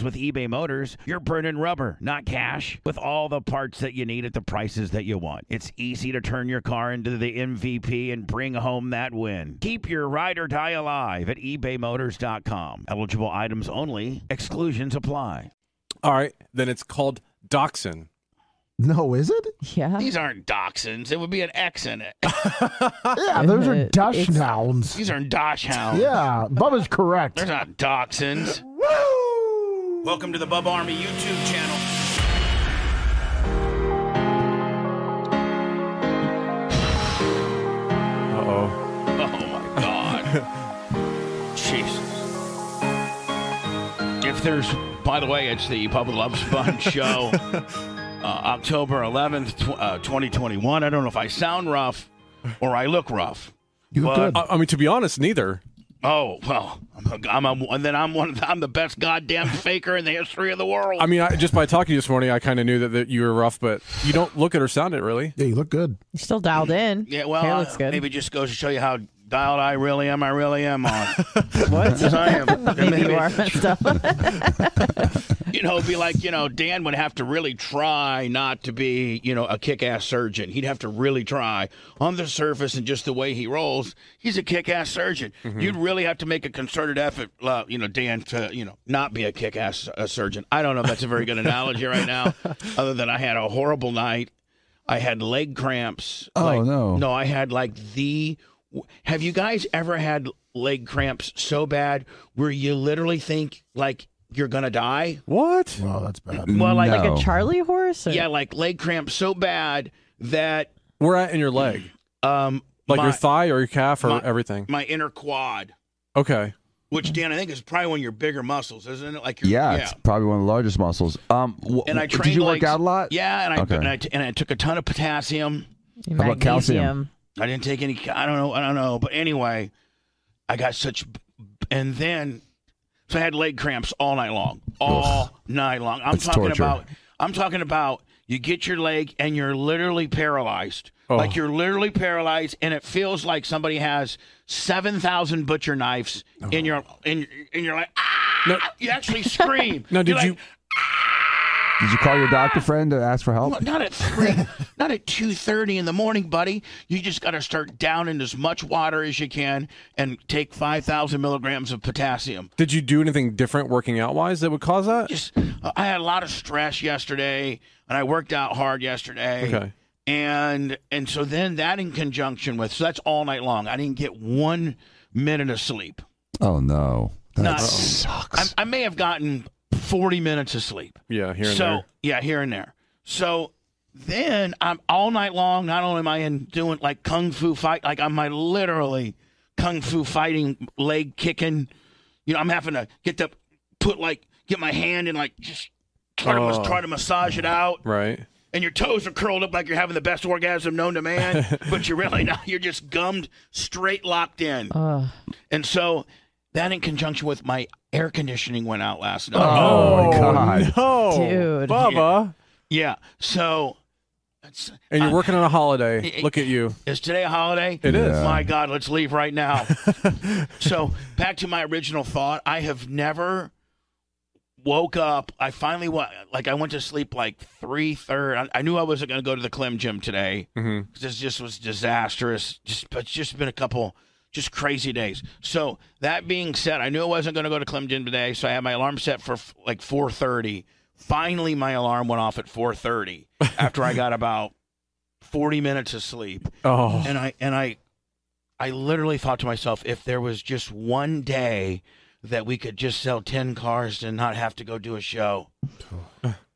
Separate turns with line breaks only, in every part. with eBay Motors, you're burning rubber, not cash. With all the parts that you need at the prices that you want, it's easy to turn your car into the MVP and bring home that win. Keep your ride or die alive at ebaymotors.com. Eligible items only, exclusions apply.
All right, then it's called Dachshund.
No, is it?
Yeah.
These aren't dachshunds. It would be an X in it.
Yeah, those are
It-
Dutch
it's-
nouns.
These aren't dachshunds.
Yeah, Bubba's correct.
They're not dachshunds. Welcome to the Bub Army YouTube channel.
Uh oh.
Oh my God. Jesus. If there's, by the way, it's the Bubba Love Sponge show, uh, October 11th, tw- uh, 2021. I don't know if I sound rough or I look rough.
You
But-
good?
I, I mean, to be honest, neither.
Oh well, I'm, a, I'm a, and then I'm one. Of the, I'm the best goddamn faker in the history of the world.
I mean, I, just by talking to you this morning, I kind of knew that, that you were rough, but you don't look at or sound it really.
yeah, you look good.
You're still dialed in.
yeah, well,
Hair
I-
looks good.
maybe it just goes to show you how dialed I really am. I really am on.
What?
Yes, I am.
maybe you are messed up.
you know, it'd be like, you know, Dan would have to really try not to be, you know, a kick ass surgeon. He'd have to really try on the surface and just the way he rolls. He's a kick ass surgeon.
Mm-hmm.
You'd really have to make a concerted effort, uh, you know, Dan, to, you know, not be a kick ass uh, surgeon. I don't know if that's a very good analogy right now, other than I had a horrible night. I had leg cramps.
Oh,
like-
no.
No, I had like the. Have you guys ever had leg cramps so bad where you literally think like you're gonna die?
What?
Oh, that's bad.
Well, like,
like
No.
a Charlie horse? Or?
yeah, like leg cramps so bad that
Where at in your leg?
um
Like
my,
your thigh or your calf or
my-
everything?
my inner quad,
Okay.
which Dan I think is probably one of your bigger muscles, isn't it? Like your,
Yeah, it's probably one of the largest muscles. Um, wh-
And I
did
trained
you work
legs-
out a lot?
Yeah, and I
Okay.
and I, t- and I took a ton of potassium.
Your
How about calcium?
magnesium.
I didn't take any. I don't know. I don't know. But anyway, I got such. And then, so I had leg cramps all night long, all night long. I'm
That's
talking
torture.
about. I'm talking about. You get your leg and you're literally paralyzed.
Oh.
Like you're literally paralyzed, and it feels like somebody has seven thousand butcher knives in your in in your like. Ah!
No.
You actually scream.
Now, did
You're like,
you?
Did you call your doctor friend to ask for help?
well, not at three, not at two thirty in the morning, buddy. You just got to start downing as much water as you can and take five thousand milligrams of potassium.
Did you do anything different working out wise that would cause that?
Just, Uh, I had a lot of stress yesterday, and I worked out hard yesterday.
Okay.
And and so then that in conjunction with so that's all night long. I didn't get one minute of sleep.
Oh no, that
Not- I,
sucks.
I may have gotten forty minutes of sleep.
Yeah, Uh, here and
so
there.
yeah, here and there. So then I'm all night long. Not only am I in doing like kung fu fight, like I'm my literally kung fu fighting, leg kicking. You know, I'm having to get to put like get my hand and like just try to
Oh.
try to massage it out,
Right.
and your toes are curled up like you're having the best orgasm known to man, but you're really not. You're just gummed straight locked in,
Ugh.
and so that in conjunction with my air conditioning went out last night.
Oh,
my God.
no,
Dude.
Bubba.
Yeah, so. That's, uh,
And you're working on
I-
a
I-
holiday. Look at you.
Is today a holiday?
It is.
Yeah.
My God, let's leave right now. so, back to my original thought. I have never woke up. I finally went, like, I went to sleep like three third. I, I knew I wasn't going to go to the Clem gym today.
Mhm.
This just was disastrous. Just, but it's just been a couple just crazy days. So that being said, I knew I wasn't going to go to Clem gym today, so I had my alarm set for f- like 4:30. Finally, my alarm went off at 4:30 after I got about 40 minutes of sleep
Oh.
and I and I I literally thought to myself, if there was just one day that we could just sell ten cars and not have to go do a show.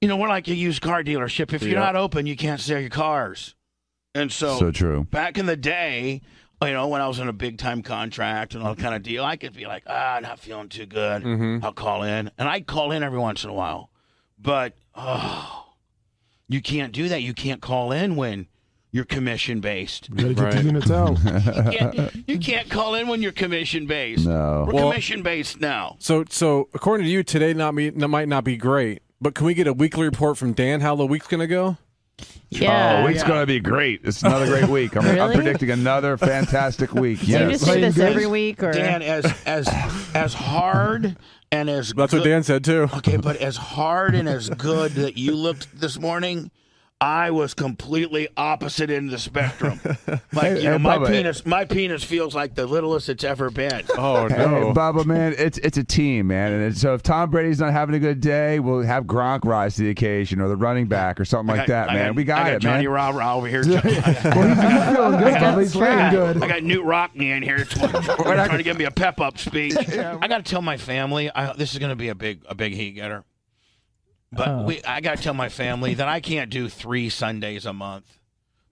You know, we're like a used car dealership. If you're
Yeah.
not open, you can't sell your cars. And so,
so true.
back in the day, you know, when I was in a big time contract and all that kind of deal, I could be like, ah, not feeling too good.
Mm-hmm.
I'll call in, and I call in every once in a while, but oh, you can't do that. You can't call in when you're commission based.
You gotta get the
Right.
units out.
You can't, you can't call in when you're commission based.
No.
We're
Well-
commission based now.
So, so according to you, today not be, n- might not be great, but can we get a weekly report from Dan how the week's going to go?
Yeah.
Oh, it's going to be great. It's another great week. I'm, I'm
Really?
predicting another fantastic week.
Do you
Yes.
just do this
Playing
every
games?
week, or
Dan, as as as hard and as
That's
good,
what Dan said too.
Okay, but as hard and as good that you looked this morning, I was completely opposite end of the spectrum. Like, you
Hey,
know,
hey,
my
Bubba.
penis, my penis feels like the littlest it's ever been.
Oh
Hey,
no!
Bubba, man, it's it's a team, man, and it's- so if Tom Brady's not having a good day, we'll have Gronk rise to the occasion, or the running back, or something like that,
I
man. we got,
I
it,
Johnny
man.
Rah Rah over here. too. I
Well, he's, he's feeling good, Bubba. He's playing
got,
good.
I got Newt Rockney in here tw- trying to give me a pep up speech. I got to tell my family I, this is going to be a big a big heat getter. But
Oh.
we, I got to tell my family that I can't do three Sundays a month,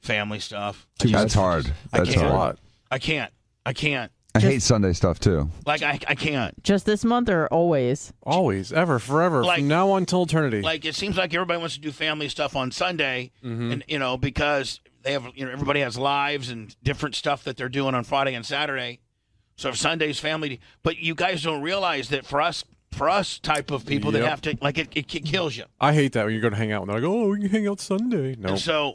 family stuff. I just-
That's hard.
I
That's
can't.
hard.
I can't. I can't.
I hate Sunday stuff too.
Like I, I can't.
just this month, or always?
Always, ever, forever,
Like-
from now on till eternity.
Like it seems like everybody wants to do family stuff on Sunday, and you know because they have you know everybody has lives and different stuff that they're doing on Friday and Saturday. So if Sunday's family, but you guys don't realize that for us, for us type of people that
Yep.
have to like it, it, it kills you.
I hate that when you go to hang out and they're like, "Oh, we can hang out Sunday." No,
And so,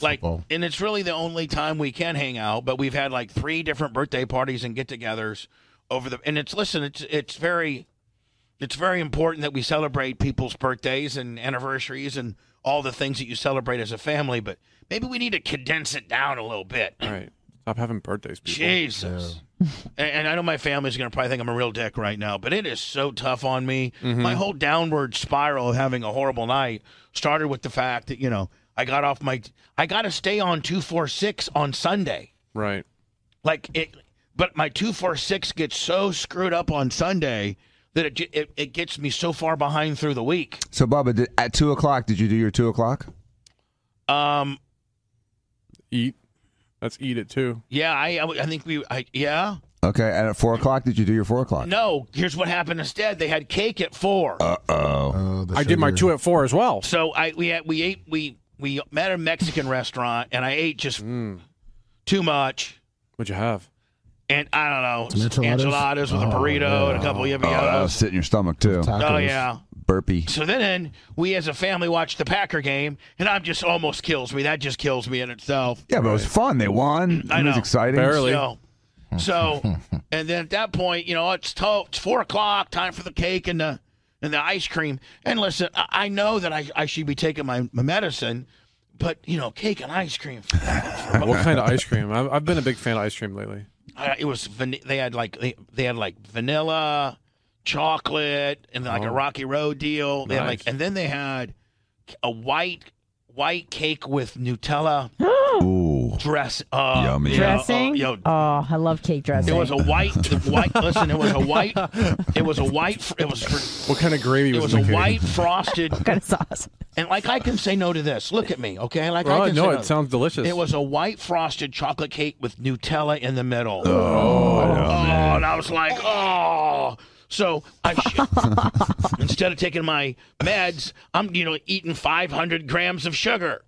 like,
Football.
and it's really the only time we can hang out. But we've had like three different birthday parties and get-togethers over the. And it's listen, it's it's very, it's very important that we celebrate people's birthdays and anniversaries and all the things that you celebrate as a family. But maybe we need to condense it down a little bit.
all right, stop having birthdays, people.
Jesus. And, and I know my family's going to probably think I'm a real dick right now, but it is so tough on me.
Mm-hmm.
My whole downward spiral of having a horrible night started with the fact that, you know, I got off my, I got to stay on 246 on Sunday.
Right.
Like it, but my 246 gets so screwed up on Sunday that it, ju- it, it gets me so far behind through the week.
So, Bubba, did, at two o'clock, did you do your two o'clock?
Um,
Eat. Let's eat it too.
yeah, I, I, I think we, I, yeah.
Okay, and at four o'clock, did you do your four o'clock?
No, here's what happened instead. They had cake at four.
Oh, the
I did my
sugar.
two at four as well.
So I we had, we ate we we met at a Mexican restaurant and I ate just too much
Mm. What'd you have?
and I don't know
Some enchiladas?
enchiladas with a
Oh,
burrito and a couple of yummy
Oh, that'll
yummies.
sit in your stomach too.
Oh,
Tacos.
yeah.
Burpee.
So then we as a family watched the Packer game and I'm just almost kills me. That just kills me in itself.
Yeah, but it was fun. They won.
I
It was
know.
exciting.
Barely.
So, so and then at that point, you know, it's, to, it's four o'clock, time for the cake and the and the ice cream. And listen, I, I know that I, I should be taking my, my medicine, but you know, cake and ice cream.
What kind of ice cream? I've, I've been a big fan of ice cream lately.
I, it was van- they had like they, they had like vanilla, chocolate, and like a Rocky Road deal. They had like,
Oh. Nice.
and then they had a white white cake with Nutella
Ooh.
dress. Uh,
Yummy.
yeah,
Dressing?
uh, yo,
oh, I love cake dressing.
it was a white, the white. Listen, it was a white. It was a white. fr- It was. fr-
What kind of gravy
It
was,
was
in
a
the cake?
white frosted,
kind of sauce.
and like I can say no to this. Look at me, okay? Like I
Oh
can
no,
say
it sounds delicious.
It was a white frosted chocolate cake with Nutella in the middle.
Oh,
Oh, and I was like, oh. So I, sh- instead of taking my meds, I'm you know eating 500 grams of sugar,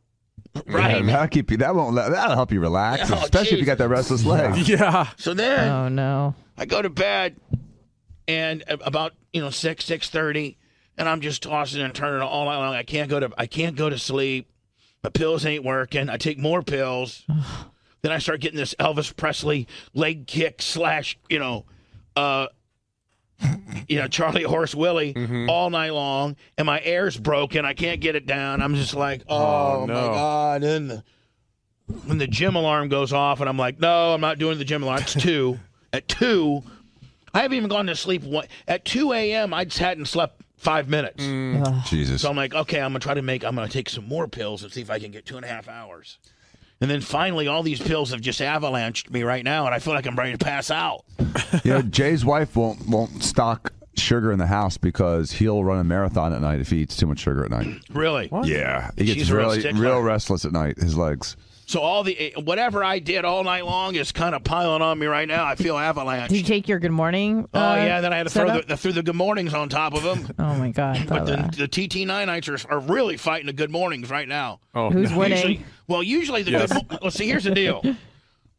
Yeah,
right?
that'll keep you. That won't. let- That'll help you relax,
Oh,
especially if you got that restless leg.
Yeah.
So then
Oh no.
I go to bed, and a- about you know six six thirty, and I'm just tossing and turning all night long. I can't go to I can't go to sleep. My pills ain't working. I take more pills. then I start getting this Elvis Presley leg kick slash you know, uh, you know Charlie Horse Willie all night long, and my air's broken. I can't get it down. I'm just like, oh,
Oh,
my
no.
god, and. The, when the gym alarm goes off and I'm like, no, I'm not doing the gym alarm. It's two. at two, I haven't even gone to sleep. One, at 2 a.m., I just hadn't slept five minutes.
Mm.
Jesus.
So I'm like, okay, I'm going to try to make, I'm going to take some more pills and see if I can get two and a half hours. And then finally, all these pills have just avalanched me right now, and I feel like I'm ready to pass out.
You know, Jay's wife won't won't stock sugar in the house because he'll run a marathon at night if he eats too much sugar at night.
Really?
Yeah, he gets
She's a real
really
stickler.
real restless at night. His legs.
So all the eh, whatever I did all night long is kind of piling on me right now. I feel avalanche.
Did you take your good morning?
Oh
uh,
yeah, then I had to throw
setup?
the, threw the good mornings on top of them.
Oh my god! I
But
thought of
the,
that.
the TT Nine Nights are, are really fighting the good mornings right now.
Oh,
Who's
no.
winning?
Usually, well, usually the
Yes.
good. Mo- well, see, here's the deal.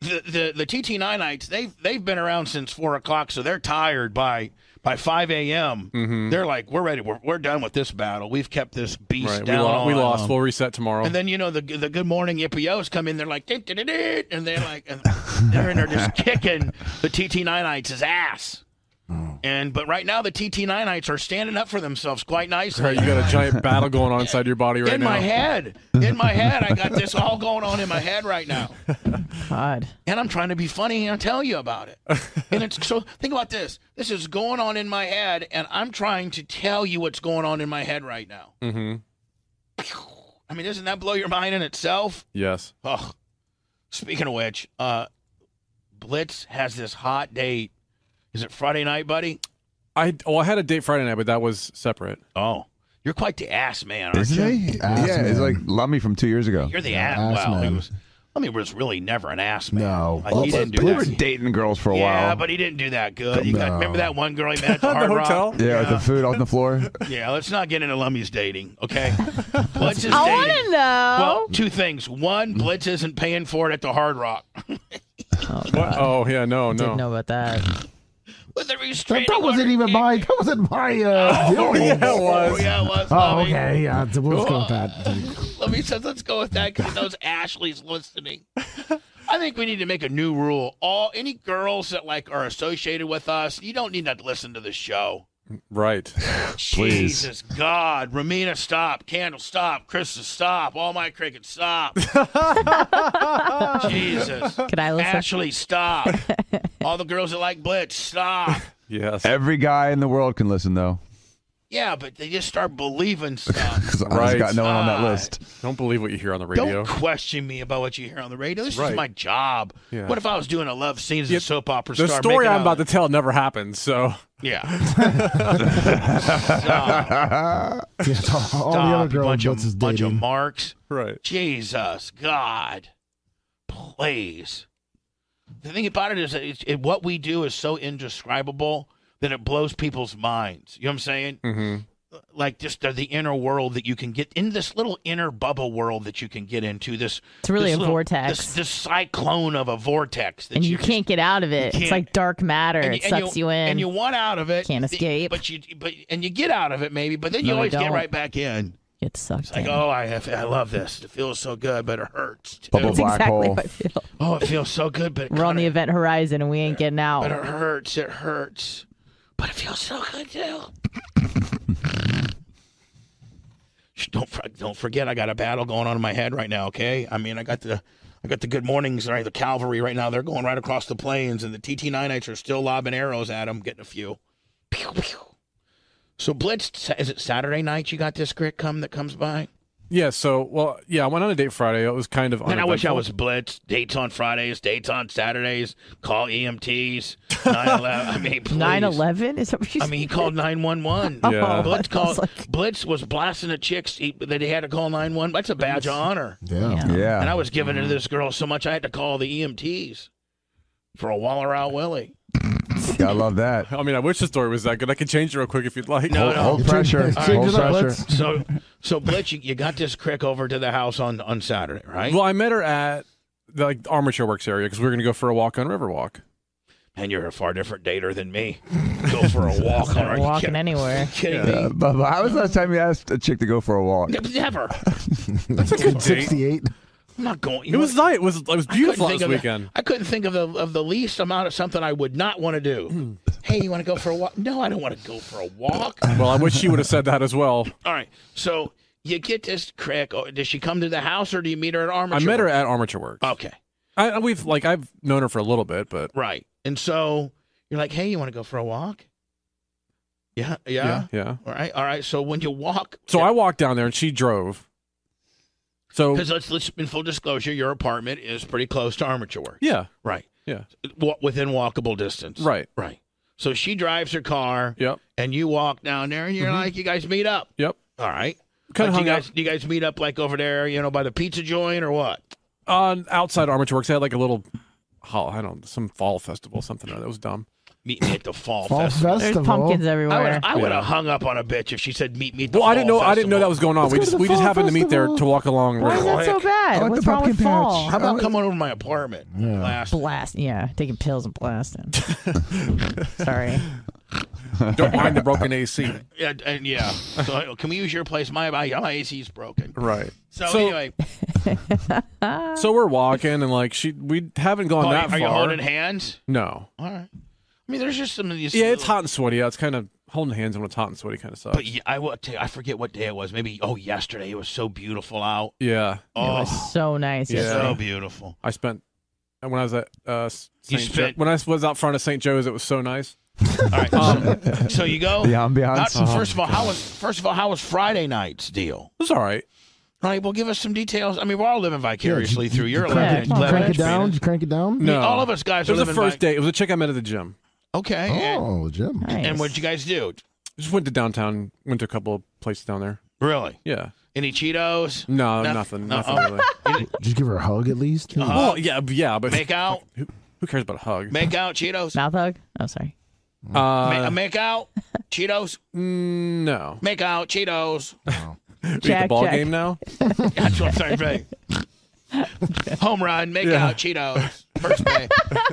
The, the the TT Nine Nights they've they've been around since four o'clock, so they're tired by by five a.m.
Mm-hmm.
They're like, we're ready. We're, we're done with this battle. We've kept this beast
Right, we,
down.
lost, we
all night
lost.
long."
We'll reset tomorrow.
And then you know the the good morning yippee come in. They're like, "Dit, dit, dit, dit," and they're like, and they're in there just kicking the TT Nineites' ass.
Oh.
And but right now the TT Nineites are standing up for themselves quite nicely.
Right, you got a giant battle going on inside your body right
in
now.
my head, in my head, I got this all going on in my head right now,
God.
and I'm trying to be funny and I'll tell you about it. And it's so think about this. This is going on in my head, and I'm trying to tell you what's going on in my head right now.
Mm-hmm.
I mean, doesn't that blow your mind in itself?
Yes.
Oh, speaking of which, uh, Blitz has this hot date. Is it Friday night, buddy?
I well, I had a date Friday night, but that was separate.
Oh, you're quite the ass man, aren't
Isn't
you?
he?
Ass
yeah, it's
man.
like Lummy from two years ago.
You're the
Yeah,
ass.
ass
Wow, he
man.
was. I mean, was really never an ass man.
No.
like,
Well,
he
but
didn't do
We were
that.
dating girls for a
yeah,
while.
but he didn't do that good. You got,
No.
remember that one girl he met at the, Hard Rock?
hotel?
yeah, with
yeah.
the food on the floor.
Yeah, let's not get into Lummy's dating, okay? Blitz is
I want
dating.
to know.
Well, two things. One, Blitz isn't paying for it at the Hard Rock.
What? Oh yeah, no, no.
Didn't know about that.
With the restraining
That, that wasn't
order
even
kicked
my. That wasn't my. Uh,
Oh,
deal.
yeah, it was.
Oh, yeah, it was.
Oh,
Lummi.
okay. Yeah, it's- we'll just go with that.
Let me says, let's go with that because those Ashley's listening. I think we need to make a new rule. All any girls that like are associated with us, you don't need to listen to the show.
Right.
Please.
Jesus God, Ramina, stop. Candle, stop. Krista, stop. All my crickets, stop. Jesus.
Could I listen?
Ashley, stop. All the girls that like Blitz, stop.
Yes.
Every guy in the world can listen though,
Yeah, but they just start believing stuff.
because I
Right.
just got no one on that
Ah.
list.
Don't believe what you hear on the radio.
Don't question me about what you hear on the radio. This
Right.
is my job.
Yeah.
What if I was doing a love scenes
Yeah,
and soap opera
The
star?
story
making
I'm
out-
about to tell never happened, so
Yeah. Stop.
Yeah, it's all, all the other
Stop. You
girls
bunch,
Blitz is
of, bunch of
dating.
marks.
right.
Jesus, God, please. The thing about it is that it's, it, what we do is so indescribable that it blows people's minds. You know what I'm saying?
Mm-hmm.
Like just the, the inner world that you can get in this little inner bubble world that you can get into. This
It's really
this
a
little-
vortex.
This, this cyclone of a vortex that
and you
just-
can't get out of it.
can't.
It's like dark matter.
and
it sucks you, in.
and you want out of it.
Can't
but-
escape.
But you, but and you get out of it maybe, but then you
No, you
always get
don't.
right back in.
get sucked
Like,
in.
oh, I have, I love this. It feels so good, but it hurts. too.
Bubble
That's
black
exactly
hole.
how I feel.
Oh, it feels so good, but it
We're on the
kinda-
event horizon and we ain't getting
but
out.
it hurts. It hurts, but it feels so good too. Shh, don't for- don't forget, I got a battle going on in my head right now. Okay, I mean, I got the. I got the good mornings, right? The cavalry right now, they're going right across the plains, and the TT 9 are still lobbing arrows at them, getting a few. Pew, pew. So, Blitz, is it Saturday night you got this grit come that comes by?
Yeah. So, well, yeah, I went on a date Friday. It was kind of.
Man, I wish I
uneventful.
was blitz. Dates on Fridays, dates on Saturdays. Call E EMTs. 911. I mean, please.
9 11? Is that what you
I mean, he called 911.
Yeah.
Blitz,
I
called,
was like-
blitz was blasting the chicks he, that he had to call 911. That's a badge of honor.
Yeah.
Yeah,
And I was giving it to this girl so much I had to call the EMTs for a Waller Out Willie.
I love that.
I mean, I wish the story was that good. I could change it real quick if you'd like.
No,
Hold,
no.
hold
Change-
pressure.
change
Hold
it up,
pressure.
Blitz.
So, so Blitz, you, you got this crick over to the house on, on Saturday, right?
Well, I met her at the like, armature works area because we were going to go for a walk on Riverwalk.
and you're a far different dater than me. Go for a walk on
We're walking anywhere.
Kidding me?
Uh, Bubba, how was the last time you asked a chick to go for a walk?
Never.
That's a good
Sixty-eight.
I'm not going.
It was nice. It was it was
I couldn't
beautiful
think
this
of the-
weekend.
I couldn't think of the of the least amount of something I would not want to
Hmm.
do. hey, you want to go for a walk? No, I don't want to go for a walk.
Well, I wish she would have said that as well.
All right, so you get this crack. Oh, does she come to the house or do you meet her at Armature?
I met her at armature works.
Okay,
I, I- we've like I've known her for a little bit, but
right. And so you're like, hey, you want to go for a walk? Yeah, yeah.
yeah, yeah.
All right, all right. So when you walk,
So I walked down there and she drove. So
because let's let's in full disclosure, your apartment is pretty close to Armature, Works.
yeah,
right?
yeah,
Wa- within walkable distance,
right,
Right. So she drives her car.
yep, Mm-hmm.
and you walk down there and you're like, you guys meet up.
yep.
All right.
Kind
Like,
of
do you
hung out.
guys do you guys meet up like over there, you know, by the pizza joint or what?
on outside armature works. They had like a little, hol- I don't some fall festival, something or other. that was dumb.
Meet me at the fall,
Fall
festival.
festival.
There's pumpkins
I would
everywhere.
I would have hung up on a bitch if she said meet me at the
Well, I didn't know.
fall
I didn't know that
festival.
was going on.
Let's
we
go
just
to the
we just
fall
happened to meet there
festival.
to walk along.
Why is
River.
that so bad?
I like
What's
the
wrong with
pumpkin patch.
fall?
How about coming over to my apartment? Last
Blast. Yeah, taking pills and blasting. Sorry.
Don't mind the broken AC.
Yeah, and yeah. So can we use your place? My my, my AC's broken.
Right.
So,
So-
anyway,
So we're walking and like she, we haven't gone
oh,
that
are
far.
you holding hands?
no.
All right. I mean, there's just some of these.
Yeah, it's hot and sweaty. Yeah, it's kind of holding hands when it's hot and sweaty kind of sucks.
But yeah, I will tell you, I forget what day it was. Maybe oh yesterday. It was so beautiful out.
yeah,
It
Oh,
was so nice.
Yeah.
yesterday.
so beautiful.
I spent when I was at uh, St.
You spent-
Jo- when I was out front of St. Joe's. It was so nice. Um,
All right. So, so you go.
The ambiance.
Not- first of all, how was first of all how was Friday night's deal?
It was all right.
All Right. Well, give us some details. I mean, we're all living vicariously through your
crank
eleven.
it- you
eleven
Crank it
inch
down. Did
penis.
you crank it down?
I mean,
Mm-hmm. No.
all of us guys
It
are
was the
living
first
vic-
day. It was a chick I met at the gym.
Okay. and-
Oh, Jim.
Nice.
And what'd you guys do?
Just went to downtown. Went to a couple of places down there.
Really?
Yeah.
Any Cheetos?
No,
Noth-
nothing.
no-
Nothing
oh.
really.
Did you give her a hug at least?
Uh-huh.
Well, yeah, b- yeah, but
Make out?
Who, who cares about a hug?
Make out Cheetos?
Mouth hug? Oh, sorry.
Ma-
uh, Mm,
make out Cheetos?
no.
Make out Cheetos?
We at the
Jack,
ball
Jack.
game now.
That's what I'm saying. Home run, make
Yeah.
out Cheetos, first base.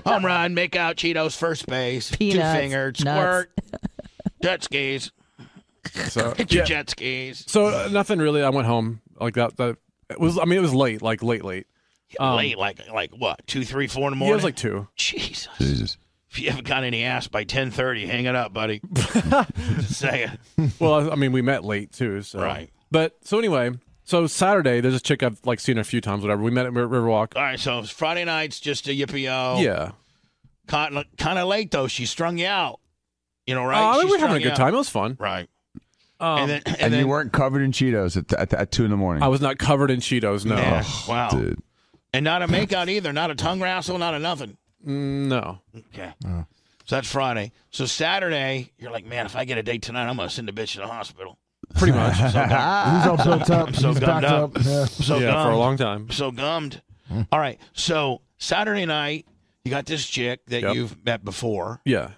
Home run, make out Cheetos, first base.
Peanuts,
Two fingered,
nuts.
squirt, jet skis,
So
hit your
yeah.
jet skis.
So uh, nothing really. I went home like that. That it was. I mean, it was late. Like late, late. Um,
Late, like like what? Two, three, four in the
Yeah,
morning.
it was like two.
Jesus.
Jesus.
If you haven't got any ass by ten thirty, hang it up, buddy. Just saying.
Well, I- I mean, we met late too. So
Right.
But so anyway, so Saturday there's a chick I've like seen a few times. Whatever. We met at Ri- Riverwalk.
All right, so it's Friday night's just a yippee oh.
Yeah.
Kind of late though. She strung you out. You know, right?
Uh, I mean,
She
we were having a
strung
good
you out.
time. It was fun.
Right.
Um,
and then and,
And,
then
you weren't covered in Cheetos at, at, at two in the morning.
I was not covered in Cheetos. No.
Yeah, wow.
Dude.
And not a makeout either, not a tongue wrestle, not a nothing.
Mm, No.
Okay. So that's Friday. So Saturday, you're like, man, if I get a date tonight, I'm gonna send the bitch to the hospital.
Pretty much.
So gummed.
He's all built up.
so
He's
gummed
backed
up.
up. Yeah. Hmm.
So
yeah,
gummed.
for a long time.
so gummed. All right. So Saturday night, you got this chick that
Yep.
you've met before.
Yeah.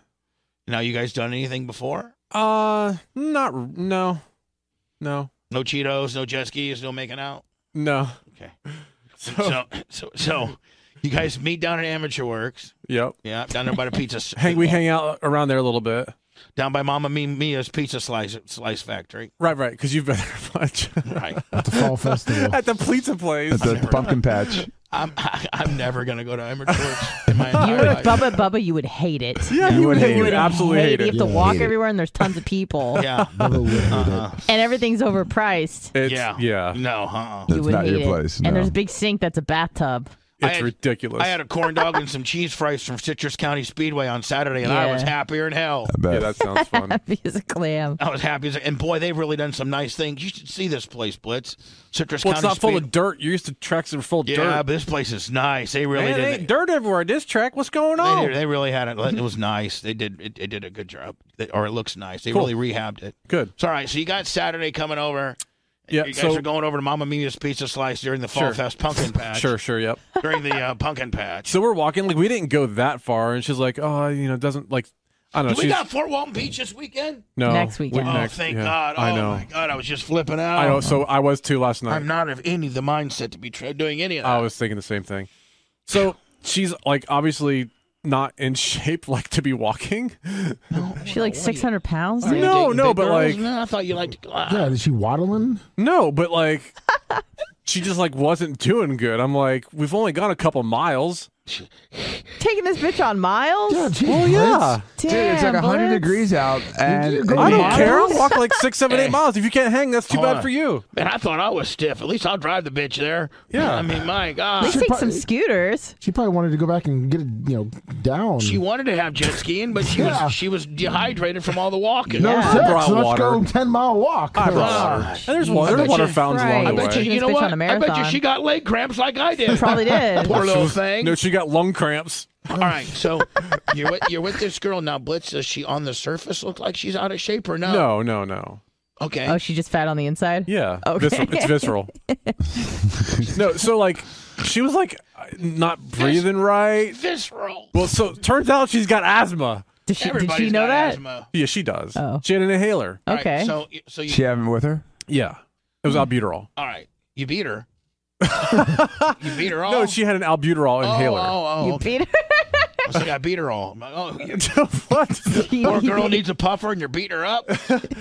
Now you guys done anything before?
Uh, not r- no, no,
No Cheetos, no jet skis, no making out.
no.
Okay.
So,
So so so you guys meet down at Amateur Works.
yep.
Yeah, down there by the pizza. s- uh,
Hang, we hang out around there a little bit.
down by Mama Mi- Mia's Pizza Slice Slice Factory.
Right, right. Because you've been there a bunch
Right.
At the fall festival.
at the pizza place.
At the pumpkin patch.
I'm I, I'm never gonna go to Amateur Works in my
You
entire
would,
life.
Bubba Bubba, you would hate it.
yeah,
You
you
would
would
hate
hate,
it.
it. Absolutely hate
You
it.
have to
Yeah,
walk
hate it.
everywhere and there's tons of people.
Yeah.
Bubba would hate
Uh-uh.
And everything's overpriced.
It's,
yeah.
yeah,
No. Uh-uh.
That's
you would
not
hate
your
it.
place. No.
And there's a big sink that's a bathtub.
I
It's
had-
ridiculous.
I had a corn dog and some cheese fries from Citrus County Speedway on Saturday, and I
Yeah.
was happier than hell.
I bet.
yeah, that sounds fun.
He's a clam.
I was happy, as, and boy, they've really done some nice things. You should see this place, Blitz. Citrus
well, it's
County.
not full
Speed-
of dirt. You're used to tracks that are full of
yeah,
dirt.
but this place is nice. They really
Man, it
did.
ain't dirt everywhere. This track. What's going
They,
on?
did- they really had it. It was nice. They did. It, it did a good job, They- or it looks nice. They
Cool.
really rehabbed it.
Good.
So, all right. So you got Saturday coming over.
Yeah.
you guys
so
are going over to Mama Mia's Pizza Slice during the Fall
Sure.
Fest pumpkin patch.
sure, sure, yep.
During the uh, pumpkin patch.
So we're walking. Like we didn't go that far, and she's like, "Oh, you know, doesn't like." I don't know.
Do we
she's,
got Fort Walton Beach this weekend?
no
Next
we-
weekend.
Oh,
next-
thank
yeah,
God. Oh,
I know.
my God. I was just flipping out.
I know. So I was too last night.
I'm not of any the mindset to be tra- doing any of that.
I was thinking the same thing. So she's like obviously not in shape, like to be walking.
She like 600 pounds?
Are you
dude?
No,
dating
no,
big
but,
girls?
like-
No, I thought you liked. uh,
Yeah, is she waddling?
No, but like she just like wasn't doing good. I'm like, we've only gone a couple miles.
Taking this bitch on miles?
Yeah, geez,
Damn,
Dude, it's like 100
Blitz.
degrees out. And
go
I don't
Miles?
care. I'll walk like six, seven, eight miles. If you can't hang, that's too
Hold
bad
on.
for you.
Man, I thought I was stiff. At least I'll drive the bitch there.
Yeah.
I mean, my God.
Let's take some scooters.
She probably wanted to go back and get it, you know, down.
She wanted to have jet skiing, but she
Yeah.
was she was dehydrated from all the walking.
no
Yeah.
sex.
Brought
Let's
water.
go ten mile walk.
I brought
Ah,
water. And there's water,
I bet
there's water
you-
fountains
Right.
along
I
the
bet you,
way.
Taking
you know
this bitch
what?
on a
I bet you
marathon.
she got leg cramps like I did.
Probably did.
Poor little
was-
thing.
No, she got lung cramps.
All right, so you're with, you're with this girl now. Blitz, does she on the surface look like she's out of shape or no?
No, no, no.
Okay.
Oh, she just fat on the inside?
Yeah.
Okay.
Visceral. It's visceral. no, so like She was like not breathing right.
Visceral.
Well, so turns out she's got asthma.
Did she, did
Everybody's
she know
got
that?
asthma.
Yeah, she does.
Oh.
She had an inhaler.
All right,
Okay.
so so you
She having it with her?
Yeah, it was albuterol.
all right? You beat her. you beat her all.
No, she had an albuterol
oh,
inhaler.
Oh, oh,
you
okay.
beat her.
I was like, I beat her all. I'm like, oh, you
what?
poor girl needs a puffer, and you're beating her up.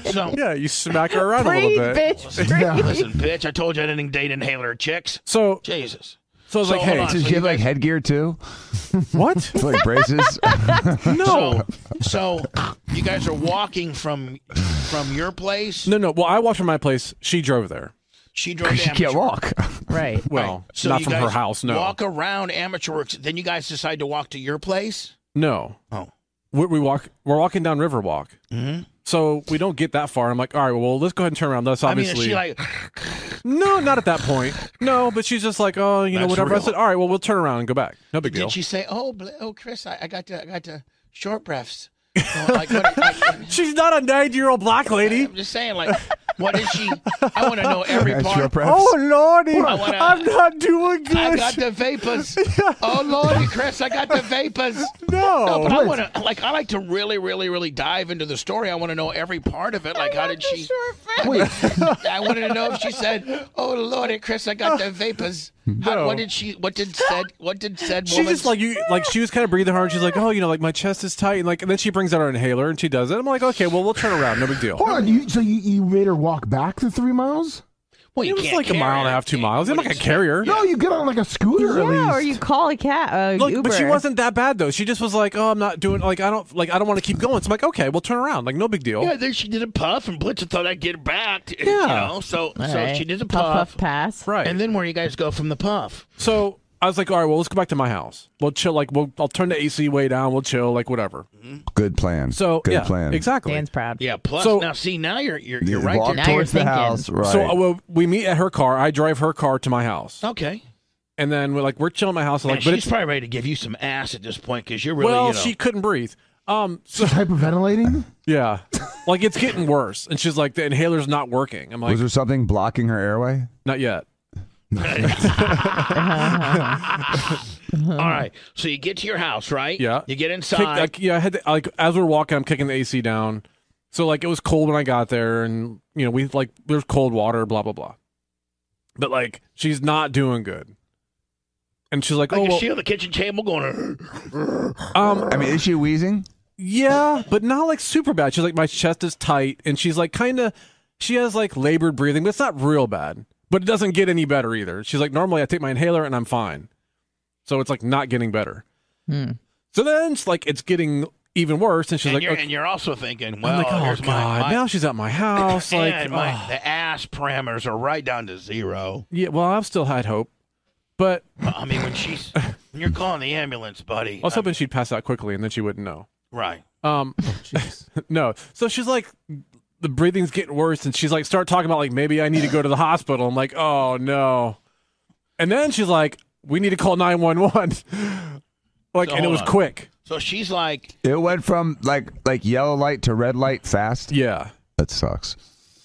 So
Yeah, you smack her around a
Breathe,
little bit.
bitch.
Yeah.
Breathe.
listen, bitch, I told you I didn't date inhaler chicks.
So,
Jesus.
so I was
So,
like,
hold
hey,
on.
Does
so
she
you
have like
guys-
headgear too?
what?
Like braces?
No,
So, so you guys are walking from from your place.
no, no. Well, I walked from my place. She drove there.
She drove.
she
to
can't
Amateur.
walk.
Right.
Well,
So
not
you
from her
guys
house. No,
Walk around Amateur Works. Then you guys decide to walk to your place.
no.
Oh.
we, we walk. We're walking down Riverwalk.
Mhm.
So we don't get that far. I'm like, all right, well, let's go ahead and turn around. That's
I mean, is
obviously
she like,
no, not at that point. No, but she's just like, oh, you know,
That's
whatever. I
real.
said, all right, well, we'll turn around and go back. No big deal.
did she say, "Oh, bl- oh, Chris, I, I got to, I got to short breaths." Well, like, what, like,
She's not a 90 year old black lady.
I'm just saying, like, what is she? I want to know every
That's your
part.
preference.
Oh lordy,
I wanna-
I'm not doing good.
I got the vapors. Oh Lordy, Chris, I got the vapors. No,
no,
but I want to like I like to really, really, really dive into the story. I want to know every part of it. Like, how did she?
Wait,
I wanted to know if she said, "Oh Lordy, Chris, I got the vapors." How,
No.
What did she? What did said? What did said?
she
woman-
just like you, like she was kind of breathing hard. She's like, oh, you know, like my chest is tight, and like, and then she brings out her inhaler and she does it. I'm like, okay, well, we'll turn around, no big deal.
hold on. You, so you, you made her walk back the three miles?
Well, you
It was
can't
like a
carry
mile and a
her.
half, two miles. I'm
What
like a
is-
carrier.
No, Oh, you get on like a scooter at least.
Yeah, or you call a cat. Uh,
Look,
Uber.
but she wasn't that bad though. She just was like, oh, I'm not doing like I don't like I don't want to keep going. So I'm like, okay, we'll turn around, like no big deal.
Yeah, then she did a puff, and Blitzer thought I'd get her back. Yeah. You
Yeah.
know, so
All
so
right.
she did a
puff,
puff,
puff pass.
Right.
and then where you guys go from the puff?
So I was like, all right, well, let's go back to my house. We'll chill. Like, we'll, I'll turn the AC way down. We'll chill. Like, whatever.
Good plan.
So
good
yeah,
plan.
exactly.
Dan's proud.
Yeah. Plus,
So-
now see, now you're you're,
You
you're right
Walk
Now
there.
you're
towards the
thinking.
house. Right.
So uh, well, we meet at her car. I drive her car to my house,
Okay.
and then we're like, we're chilling at my house. I'm
Man,
like, but
Oh. she's
it's
probably ready to give you some ass at this point because you're really
well,
you know,
she couldn't breathe. Um, so
Hyperventilating?
yeah, like it's getting worse, and she's like, the inhaler's not working. I'm like,
was there something blocking her airway?
not yet.
All right. So you get to your house, right?
Yeah.
You get
Kick-
inside.
like, yeah, I had to, like as we're walking, I'm kicking the AC down. So like it was cold when I got there, and you know we like there's cold water, blah blah blah. But like she's not doing good, and she's like,
like
oh
a
well,
she on the kitchen table going.
um,
I mean, is she wheezing?
yeah, but not like super bad. She's like my chest is tight, and she's like kind of she has like labored breathing, but it's not real bad. But it doesn't get any better either. She's like normally I take my inhaler and I'm fine, so it's like not getting better.
Hmm.
So then it's like it's getting even worse, and she's
and,
like,
you're,
okay.
and you're also thinking,
I'm
well,
like, oh
here's
god,
my, my,
now she's at my house. like,
and my-
oh.
the ass parameters are right down to zero.
yeah. Well, I've still had hope, but
I mean, when she's when you're calling the ambulance, buddy.
I was
I-
hoping she'd pass out quickly and then she wouldn't know.
right.
Um,
Oh,
no. So she's like, the breathing's getting worse, and she's like, start talking about like maybe I need to go to the hospital. I'm like, oh no, and then she's like, we need to call nine one one. Like,
So
and it
hold
was
on.
quick.
So she's like,
It went from like like yellow light to red light fast.
Yeah.
That sucks.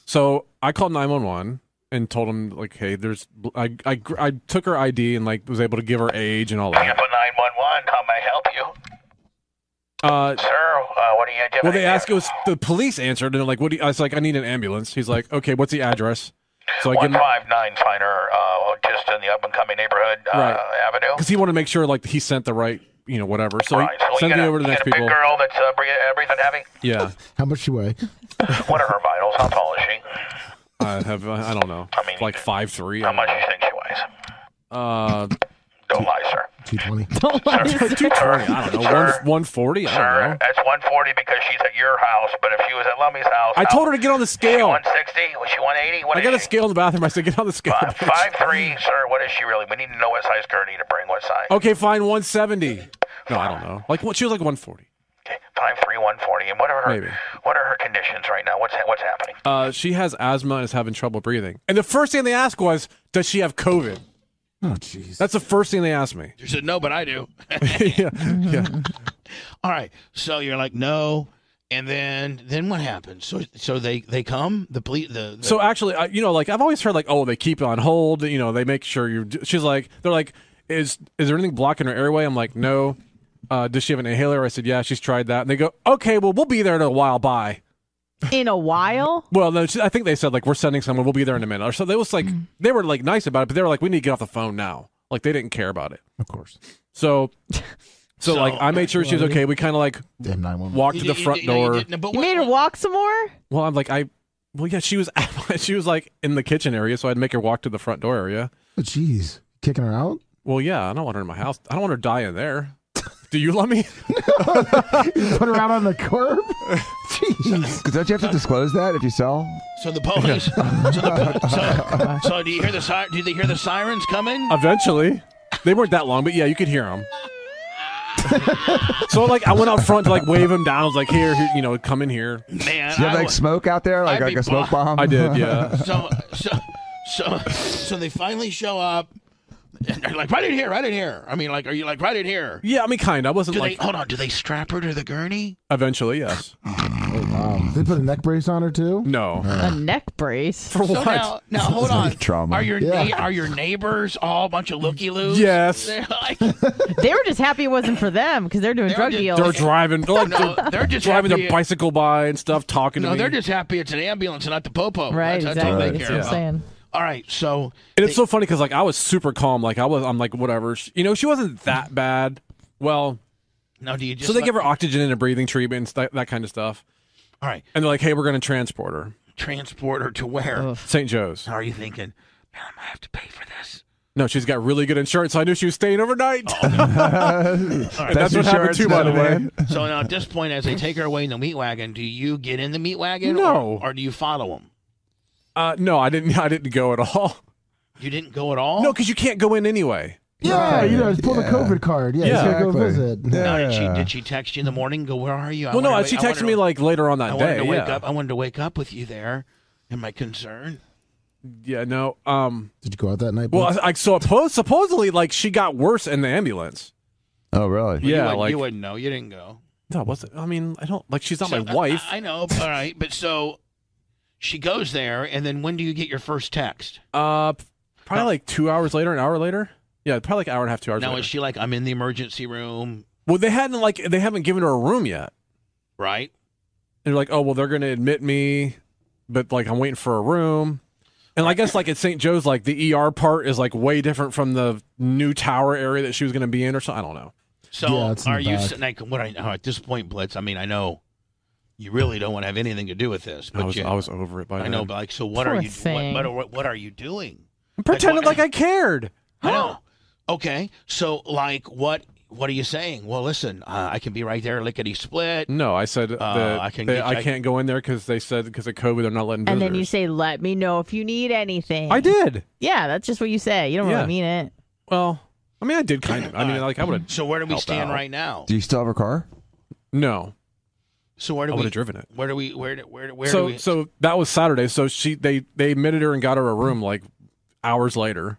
So I called 911 and told them like, hey, there's I, I I took her ID and like was able to give her age and all that.
nine one one. How may I help you,
Uh,
sir? Uh, what are you doing?
well, they
here?
asked. It was the police answered, and they're like, "What?" Do you, I was like, "I need an ambulance." He's like, "Okay, what's the address?" So I give
One
him
five nine Finer, uh, just in the up and coming neighborhood uh,
Right.
avenue.
because he wanted to make sure like he sent the right, you know, whatever. So
Right.
he
So
sends
you
me
got a,
over to the
you
next
got a big
people.
girl that's uh, breathing, breathing heavy.
Yeah,
How much she weigh?
What are her vitals? How tall is she?
I have. uh, I don't know.
I mean,
like five three.
How much do you think she weighs?
Uh,
Don't lie, sir.
220.
Don't lie.
Oh, two twenty. I don't know. One
Sir.
one forty. I don't
Sir,
know.
that's one forty because she's at your house. But if she was at Lummy's house, uh,
I told her to get on the scale.
one sixty. Was she one eighty? What
I
is
got a
she?
scale in the bathroom. I said, get on the scale.
Five,
bitch."
five three, sir. What is she really? We need to know what size gurney to bring. What size?
Okay, fine. One seventy. No, I don't know. Like what? She was like one forty.
Five three one forty. And what are her
Maybe.
what are her conditions right now? What's ha- what's happening?
Uh, she has asthma and is having trouble breathing. And the first thing they asked was, does she have COVID? Hmm.
Oh, jeez.
That's the first thing they asked me.
she said, no, but I do.
yeah, yeah.
All right. So you're like, no. And then then what happens? So so they they come the police the, the
So actually, I, you know, like I've always heard, like, oh, they keep it on hold. You know, they make sure you. She's like, they're like, is is there anything blocking her airway? I'm like, no. Uh, does she have an inhaler? I said, yeah, she's tried that. And they go, okay, well, we'll be there in a while. Bye.
In a while?
Well, no, she, I think they said like we're sending someone. We'll be there in a minute. Or so they was like they were like nice about it, but they were like we need to get off the phone now. Like they didn't care about it.
Of course.
So, so, like I made sure she was okay. We kind of like
Damn 911.
walked
You
to
di-
the
you
front
di- no, you
door.
didn't, but
You
what-
made her walk some more?
Well, I'm like I. Well, yeah, she was she was like in the kitchen area, so I'd make her walk to the front door area.
Oh, Jeez. Kicking her out?
Well, yeah, I don't want her in my house. I don't want her dying there. Do you love me?
Put her out on the curb? Jeez.
Because don't you have to disclose that if you sell?
So the police. so, the, so, so do you hear the si- do they hear the sirens coming?
Eventually. They weren't that long, but yeah, you could hear them. so like I went out front to like wave him down. I was like, here, here you know, come in here.
Man,
Do you have
I
like
wa-
smoke out there, like
I'd
like
be
a smoke
blo-
bomb?
I did, yeah.
so so so so they finally show up. And they're like right in here, right in here. I mean, like, are you like right in here?
Yeah, I mean kind. I wasn't
Do
like
they hold on? Do they strap her to the gurney?
eventually, yes.
Oh, Wow. They put a neck brace on her, too? Uh,
No.
A neck brace?
For
So
what?
now, now hold on.
Trauma.
Are your
Yeah.
na- are your neighbors all a bunch of looky loos?
Yes.
They're like
They were just happy it wasn't for them because they're doing
They're
drug
just-
deals.
They're driving they're like
no,
they're
they're just
driving
happy.
their bicycle by and stuff, talking
no,
to me.
they're just happy it's an ambulance and not the popo.
right,
That's,
exactly.
That's all they
That's
care
what I'm
about.
saying.
All right, so
and it's so funny because like I was super calm. Like I was I'm like, whatever. She- You know, she wasn't that bad. Well,
now do you just
so they
let-
give her oxygen and a breathing treatment and st- that kind of stuff.
all right
And they're like, hey, we're going to transport her.
transport her to where?
Ugh.
St. Joe's.
How are you thinking? Man, I might have to pay for this.
No, she's got really good insurance, so I knew she was staying overnight.
Oh.
Best
that's what happened
insurance
too, by the
known,
way.
man.
So now at this point, as they take her away in the meat wagon, do you get in the meat wagon?
No.
or, or do you follow them?
Uh, no, I didn't. I didn't go at all.
You didn't go at all.
No, because you can't go in anyway.
Yeah, you know,
Right.
just pull
Yeah.
the COVID card. Yeah,
Yeah.
you gotta go
Exactly.
visit.
Yeah.
Now, did she did she text you in the morning? Go where are you? I
well, no,
wanted to
she
wa- I
texted
wanted
me
to-
like later on
I
that
wanted
day.
to wake
yeah.
up. I wanted to wake up with you there, and my concern.
yeah, no. Um.
Did you go out that night?
Well,
Blake?
I, I suppose supposedly like she got worse in the ambulance.
Oh, really?
you
yeah,
wouldn't,
like
you wouldn't know. You didn't go.
no, was it? I mean, I don't like. She's not
So,
my wife.
I, I know. All right, but so she goes there, and then when do you get your first text?
uh, p- probably like two hours later, an hour later. Yeah, probably like an hour and a half, two hours.
Now
later.
is she like I'm in the emergency room,
well, they hadn't like they haven't given her a room yet.
right?
And they're like, oh well, they're gonna admit me, but like I'm waiting for a room. And I guess like at St. Joe's, like the ER part is like way different from the new tower area that she was gonna be in, or something. I don't know.
So
Yeah, it's in
are
the
you
back.
s- like what? I know at this point, Blitz. I mean, I know you really don't want to have anything to do with this, but
I was
you,
I was over it by
I
then.
know, but like, so what
Poor
are you?
thing.
What, what, what, what are you doing?
I'm pretending
like,
like
what-
I cared.
I know. Oh. Okay, so like, what? What are you saying? Well, listen, uh, I can be right there, lickety split.
No, I said
Uh,
that
I can
they-
get- I-
I can't go in there because they said because of COVID they're not letting.
And
Visitors.
then you say, let me know if you need anything.
I did.
Yeah, that's just what you say. You don't
Yeah.
really mean it.
Well, I mean, I did kind of. I mean,
Alright.
like I would have.
So where do we
Help
stand
out.
right now?
Do you still have her car?
No,
So where
I
do
would
we?
have driven it.
Where do we? Where do, where do, where
so
do we?
so that was Saturday. So she they they admitted her and got her a room like hours later.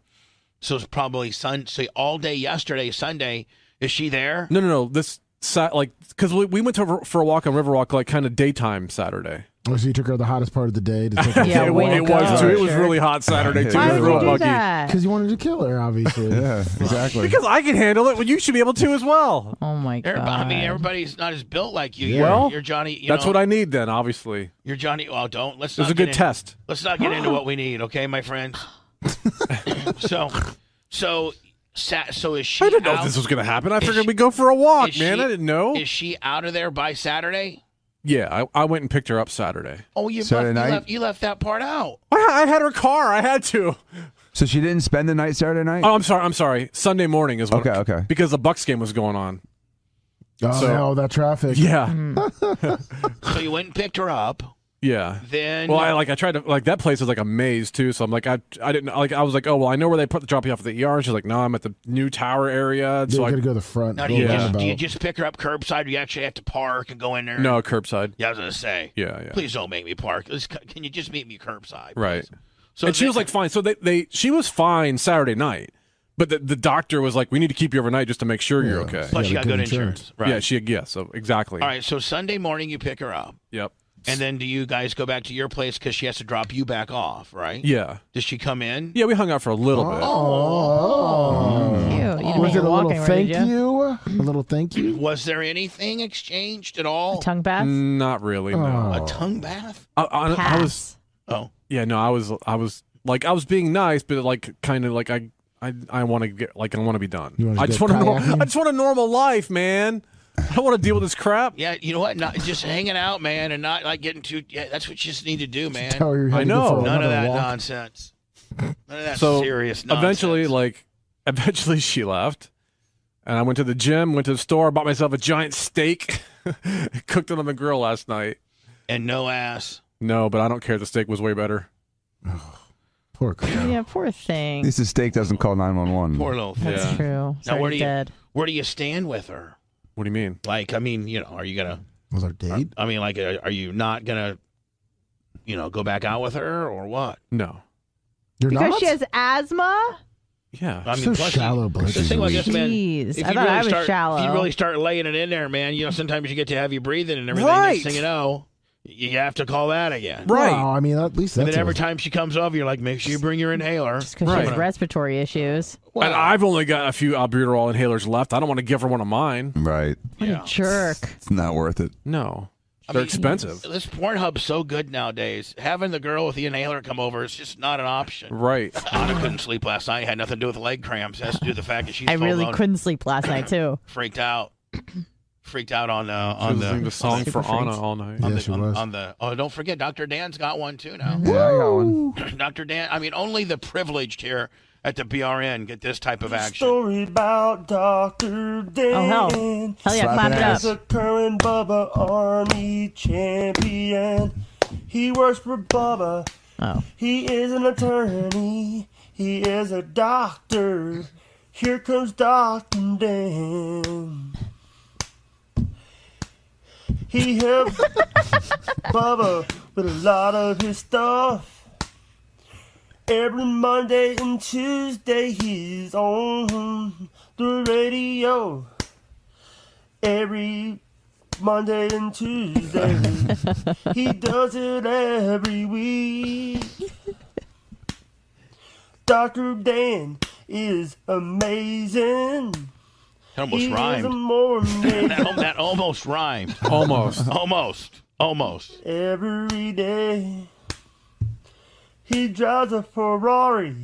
So it's probably Sun. So all day yesterday, Sunday, is she there?
No, no, no. This sat like because we, we went to a- for a walk on Riverwalk like kind of daytime Saturday.
Oh, so you took her to the hottest part of the day to take her
Yeah,
for a
it,
wake
wa- it
walk?
up.
was too. It was
Sure.
really hot
Why
Saturday too. it
Why
was
would
real
you do
buggy.
that?
Because you wanted to kill her, obviously.
Yeah, exactly.
Because I can handle it. Well, you should be able to as well.
Oh my god.
Everybody, I mean, everybody's not as built like you.
Yeah.
You're,
Uh, Well,
you're Johnny. You
That's
know,
what I need then. Obviously,
You're Johnny. Well, don't. Let's.
it was
not
a good
get in-
test.
Let's not get into what we need, okay, my friends. so, so, sa- so is she?
I didn't know
out,
this was gonna happen. I
is
figured
she-
we'd go for a walk,
is
man.
she-
I didn't know.
Is she out of there by Saturday?
yeah, I, I went and picked her up Saturday.
Oh, you
Saturday
left,
night?
You left, you left that part out.
Why, I had her car. I had to.
so she didn't spend the night Saturday night.
Oh, I'm sorry. I'm sorry. Sunday morning is what
Okay, okay.
Because the Bucks game was going on.
Oh,
So-
no, that traffic.
Yeah,
Mm.
So you went and picked her up.
yeah.
Then,
Well, I like I tried to like that place is like a maze too. So I'm like I I didn't like I was like oh well I know where they put the drop you off at the ER. And she's like no I'm at the new tower area.
Yeah,
So
you
I
gotta go to the front.
now do
go
you,
Yeah.
just,
roundabout.
do you just pick her up curbside? Do you actually have to park and go in there?
no curbside.
Yeah, I was gonna say.
Yeah, yeah.
Please don't make me park. Let's- can you just meet me curbside?
Right.
So
and she
then-
was like fine. So they they she was fine Saturday night, But the, the doctor was like, "We need to keep you overnight just to make sure you're okay."
Plus, she got good insurance. Right.
Yeah, she yeah. So exactly.
All right. So Sunday morning, you pick her up,
Yep.
and then do you guys go back to your place because she has to drop you back off, right?
Yeah.
Does she come in?
Yeah, we hung out for a little bit.
Oh.
Ew, you didn't
Was
make
it a
walk
little
anywhere,
thank
did ya?
you? A little thank you?
Was there anything exchanged at all?
Tongue bath?
Not really. No.
A
Oh.
tongue bath?
I, I,
Pass.
I was.
Oh,
Yeah. No. I was. I was like. I was being nice, but like, kind of like I. I, I want to get like I want to be done.
You wanna
I just
get
want to.
kayaking?
I just want a normal life, man. I don't want to deal with this crap.
yeah. You know what? Not just hanging out, man, and not like getting too. Yeah, that's what you just need to do, man.
Tell her you're
I
headed
know.
for
None
None
another
of that
walk.
nonsense. None of that
So,
serious nonsense.
eventually, like, eventually she left, and I went to the gym, went to the store, bought myself a giant steak, cooked it on the grill last night.
and no ass.
No, but I don't care. The steak was way better.
Poor girl.
Yeah, poor thing.
At least the steak doesn't call nine one
Poor
one.
little. thing.
That's
Yeah.
true. It's already
where do you-
dead.
Where do you stand with her?
What do you mean?
Like, I mean, you know, are you gonna?
Was our date?
I mean, like, are, are you not gonna? You know, go back out with her or what?
No.
You're
Because
not?
she has asthma?
Yeah.
I mean,
so
plus
shallow, Blake.
The thing was this, man.
Jeez,
if
I
you
thought
really
I was
start, If you
shallow.
really start laying it in there, man, you know, sometimes you get to heavy breathing and everything. Next
Right.
thing you know, you you have to call that again.
Right.
Wow, I mean, at least
And
that's
then every
a-
time she comes over, you're like, make sure you bring your inhaler.
Just because she
Right.
has respiratory issues.
and I've only got a few albuterol inhalers left. I don't want to give her one of mine.
Right.
What a jerk.
It's not worth it.
No.
I
They're
mean,
expensive.
This Pornhub's so good nowadays. Having the girl with the inhaler come over is just not an option.
Right.
Anna couldn't sleep last night. Had nothing to do with leg cramps. Has to do with the fact that she's
I
full
really
blown
couldn't sleep last night, too.
freaked out. Freaked out on uh,
I
on
was listening
the
to song
Super
for
Freaks.
Anna all night.
Yeah,
on,
she
the, on,
was.
on the oh don't forget Dr. Dan's got one too now.
Yeah, I got one.
Dr. Dan, I mean only the privileged here at the BRN get this type of action.
Story about Dr. Dan.
Oh, hell. Hell yeah,
Slap
clap it
it
up.
He's a current Bubba Army champion. He works for Bubba.
Oh.
He is an attorney. He is a doctor. Here comes Dr. Dan. He helps Bubba with a lot of his stuff. Every Monday and Tuesday, he's on the radio. Every Monday and Tuesday, he does it every week. Dr. Dan is amazing.
That almost
he is a
rhymed.
morning
That, al- that almost rhymed.
Almost.
Almost. Almost.
every day. He drives a Ferrari.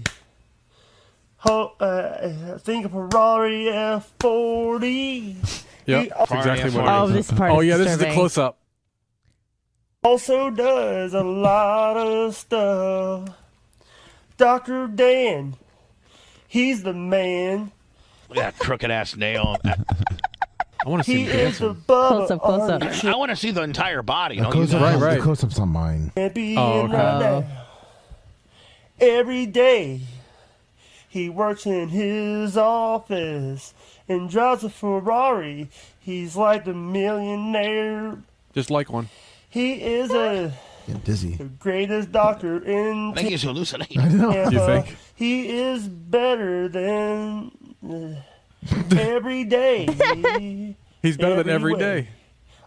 Ho- uh, I think a Ferrari F40.
Yep. That's
Far
exactly
and
what
Oh,
it is.
this part
Oh,
is
yeah. This is the
disturbing.
close up.
Also does a lot of stuff. Dr. Dan, he's the man.
Look at that crooked ass nail.
I want to
He
see him
is the
dancing.
Bubba
Close up, close up.
Army
I want to see the entire body.
The
Don't you
close-ups
guys?
on-
Right,
The
right.
close-ups on mine.
champion
Oh, okay.
right now. Every day, he works in his office and drives a Ferrari. He's like a millionaire.
Just like one.
He is a
Getting dizzy.
the greatest doctor in
I think he's hallucinating.
I know.
Tampa.
You think?
He is better than uh, every day.
He's better than
Every
every
way.
day.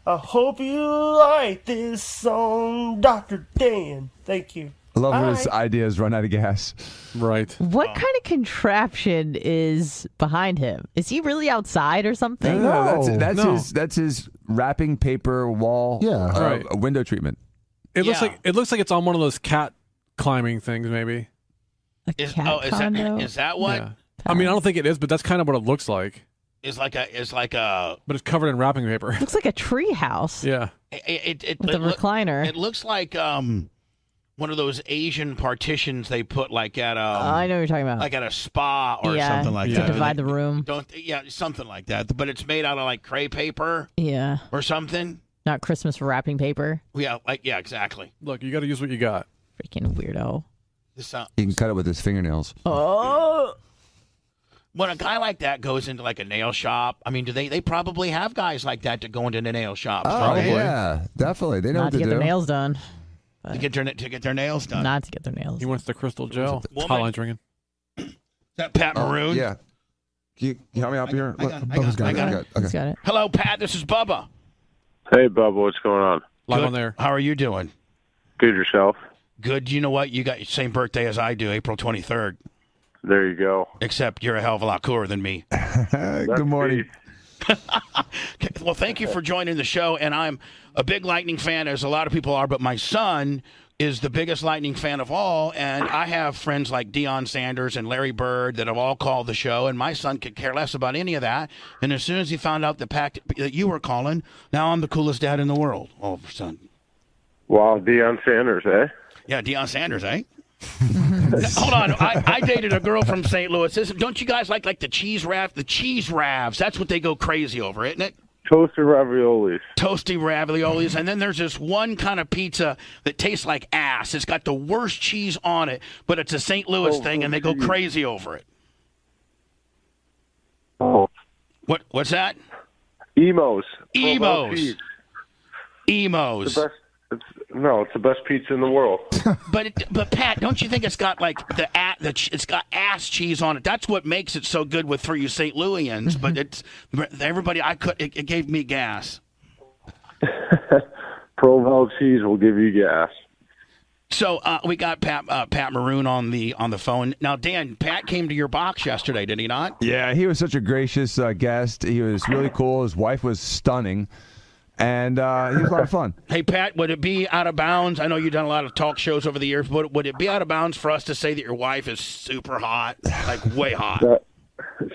I hope you like this song, Dr. Dan. Thank you.
I love when
All
his
right.
ideas run out of gas.
Right.
What kind of contraption is behind him? Is he really outside or something?
No, that's
No.
that's
No.
his that's his wrapping paper wall.
Yeah.
uh,
Right.
window treatment.
It looks
Yeah.
like it looks like it's on one of those cat climbing things, maybe.
A
Is,
cat
oh, is
condo?
that is that what?
Yeah. I mean, I don't think it is, but that's kind of what it looks like.
It's like a it's like a
But it's covered in wrapping paper.
Looks like a tree house
yeah.
it it, it,
with
it
a
look-
recliner.
it looks like um one of those Asian partitions they put like at a
oh, I know what you're talking about.
like at a spa or
yeah,
something like
to
that.
divide the room.
Don't yeah, something like that. But it's made out of like cray paper
Yeah,
or something.
not Christmas wrapping paper.
Yeah, like yeah, exactly.
Look, you got to use what you got.
Freaking weirdo.
This sound-
He can cut it with his fingernails.
Oh,
when a guy like that goes into like a nail shop, I mean, do they they probably have guys like that to go into the nail shops right?
yeah, definitely. They know
not
what
to
to,
get
do.
their nails done.
to get their to get their nails done.
Not to get their nails.
He wants the crystal gel.
Woman-
Hotline's ringing.
that Pat Maroon?
Yeah. Can you, can you help me up here?
I got it, I
Look,
got it, I got it.
Okay.
He's got it.
Hello, Pat. This is Bubba.
Hey, Bubba, what's going on?
Live
Good.
on there.
How are you doing?
Good yourself.
Good. You know what? You got the same birthday as I do, April 23rd,
There you go.
except you're a hell of a lot cooler than me.
Good morning.
Okay, Well, thank you for joining the show. And I'm a big Lightning fan, as a lot of people are, but my son is the biggest Lightning fan of all. And I have friends like Deion Sanders and Larry Bird that have all called the show. And my son could care less about any of that. And as soon as he found out the pact that you were calling, now I'm the coolest dad in the world all of a sudden.
Wow, Deion Sanders, eh?
Yeah, Deion Sanders, eh? Hold on, I, I dated a girl from St. Louis. Isn't- Don't you guys like like the cheese raft? The cheese ravs. That's what they go crazy over, isn't it?
Toaster raviolis.
toasty raviolis, and then there's this one kind of pizza that tastes like ass. It's got the worst cheese on it, but it's a St. Louis thing, and they go crazy over it.
Oh.
What? What's that?
Emos.
Emos.
Provolone cheese. The
Emos.
best. It's, no, it's the best pizza in the world.
But it, but Pat, don't you think it's got like the, a, the ch- it's got ass cheese on it? That's what makes it so good with for you St. Louisians. But it's everybody. I could. It, it gave me gas.
Provolone cheese will give you gas.
So uh, we got Pat uh, Pat Maroon on the on the phone now. Dan, Pat came to your box yesterday, did he not?
Yeah, he was such a gracious uh, guest. He was really cool. His wife was stunning, and uh, he was a lot of fun.
Hey Pat, would it be out of bounds? I know you've done a lot of talk shows over the years, but would it be out of bounds for us to say that your wife is super hot, like way hot?
That,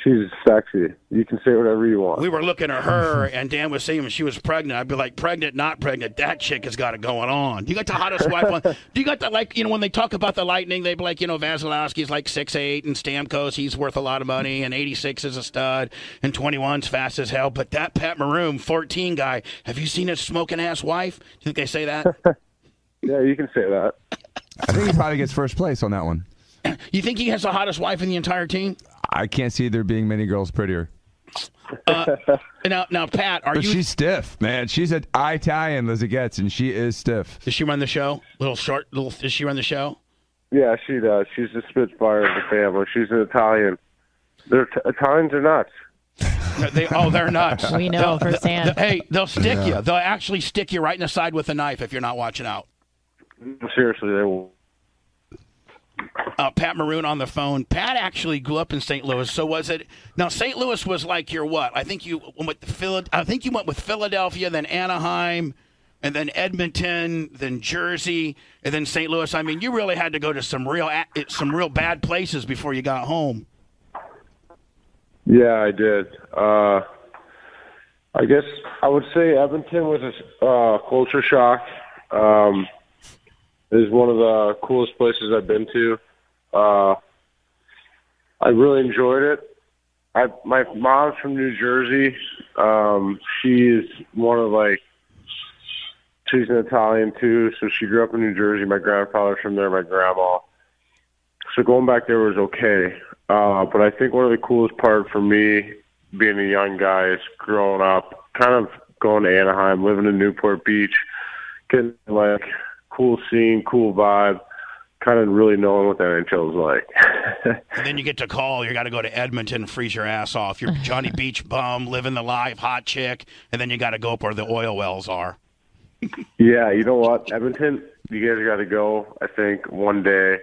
she's sexy. You can say whatever you want.
We were looking at her, and Dan was saying when she was pregnant, I'd be like, pregnant, not pregnant. That chick has got it going on. You got the hottest wife on. Do you got the like? You know, when they talk about the Lightning, they be like, you know, Vasilowski's like six eight, and Stamkos, he's worth a lot of money, and eighty six is a stud, and 21's fast as hell. But that Pat Maroon, fourteen guy, have you seen his smoking ass wife? Do you think they say that?
yeah, you can say that.
I think he probably gets first place on that one.
You think he has the hottest wife in the entire team?
I can't see there being many girls prettier.
Uh, Now, now, Pat, are
But
you?
she's stiff, man. She's an Italian as it gets, and she is stiff.
Does she run the show? Little short, little. Does she run the show?
Yeah, she does. She's the spitfire of the family. She's an Italian. They're t- Italians are nuts.
No, They, oh, they're nuts.
We know
They'll-
firsthand.
they'll- hey, they'll stick you. They'll actually stick you right in the side with a knife if you're not watching out.
Seriously, they will.
Uh, Pat Maroon on the phone. Pat actually grew up in St. Louis, so was it? Now, St. Louis was like your what? I think you went with Phil. I think you went with Philadelphia, then Anaheim, and then Edmonton, then Jersey, and then St. Louis. I mean, you really had to go to some real, a- some real bad places before you got home.
Yeah, I did. Uh, I guess I would say Edmonton was a uh, culture shock. Um, it is one of the coolest places I've been to. Uh, I really enjoyed it. I my mom's from New Jersey. Um, she's one of like she's an Italian too, so she grew up in New Jersey. My grandfather's from there. My grandma. So going back there was okay, uh, but I think one of the coolest part for me, being a young guy, is growing up, kind of going to Anaheim, living in Newport Beach, getting like cool scene, cool vibe, kind of really knowing what the NHL is like.
And then you get to call. You got to go to Edmonton and freeze your ass off. You're Johnny Beach bum, living the life, hot chick, and then you got to go up where the oil wells are.
yeah, you know what, Edmonton, you guys got to go. I think one day.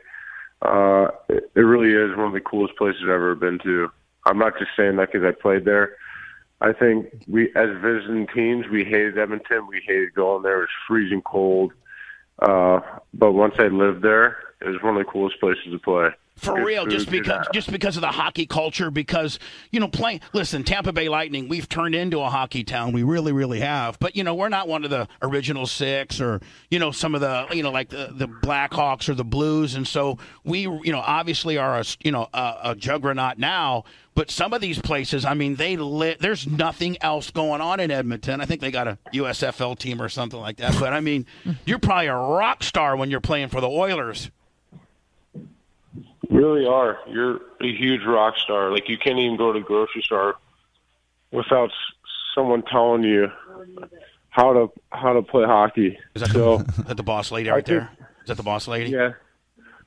Uh, it, it really is one of the coolest places I've ever been to. I'm not just saying that because I played there. I think we, as visiting teams, we hated Edmonton. We hated going there. It was freezing cold. Uh, but once I lived there, it was one of the coolest places to play.
For
Good
real,
food,
just
good
because
ass.
just because of the hockey culture, because you know, playing. Listen, Tampa Bay Lightning, we've turned into a hockey town. We really, really have. But you know, we're not one of the original six, or you know, some of the you know, like the the Blackhawks or the Blues. And so we, you know, obviously are a you know a, a juggernaut now. But some of these places, I mean, they lit. There's nothing else going on in Edmonton. I think they got a USFL team or something like that. But I mean, you're probably a rock star when you're playing for the Oilers.
really are. You're a huge rock star. Like you can't even go to the grocery store without s- someone telling you how to how to play hockey.
Is that,
So
is that the boss lady right
think-
there? Is that the boss lady?
yeah,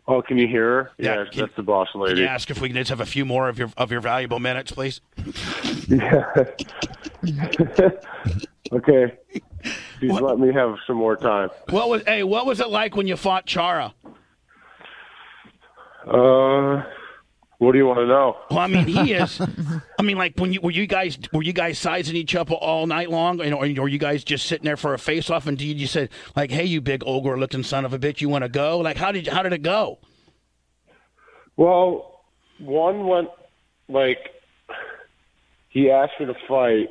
Oh, can you hear her?
Yeah,
Yes,
can-
that's the boss
Can
lady.
you ask if we can just have a few more of your of your valuable minutes, please?
okay. She's let me have some more time.
What was hey? What was it like when you fought Chara?
Uh, what do you want to know?
Well, I mean, he is. I mean, like when you were you guys were you guys sizing each up all night long, and or were you guys just sitting there for a face off? And did you said like, "Hey, you big ogre looking son of a bitch, you want to go?" Like, how did how did it go?
Well, one went like he asked me to fight,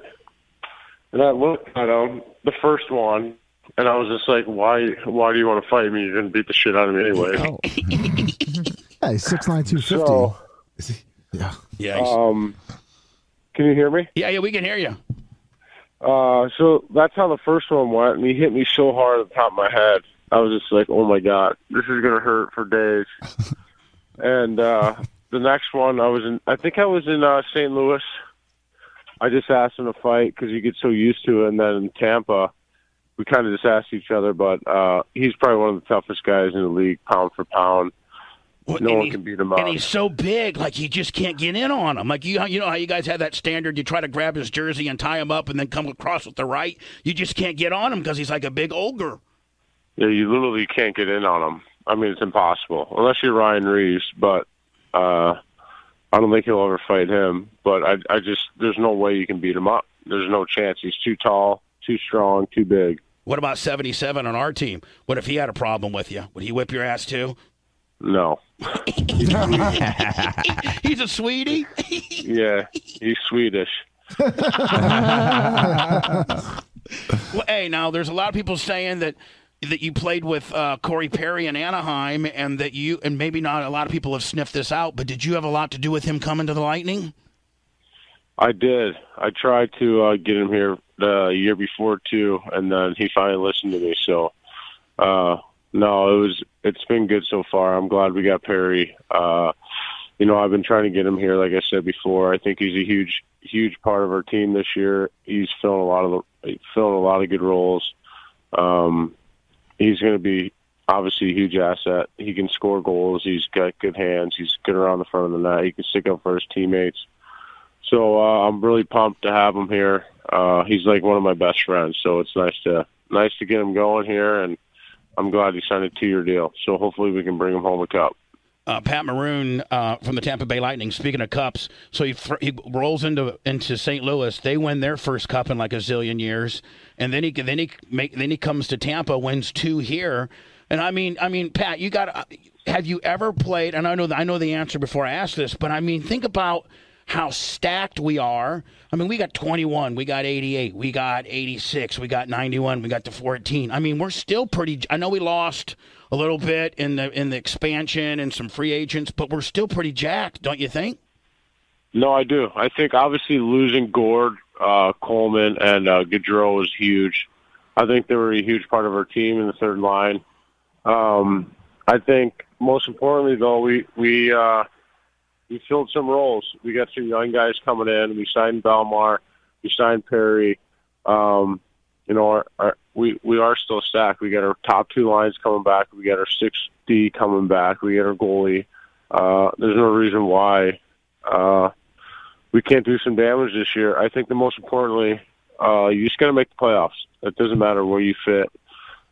and I looked at him, the first one, and I was just like, "Why? Why do you want to fight me? You're gonna beat the shit out of me anyway."
Hey, six nine two fifty.
So,
yeah.
Yeah,
um, can you hear me?
yeah, yeah. We can hear you.
Uh, so that's how the first one went, and he hit me so hard at the top of my head. I was just like, "Oh my god, this is gonna hurt for days." and uh, the next one, I was in. I think I was in uh, St. Louis. I just asked him to fight because you get so used to it, and then in Tampa, we kind of just asked each other. But uh, he's probably one of the toughest guys in the league, pound for pound.
Well,
No
and
one
he-
can beat him
And
up.
he's so big, like you just can't get in on him. Like you, you know how you guys have that standard. You try to grab his jersey and tie him up, and then come across with the right. You just can't get on him because he's like a big ogre.
Yeah, you literally can't get in on him. I mean, it's impossible unless you're Ryan Reeves. But uh, I don't think he'll ever fight him. But I, I just there's no way you can beat him up. There's no chance. He's too tall, too strong, too big.
What about seventy-seven on our team? What if he had a problem with you? Would he whip your ass too?
No.
He's a sweetie.
Yeah, he's Swedish.
Well, hey, now there's a lot of people saying that that you played with uh, Corey Perry in Anaheim, and that you and maybe not a lot of people have sniffed this out, but did you have a lot to do with him coming to the Lightning?
I did. I tried to uh, get him here the year before too, and then he finally listened to me. So, uh, no, it was it's been good so far. I'm glad we got Perry. Uh, you know, I've been trying to get him here, like I said before. I think he's a huge, huge part of our team this year. He's filling a lot of the, filling a lot of good roles. Um, he's going to be obviously a huge asset. He can score goals. He's got good hands. He's good around the front of the net. He can stick up for his teammates. So uh, I'm really pumped to have him here. Uh, he's like one of my best friends, so it's nice to nice to get him going here, and I'm glad he signed a two-year deal. So hopefully we can bring him home a cup.
uh, Pat Maroon uh, from the Tampa Bay Lightning. Speaking of cups, so he, fr- he rolls into into St. Louis. They win their first cup in like a zillion years, and then he then he make then he comes to Tampa, wins two here. And I mean, I mean, Pat, you got. Have you ever played? And I know I know the answer before I ask this, but I mean, think about how stacked we are. I mean, we got 21, we got 88, we got 86, we got 91, we got the 14. I mean, we're still pretty. I know we lost a little bit in the in the expansion and some free agents, but we're still pretty jacked, don't you think?
No, I do. I think obviously losing Gord, uh, Coleman, and uh, Gaudreau was huge. I think they were a huge part of our team in the third line. Um, I think most importantly, though, we we uh, we filled some roles. We got some young guys coming in. We signed Belmar. We signed Perry. Um, you know, our, our, we we are still stacked. We got our top two lines coming back. We got our six D coming back. We got our goalie. Uh, there's no reason why. Uh, we can't do some damage this year. I think the most importantly, uh, you just got to make the playoffs. It doesn't matter where you fit.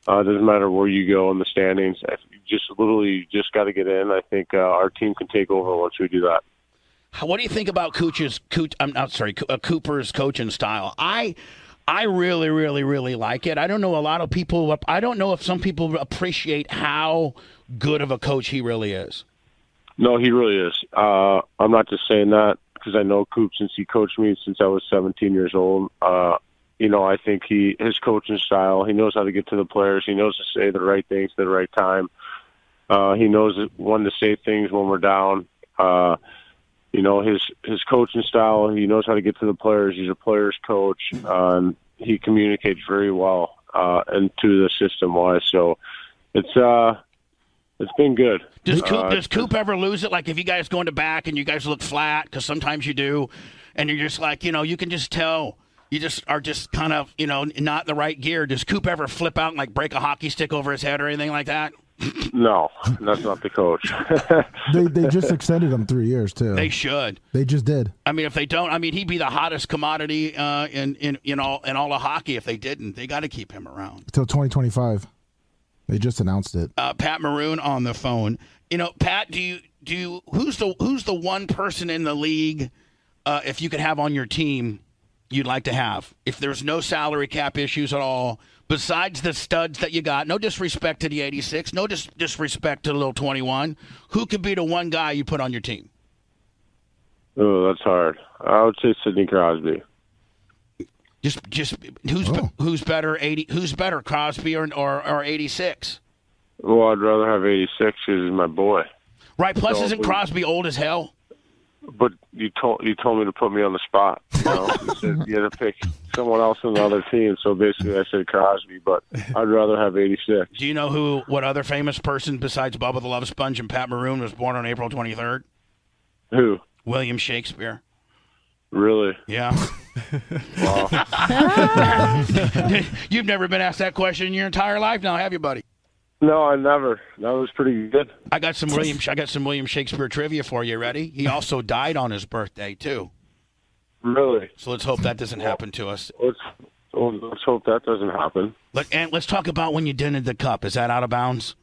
Uh, it doesn't matter where you go in the standings. I- You just literally you just got to get in. I think uh, our team can take over once we do that.
How- What do you think about Cooch's? Cooch, I'm not sorry, Co- uh, Cooper's coaching style. I, I really, really, really like it. I don't know a lot of people. I don't know if some people appreciate how good of a coach he really is.
No, he really is. Uh, I'm not just saying that because I know Coop since he coached me since I was 17 years old. Uh, you know, I think he his coaching style. He knows how to get to the players. He knows to say the right things at the right time. Uh, he knows when to say things when we're down. Uh, you know his his coaching style. He knows how to get to the players. He's a players coach, uh, and he communicates very well uh, into the system wise. So it's uh, it's been good.
Does Coop,
Uh,
does Coop ever lose it? Like if you guys go into back and you guys look flat, because sometimes you do, and you're just like, you know, you can just tell you just are just kind of, you know, not in the right gear. Does Coop ever flip out and like break a hockey stick over his head or anything like that?
No, that's not the coach.
They they just extended him three years too.
They should.
They just did.
I mean, if they don't, I mean, he'd be the hottest commodity uh, in in in all in all of hockey. If they didn't, they got to keep him around.
Till 2025. They just announced it.
Uh, Pat Maroon on the phone. You know, Pat, do you do you, who's the who's the one person in the league uh, if you could have on your team you'd like to have if there's no salary cap issues at all besides the studs that you got no disrespect to the 86 no dis- disrespect to the little 21 who could be the one guy you put on your team
oh, that's hard. I would say Sidney Crosby.
Just, just who's be- who's better eighty? Who's better, Crosby or or, or eighty six?
Well, I'd rather have 86 because he's my boy.
Right. Plus,
No,
isn't
we-
Crosby old as hell?
But you told you told me to put me on the spot. You, know? you said you had to pick someone else on the other team. So basically, I said Crosby, but I'd rather have 86.
Do you know who? What other famous person besides Bubba the Love Sponge and Pat Maroon was born on April twenty third?
Who?
William Shakespeare.
Really?
Yeah. You've never been asked that question in your entire life, now, have you, buddy?
No, I never. That was pretty good.
I got some William. I got some William Shakespeare trivia for you. Ready? He also died on his birthday too.
Really?
So let's hope that doesn't happen to us.
Let's well, let's hope that doesn't happen.
Let, and let's talk about when you dented the cup. Is that out of bounds?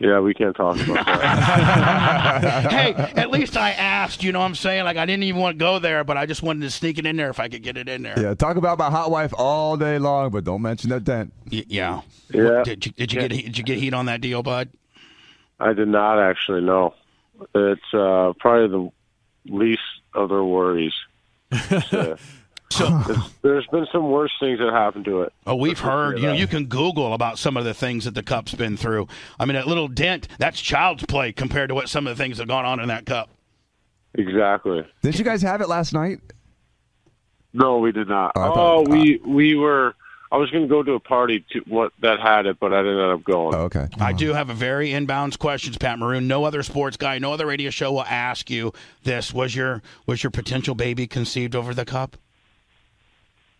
Yeah, we can't talk about that.
hey, at least I asked, you know what I'm saying? Like, I didn't even want to go there, but I just wanted to sneak it in there if I could get it in there.
Yeah, talk about my hot wife all day long, but don't mention that dent.
Y- yeah.
Yeah.
Did you, did you get did you get heat on that deal, bud?
I did not actually know. It's uh, probably the least of their worries. so, It's- there's been some worse things that happened to it.
Oh, we've heard. You know, you can Google about some of the things that the cup's been through. I mean, that little dent, that's child's play compared to what some of the things that gone on in that cup.
Exactly.
Did you guys have it last night?
No, we did not.
I
oh,
thought-
we we were. I was going to go to a party to what that had it, but I didn't end up going.
Oh, okay.
I do have a very inbounds questions, Pat Maroon. No other sports guy, no other radio show will ask you this. Was your was your potential baby conceived over the cup?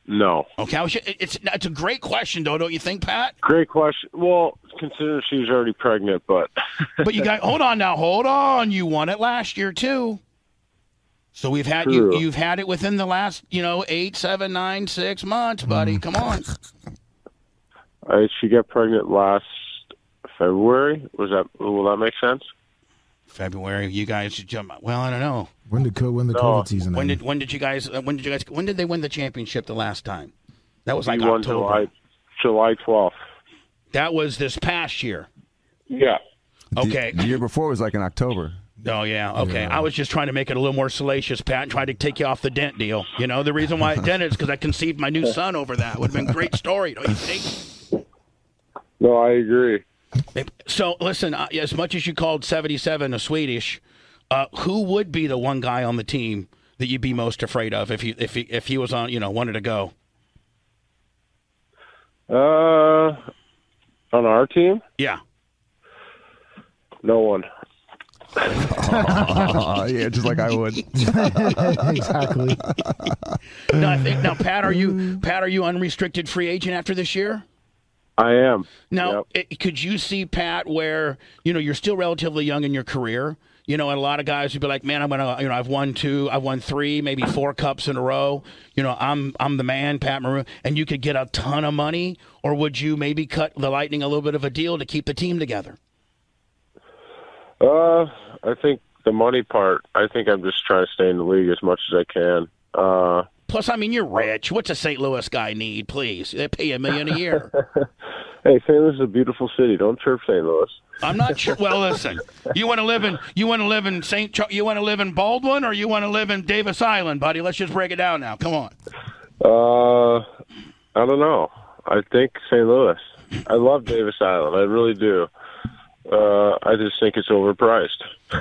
No.
Okay, I was, it's it's a great question though, don't you think, Pat?
Great question. Well, considering she was already pregnant, but
But you got hold on now, hold on. You won it last year too. So we've had you
True.
you've had it within the last, you know, eight, seven, nine, six months,
Mm.
buddy. Come on.
I, she got pregnant last February. Was that? Will that make sense?
February, you guys should jump well, I don't know.
When did co- when the
No.
COVID season
When
ended?
did when did you guys uh, when did you guys when did they win the championship the last time? That was like
we won
October.
July July twelfth.
That was this past year.
Yeah.
The-
Okay.
The, year before was like in October.
Oh yeah, okay. I was just trying to make it a little more salacious, Pat, and try to take you off the dent deal. You know, the reason why I dent is because I conceived my new son over that. Would have been a great story, don't you think?
No, I agree.
So listen, uh, as much as you called seventy-seven a Swedish, uh, who would be the one guy on the team that you'd be most afraid of if you if he, if he was on you know wanted to go?
Uh, on our team,
Yeah,
no one.
Uh, yeah, just like I would.
exactly.
no, I think now Pat, are you Pat? Are you unrestricted free agent after this year?
I am.
Now,
Yep.
it, could you see Pat where you know you're still relatively young in your career? You know, and a lot of guys would be like, "Man, I'm gonna, you know, I've won two, I've won three, maybe four cups in a row. You know, I'm, I'm the man, Pat Maroon." And you could get a ton of money, or would you maybe cut the Lightning a little bit of a deal to keep the team together?
Uh, I think the money part. I think I'm just trying to stay in the league as much as I can. Uh,
Plus, I mean, you're rich. What's a St. Louis guy need? Please, they pay a million a year.
hey, St. Louis is a beautiful city. Don't chirp St. Louis.
I'm not sure. Well, listen, you want to live in, you want to live in St. Ch- you want to live in Baldwin, or you want to live in Davis Island, buddy? Let's just break it down now. Come on.
Uh, I don't know. I think St. Louis. I love Davis Island. I really do. Uh, I just think it's overpriced.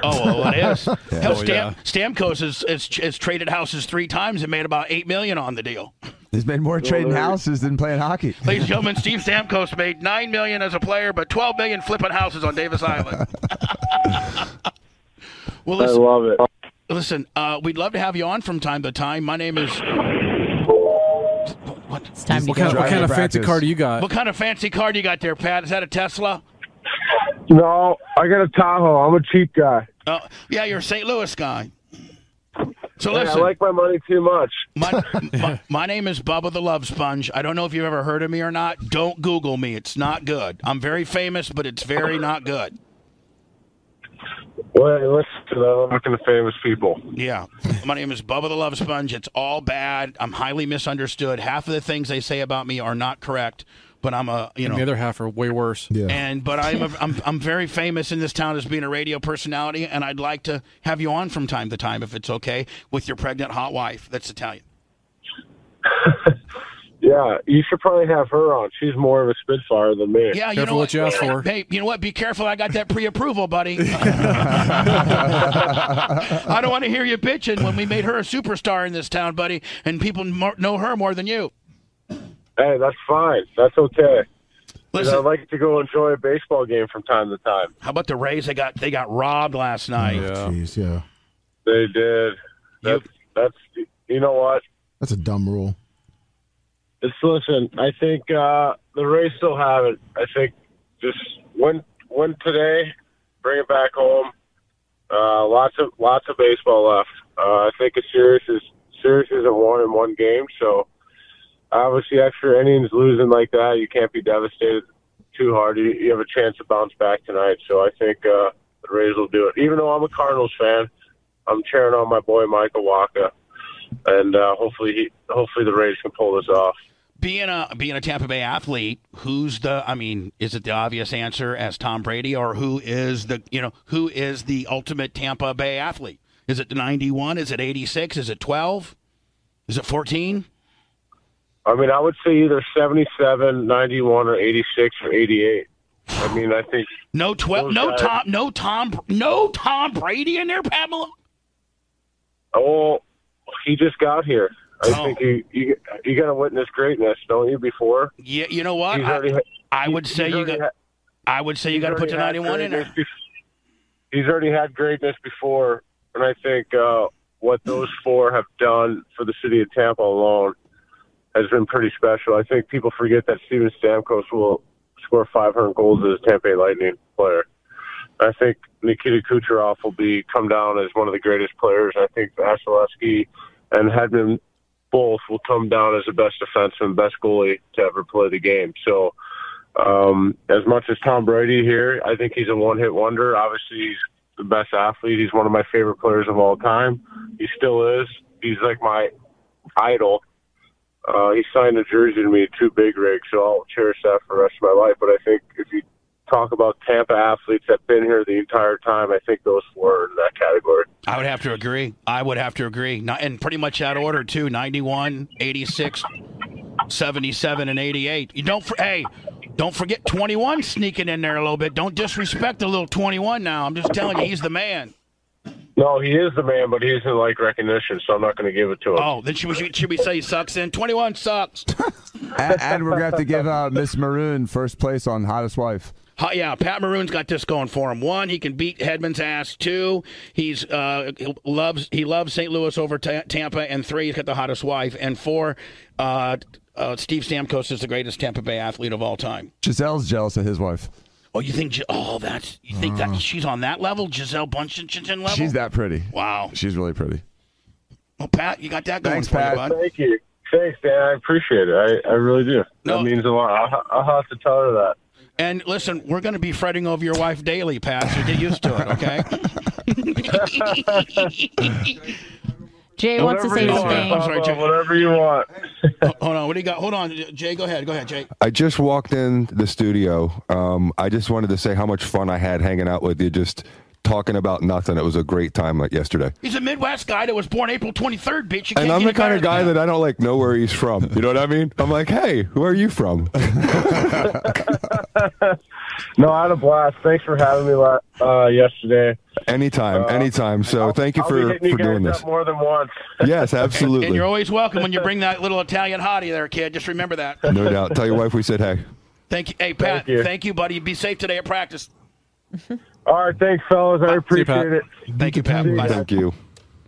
Oh, well, it is. Hell,
Oh,
Stam- Stamkos has, has, has traded houses three times and made about eight million on the deal.
There's been more trading
there-
houses than playing hockey.
Ladies and gentlemen, Steve Stamkos made nine million as a player, but twelve million flipping houses on Davis Island. well,
I
listen,
love it.
listen uh, we'd love to have you on from time to time. My name is. What,
It's time to
What kind,
go.
Driving
what kind of
practice.
fancy car do you got?
what kind of fancy car do you got there, Pat? Is that a Tesla?
No, I got a Tahoe. I'm a cheap guy.
Uh, yeah, you're a St. Louis guy. So
Hey, I
listen,
like my money too much.
my, my, my name is Bubba the Love Sponge. I don't know if you've ever heard of me or not. Don't Google me. It's not good. I'm very famous, but it's very not good.
Well, hey, listen to that. I'm talking to famous people.
Yeah. My name is Bubba the Love Sponge. It's all bad. I'm highly misunderstood. Half of the things they say about me are not correct, but I'm a, you
And the
know,
other half are way worse.
and but I'm, a, I'm I'm very famous in this town as being a radio personality and I'd like to have you on from time to time if it's okay with your pregnant hot wife that's Italian.
Yeah, you should probably have her on. She's more of a Spitfire than me.
Yeah, you
Careful
know
what you ask for.
Hey, you know what? Be careful. I got that pre-approval, buddy. I don't want to hear you bitching when we made her a superstar in this town, buddy, and people mo- know her more than you.
Hey, that's fine. That's okay. And I
Listen,
like to go enjoy a baseball game from time to time.
how about the Rays? They got they got robbed last night.
Yeah.
Oh, Jeez, yeah.
They did. That's, that's you know what?
That's a dumb rule.
It's listen. I think uh, the Rays still have it. I think just win win today, bring it back home. Uh, lots of lots of baseball left. Uh, I think a series is series is a one in one game. So obviously, after innings losing like that, you can't be devastated too hard. You, you have a chance to bounce back tonight. So I think uh, the Rays will do it. Even though I'm a Cardinals fan, I'm cheering on my boy Michael Waka, and uh, hopefully he hopefully the Rays can pull this off.
Being a being a Tampa Bay athlete, who's the? I mean, is it the obvious answer as Tom Brady, or who is the? You know, who is the ultimate Tampa Bay athlete? Is it the ninety-one? Is it eighty-six? Is it twelve? Is it fourteen?
I mean, I would say either 77, 91, or 86 or 88. I mean, I think,
No twelve.
Those
No
guys-
Tom. No Tom. No Tom Brady in there, Pamela.
oh, he just got here. I
Oh.
think you, you, you got to witness greatness, don't you, before?
Yeah, you know what?
He's
I,
already-
I would say
he's
you
already
got.
had-
I would say you
he's
got to put
already
the
had
ninety-one in there.
greatness bef- He's already had greatness before, and I think uh, what those four have done for the city of Tampa alone has been pretty special. I think people forget that Steven Stamkos will score 500 goals as a Tampa Bay Lightning player. I think Nikita Kucherov will be come down as one of the greatest players. I think Vasilevsky and Hedman both will come down as the best defenseman, best goalie to ever play the game. So. Um, as much as Tom Brady here, I think he's a one hit wonder. Obviously, he's the best athlete. He's one of my favorite players of all time. He still is. He's like my idol. Uh, he signed a jersey to me, two big rigs, so I'll cherish that for the rest of my life. But I think if you talk about Tampa athletes that've been here the entire time, I think those four are in that category.
I would have to agree. I would have to agree. Not, and pretty much that order, too 91, 86, 77, and 88. You don't, for, hey, don't forget 21 sneaking in there a little bit. Don't disrespect the little 21 now. I'm just telling you, he's the man.
No, he is the man, but he isn't like recognition, so I'm not going to give it to him.
Oh, then should we, should we say he sucks in? 21 sucks.
and, and we're gonna have to give uh, Miss Maroon first place on hottest wife.
Huh, yeah, Pat Maroon's got this going for him. One, he can beat Hedman's ass. Two, he's uh, he loves he loves St. Louis over Ta Tampa. And three, he's got the hottest wife. And four, uh, uh, Steve Stamkos is the greatest Tampa Bay athlete of all time.
Giselle's jealous of his wife.
Oh, you think? Gi- Oh, that's you think
Mm-hmm.
that she's on that level, Giselle Buncheon level.
She's that pretty.
Wow.
She's really pretty.
Well, Pat, you got that going
Thanks,
for
Pat.
you, bud.
Thank you. Thanks, Dan. I appreciate it. I, I really do.
No.
That means a lot. I'll, I'll have to tell her that.
And listen, we're going to be fretting over your wife daily, Pat. So get used to it, okay?
Jay wants to say
you
his
Oh,
want,
yeah. I'm
thing.
sorry, Jay.
Bubba, whatever you want.
Hold on. What do you got? Hold on, Jay. Go ahead. Go ahead, Jay.
I just walked in the studio. Um, I just wanted to say how much fun I had hanging out with you, just talking about nothing. It was a great time like yesterday.
He's a Midwest guy that was born April 23rd, bitch. You can't
And I'm
get
the
any
kind of guy
better than
that I don't like know where he's from. You know what I mean? I'm like, hey, who are you from?
No, I had a blast. Thanks for having me la- uh, yesterday.
anytime, anytime. So thank you
I'll be
for,
hitting you
for
guys
doing
up
this.
more than once.
Yes, absolutely.
And you're always welcome when you bring that little Italian hottie there, kid. Just remember that.
no doubt. Tell your wife we said hey.
Thank you. Hey, Pat. Thank you,
you.
buddy. Be safe today at practice.
All right, thanks, fellas. I
See you, Pat.
appreciate it.
Thank you, Pat. Bye.
Thank you.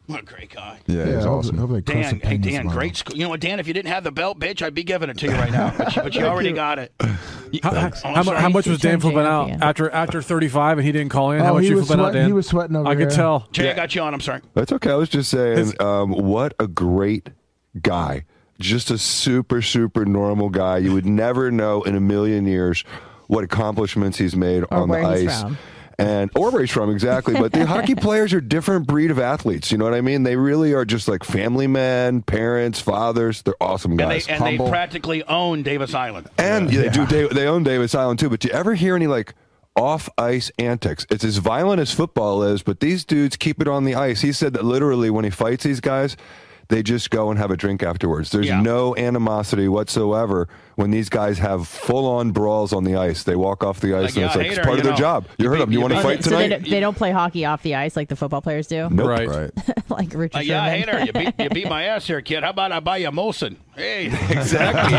What a great guy.
Yeah, he's awesome.
Dan, hey Dan, great school. You know what, Dan? If you didn't have the belt, bitch, I'd be giving it to you right now. But you, but you
Thank
already
you.
got it.
How, how-
Oh, I'm
how mu-
sorry.
how much was Dan flipping out after after 35 and he didn't call in?
Oh,
how much
he
you
was
flipping out,
sweating-
Dan?
he was
sweating
I could tell.
Jay, I got you on. I'm sorry.
That's okay. I was just saying, um, what a great guy. Just a super, super normal guy. You would never know in a million years what accomplishments he's made on the
where he's
ice.
from.
And or where he's from exactly, but the hockey players are different breed of athletes. You know what I mean? They really are just like family men, parents, fathers. They're awesome
And they,
guys.
and they practically own Davis Island.
And yeah, they do. They, they own Davis Island too. But do you ever hear any like off ice antics? It's as violent as football is, but these dudes keep it on the ice. He said that literally when he fights these guys, they just go and have a drink afterwards. There's no animosity whatsoever when these guys have full on brawls on the ice. They walk off the
Like,
ice and it's
yeah, I
like
hate
it's
her,
part
you
of their
know.
job. You heard him. You want to
Oh,
fight
so they,
tonight?
don't- they don't play hockey off the ice like the football players do.
Nope. Right. Right.
like Richard.
Uh, yeah, I hate
Sherman.
her. You beat, you beat my ass here, kid. How about I buy you a Molson? Hey,
exactly.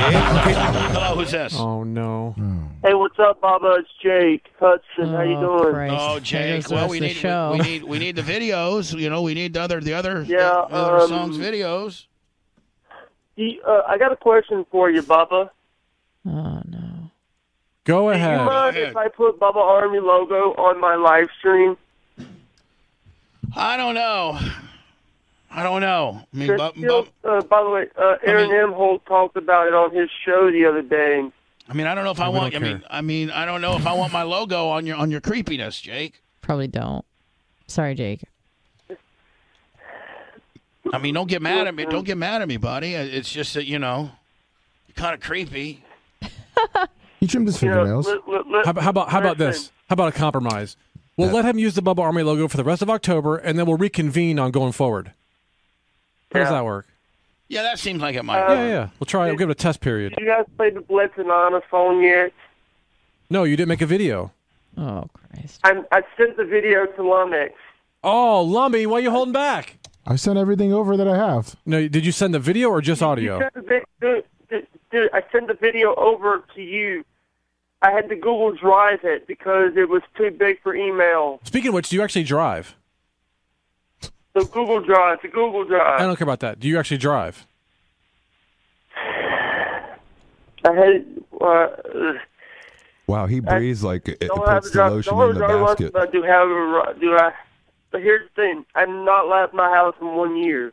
Hello, who's this?
Oh no.
Hey, what's up, Baba? It's Jake Hudson. How you doing?
Oh, Jake. Well, we need, we, we need we need the videos. You know, we need the other the other the other
um,
songs videos.
You- uh, I got a question for you, Baba.
Go
Do you
ahead.
mind if I put Bubba Army logo on my live stream?
I don't know. I don't know. I mean,
There's
but,
still- uh, by the way, uh, Aaron Imholt talked about it on his show the other day.
I mean, I don't know if I want. I mean, I mean, I don't know if I want my logo on your on your creepiness, Jake.
Probably don't. Sorry, Jake.
I mean, don't get mad at me. Don't get mad at me, buddy. It's just that you know, kind of creepy.
He trimmed his fingernails.
How, how about how about this? How about a compromise? We'll let him use the Bubba Army logo for the rest of October, and then we'll reconvene on going forward. How does that work?
Yeah, that seems like it might.
Uh,
yeah, yeah. We'll try. it. We'll give it a test period.
Did you guys play the Blitz and Anna song yet?
No, you didn't make a video.
Oh,
I, I sent the video to Lumix.
oh, Lumby, why are you holding back?
I sent everything over that I have.
No, did you send the video or just audio?
Sent the vi- Dude, dude, dude, I sent the video over to you. I had to Google Drive it because it was too big for email.
Speaking of which, do you actually drive?
The Google Drive, the Google Drive.
I don't care about that. Do you actually drive?
I had uh,
Wow, he breathes like it,
don't have a drive. Don't have a driver license. but I do have a ri- do I? But here's the thing: I've not left my house in one year.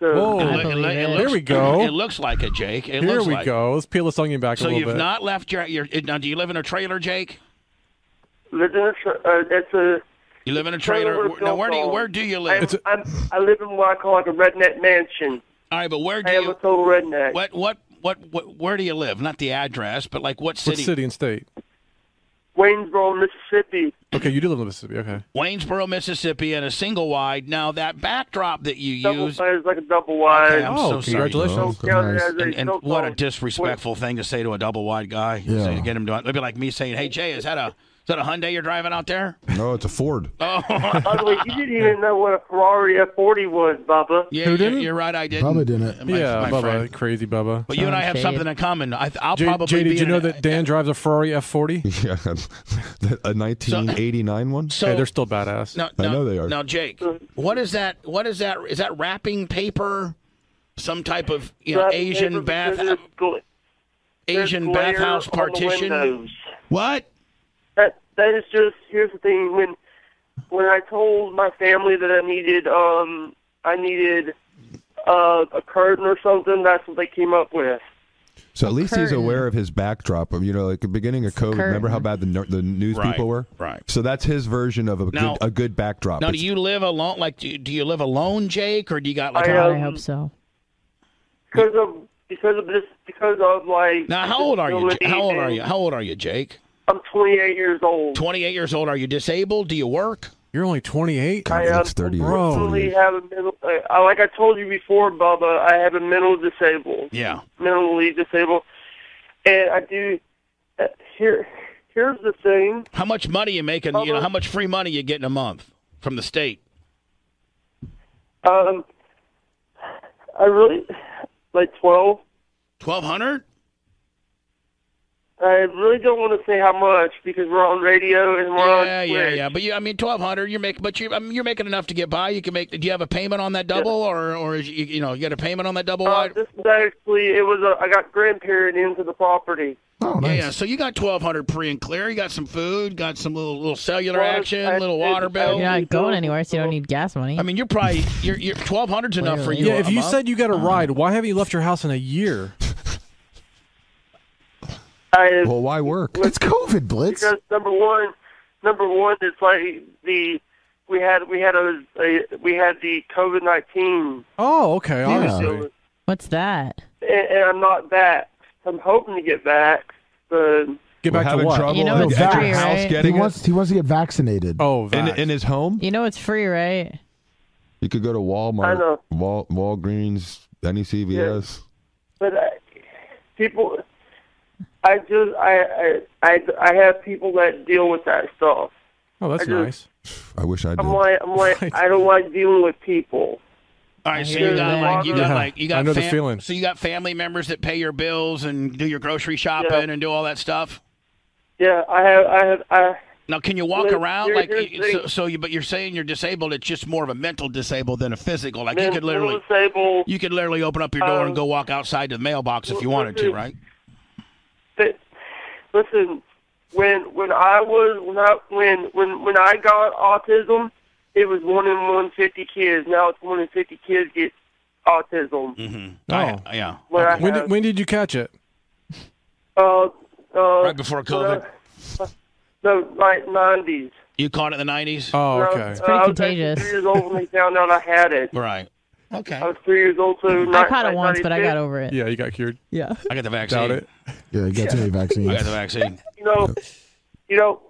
So
Oh, Here we go.
It looks like it, Jake. It
Here
looks
we
like it.
go. Let's peel this onion back
So
a little
you've
bit.
not left your, your now. Do you live in a trailer, Jake?
Lived in a tra- uh, that's a
You live in a trailer.
with
Now,
no
where do you,
phone.
where do you
I'm,
live?
I'm, I live in what I call like a redneck mansion.
All right, but where do
I am
you-
a total redneck.
What what what what? Where do you live? Not the address, but like what
What
city?
city and state?
Waynesboro, Mississippi.
Okay, you do live in Mississippi. Okay.
Waynesboro, Mississippi, and a single wide. Now that backdrop that you
Double
use.
size, like a double wide.
Okay, I'm so
Oh,
sorry.
Don't count it as a
And, and
don't
what a
count-
disrespectful thing to say to a double wide guy.
Yeah.
So you get him to. It'd be like me saying, "Hey Jay, is that a is that a Hyundai you're driving out there?"
No, it's a Ford.
Oh,
By the way, you didn't even know what a Ferrari F40 was, Bubba.
Yeah, you're, you're right. I didn't. My-
yeah,
my
Bubba,
friend.
crazy Bubba.
But you and I have something in common. I, I'll
Jay,
probably
Jay,
be
did you
in
know
an-
that Dan drives a Ferrari F40?
Yeah, a 1989 one.
so-
hey, they're still badass.
No, no, Now, Jake, what is that? What is that? Is that wrapping paper? Some type of you know
Wrapping
Asian
paper
bath,
because
Asian
glare
bathhouse
on the
partition.
windows.
What?
That that is just here's the thing when when I told my family that I needed um I needed uh, a curtain or something. That's what they came up with.
So at least he's aware of his backdrop. Of, you know, like the beginning of COVID. Remember how bad the ner- the news
Right,
people were?
right.
So that's his version of a
Now-
good a good backdrop.
Now, do
It's-
you live alone? Like, do, do you live alone, Jake, or do you got like?
I,
a-
um, I hope
so.
Because of because of this because of like
Now, how old are you? Ja-
disability
How old are
and
you? How old are you, Jake?
I'm 28 years old.
28 years old. Are you disabled? Do you work?
You're only 28.
I am
Bro.
totally have a mental. Uh, like I told you before, Bubba, I have a mental disabled.
Yeah.
mentally disabled, and I do. Uh, here, here's the thing.
How much money you making?
Uh-huh.
You know, how much free money you get in a month from the state?
Um, I really like twelve.
Twelve hundred.
I really don't want to say how much because we're on radio and we're
Yeah,
on.
yeah, yeah. But you, I mean, twelve hundred. You're making, but you, I mean, you're making enough to get by. You can make. Do you have a payment on that double, or or is you, you know, you got a payment on that double
Uh,
wide?
this is actually it was a, I got grandparent into the property.
Oh,
Yeah, yeah. So you got twelve hundred pre and clear. You got some food. Got some little little cellular action. Little water bill.
You're not going anywhere, so you don't need gas money.
I mean, you're probably you're, you're twelve hundred's enough for you. Um,
Yeah, if
a
you
month.
said you got a ride, why haven't you left your house in a year?
well, why work?
It's COVID, Blitz.
Because number one, number one, it's like the we had we had a, a we had the COVID nineteen,
Oh, okay. Obviously.
What's that?
and, and I'm not back. I'm hoping to get back, but
Get
back to what?
You know it's free, right?
he wants he wants to get vaccinated.
Oh,
In, in his
Um,
home,
You know it's free, right?
you could go to
I
Walmart,
know.
Wal, Walgreens, any CVS.
but I, people, I just I, I I I have people that deal with that stuff.
Oh, that's
I just-
nice.
I wish I did.
I'm like I'm like I don't like dealing with people.
All right, so
hear
you got
that.
like you got
Yeah,
like you got
I know the
fam-
feeling.
So you got family members that pay your bills and do your grocery shopping and do all that stuff.
Yeah, I have I have I.
Now, can you walk
Well,
around
here-
like
here's the thing.
so, so? You, but you're saying you're disabled. It's just more of a mental disabled than a physical. Like you could
Mental
literally
disabled.
You could literally open up your door
Um,
and go walk outside to the mailbox if you
well,
wanted to,
listen.
right?
But listen, when when I was when I when when when I got autism, it was one in one fifty kids. Now it's one in fifty kids get autism.
Mm-hmm.
Oh,
yeah.
When I
When
had-
did, when did you catch it?
Uh, uh,
Right before COVID?
uh, no, like nineties.
You caught it in the '90s.
Oh,
It's pretty I was actually contagious. three years old when they found out I had it.
Right. Okay.
I was three years old, so
I caught it once, but I got over it.
Yeah, you got cured.
Yeah.
I got the vaccine.
Doubt it.
Yeah, he gets any vaccine.
I got the vaccine.
You know, you know.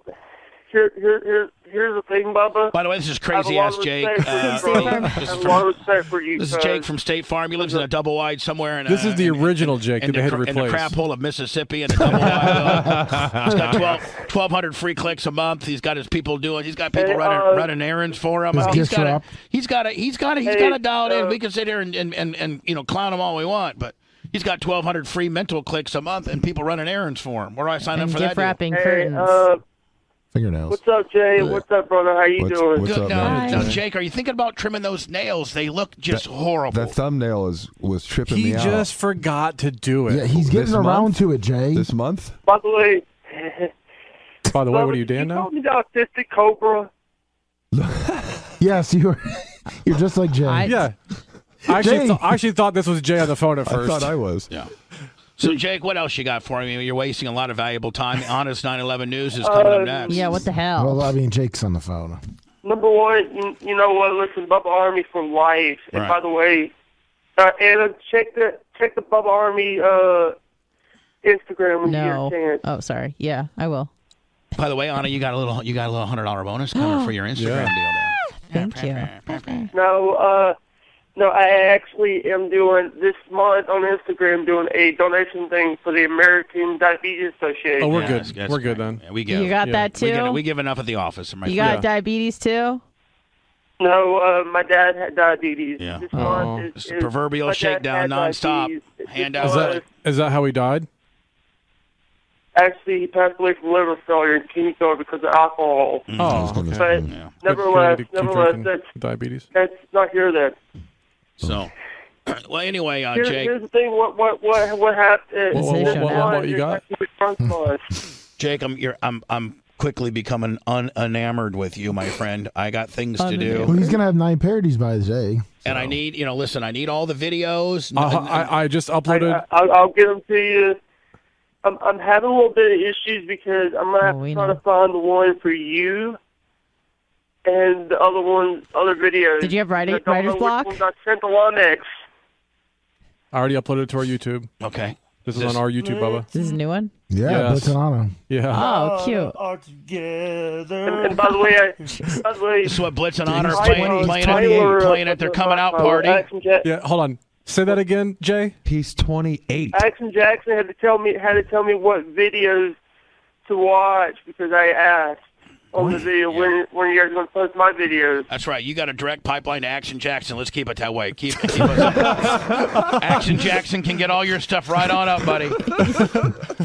Here, here, here, here's the thing, Bubba.
By the way, this is
I have a
crazy
lot
ass
of
Jake.
respect for you, bro.
Uh,
I
this,
have
is
a lot
from,
of respect for you.
this is Jake from State Farm. He lives in a double wide somewhere. In,
This
uh,
is the
in-
original Jake
in
that they
the,
had to
cr- in the
replace.
crap hole of Mississippi and a double wide. it's got 12, 1,200 free clicks a month. He's got his people doing. He's got people
Hey,
running
uh,
running errands for him.
Does
he's
gifts
got
are up?
a, he's got a he's got a he's
Hey,
got a dialed in.
uh,
We can sit here and, and, and, and you know clown him all we want, but he's got twelve hundred free mental clicks a month and people running errands for him. Where do I sign up
And
for
gift
that? deal?
wrapping
Hey,
curtains.
uh,
Fingernails.
what's up, Jay? What's up, brother? How you
What's-
doing?
what's
Good.
up,
No,
man?
no, Jake, are you thinking about trimming those nails? They look just horrible.
That thumbnail is was tripping
He
me out.
just forgot to do it.
Yeah, he's getting
This
around
month?
to it, Jay.
this month.
By the way,
By the way, what are you
Bubba,
doing
you
now?
Call me the autistic cobra.
yes, you're you're just like Jay.
I-
Yeah. I actually,
Jay.
th- I actually thought this was Jay on the phone at
I
first.
thought I was.
Yeah. So, Jake, what else you got for me? You're wasting a lot of valuable time. Honest 911 News is coming up
Um,
next.
Oh, yeah, what the hell?
well, I mean, Jake's on the phone.
Number one, you, you know what? Listen, Bubba Army for life. And
Right.
by the way, uh, Anna, check the check the Bubba Army uh, Instagram when
no.
you get a chance.
Oh, sorry. Yeah, I will.
By the way, Anna, you got a little you got a little hundred dollar bonus coming for your Instagram
Oh. Thank you.
deal there.
No, uh, no, I actually am doing this month on Instagram doing a donation thing for the American Diabetes Association.
Oh, we're
Yeah,
good.
that's- that's
we're good
great.
then.
Yeah, we give.
You got
Yeah.
that
we,
too?
get, we give enough at the office. My
you
friend.
got
Yeah.
diabetes too?
No, uh, my dad had diabetes.
Yeah.
This
Oh.
month
It's
is,
the
is-
proverbial
my dad
shakedown
had
nonstop.
diabetes. This
Handout.
Is
was-
that is that how he died?
Actually, he passed away from liver failure and kidney failure because of alcohol.
Oh,
gonna
okay.
But
Mm. Yeah.
nevertheless,
Good thing to keep
nevertheless,
drinking
that's
diabetes.
that's not here then.
So, well, anyway, uh,
Here,
Jake,
here's the thing: what what what what happened?
Whoa,
whoa, whoa, whoa,
whoa, what you got?
Hmm. Jake, I'm you're, I'm I'm quickly becoming un- enamored with you, my friend. I got things to do,
Well, he's gonna have nine parodies by Jay.
and I need you know. Listen, I need all the videos.
Uh, I, I just
uh,
uploaded.
I, I'll, I'll get them to you. I'm I'm having a little bit of issues because I'm gonna have
Oh,
to
we
try
know.
to find one for you, and the other one, other videos.
Did you have writer-
I don't
writer's
know which
block?
ones I sent the one next.
I already uploaded it to our YouTube.
okay.
This is
This-
on our YouTube, Bubba.
This is a new one?
Yeah,
Yes.
Blitz and Anna.
Yeah.
Oh,
All
cute.
Are together.
And, and by the way, I, by the way,
This is what Blitz and Honor are
I
playing,
was-
playing,
I
at,
were, uh,
playing at their coming out
uh,
party.
Action, Jack-
Yeah. Hold on. Say that again, Jay.
He's 28.
Action Jackson had to tell me had to tell me what videos to watch because I asked. on the video when when you guys are gonna post my videos.
That's right. You got a direct pipeline to Action Jackson. Let's keep it that way. Keep, keep us up. Action Jackson can get all your stuff right on up, buddy.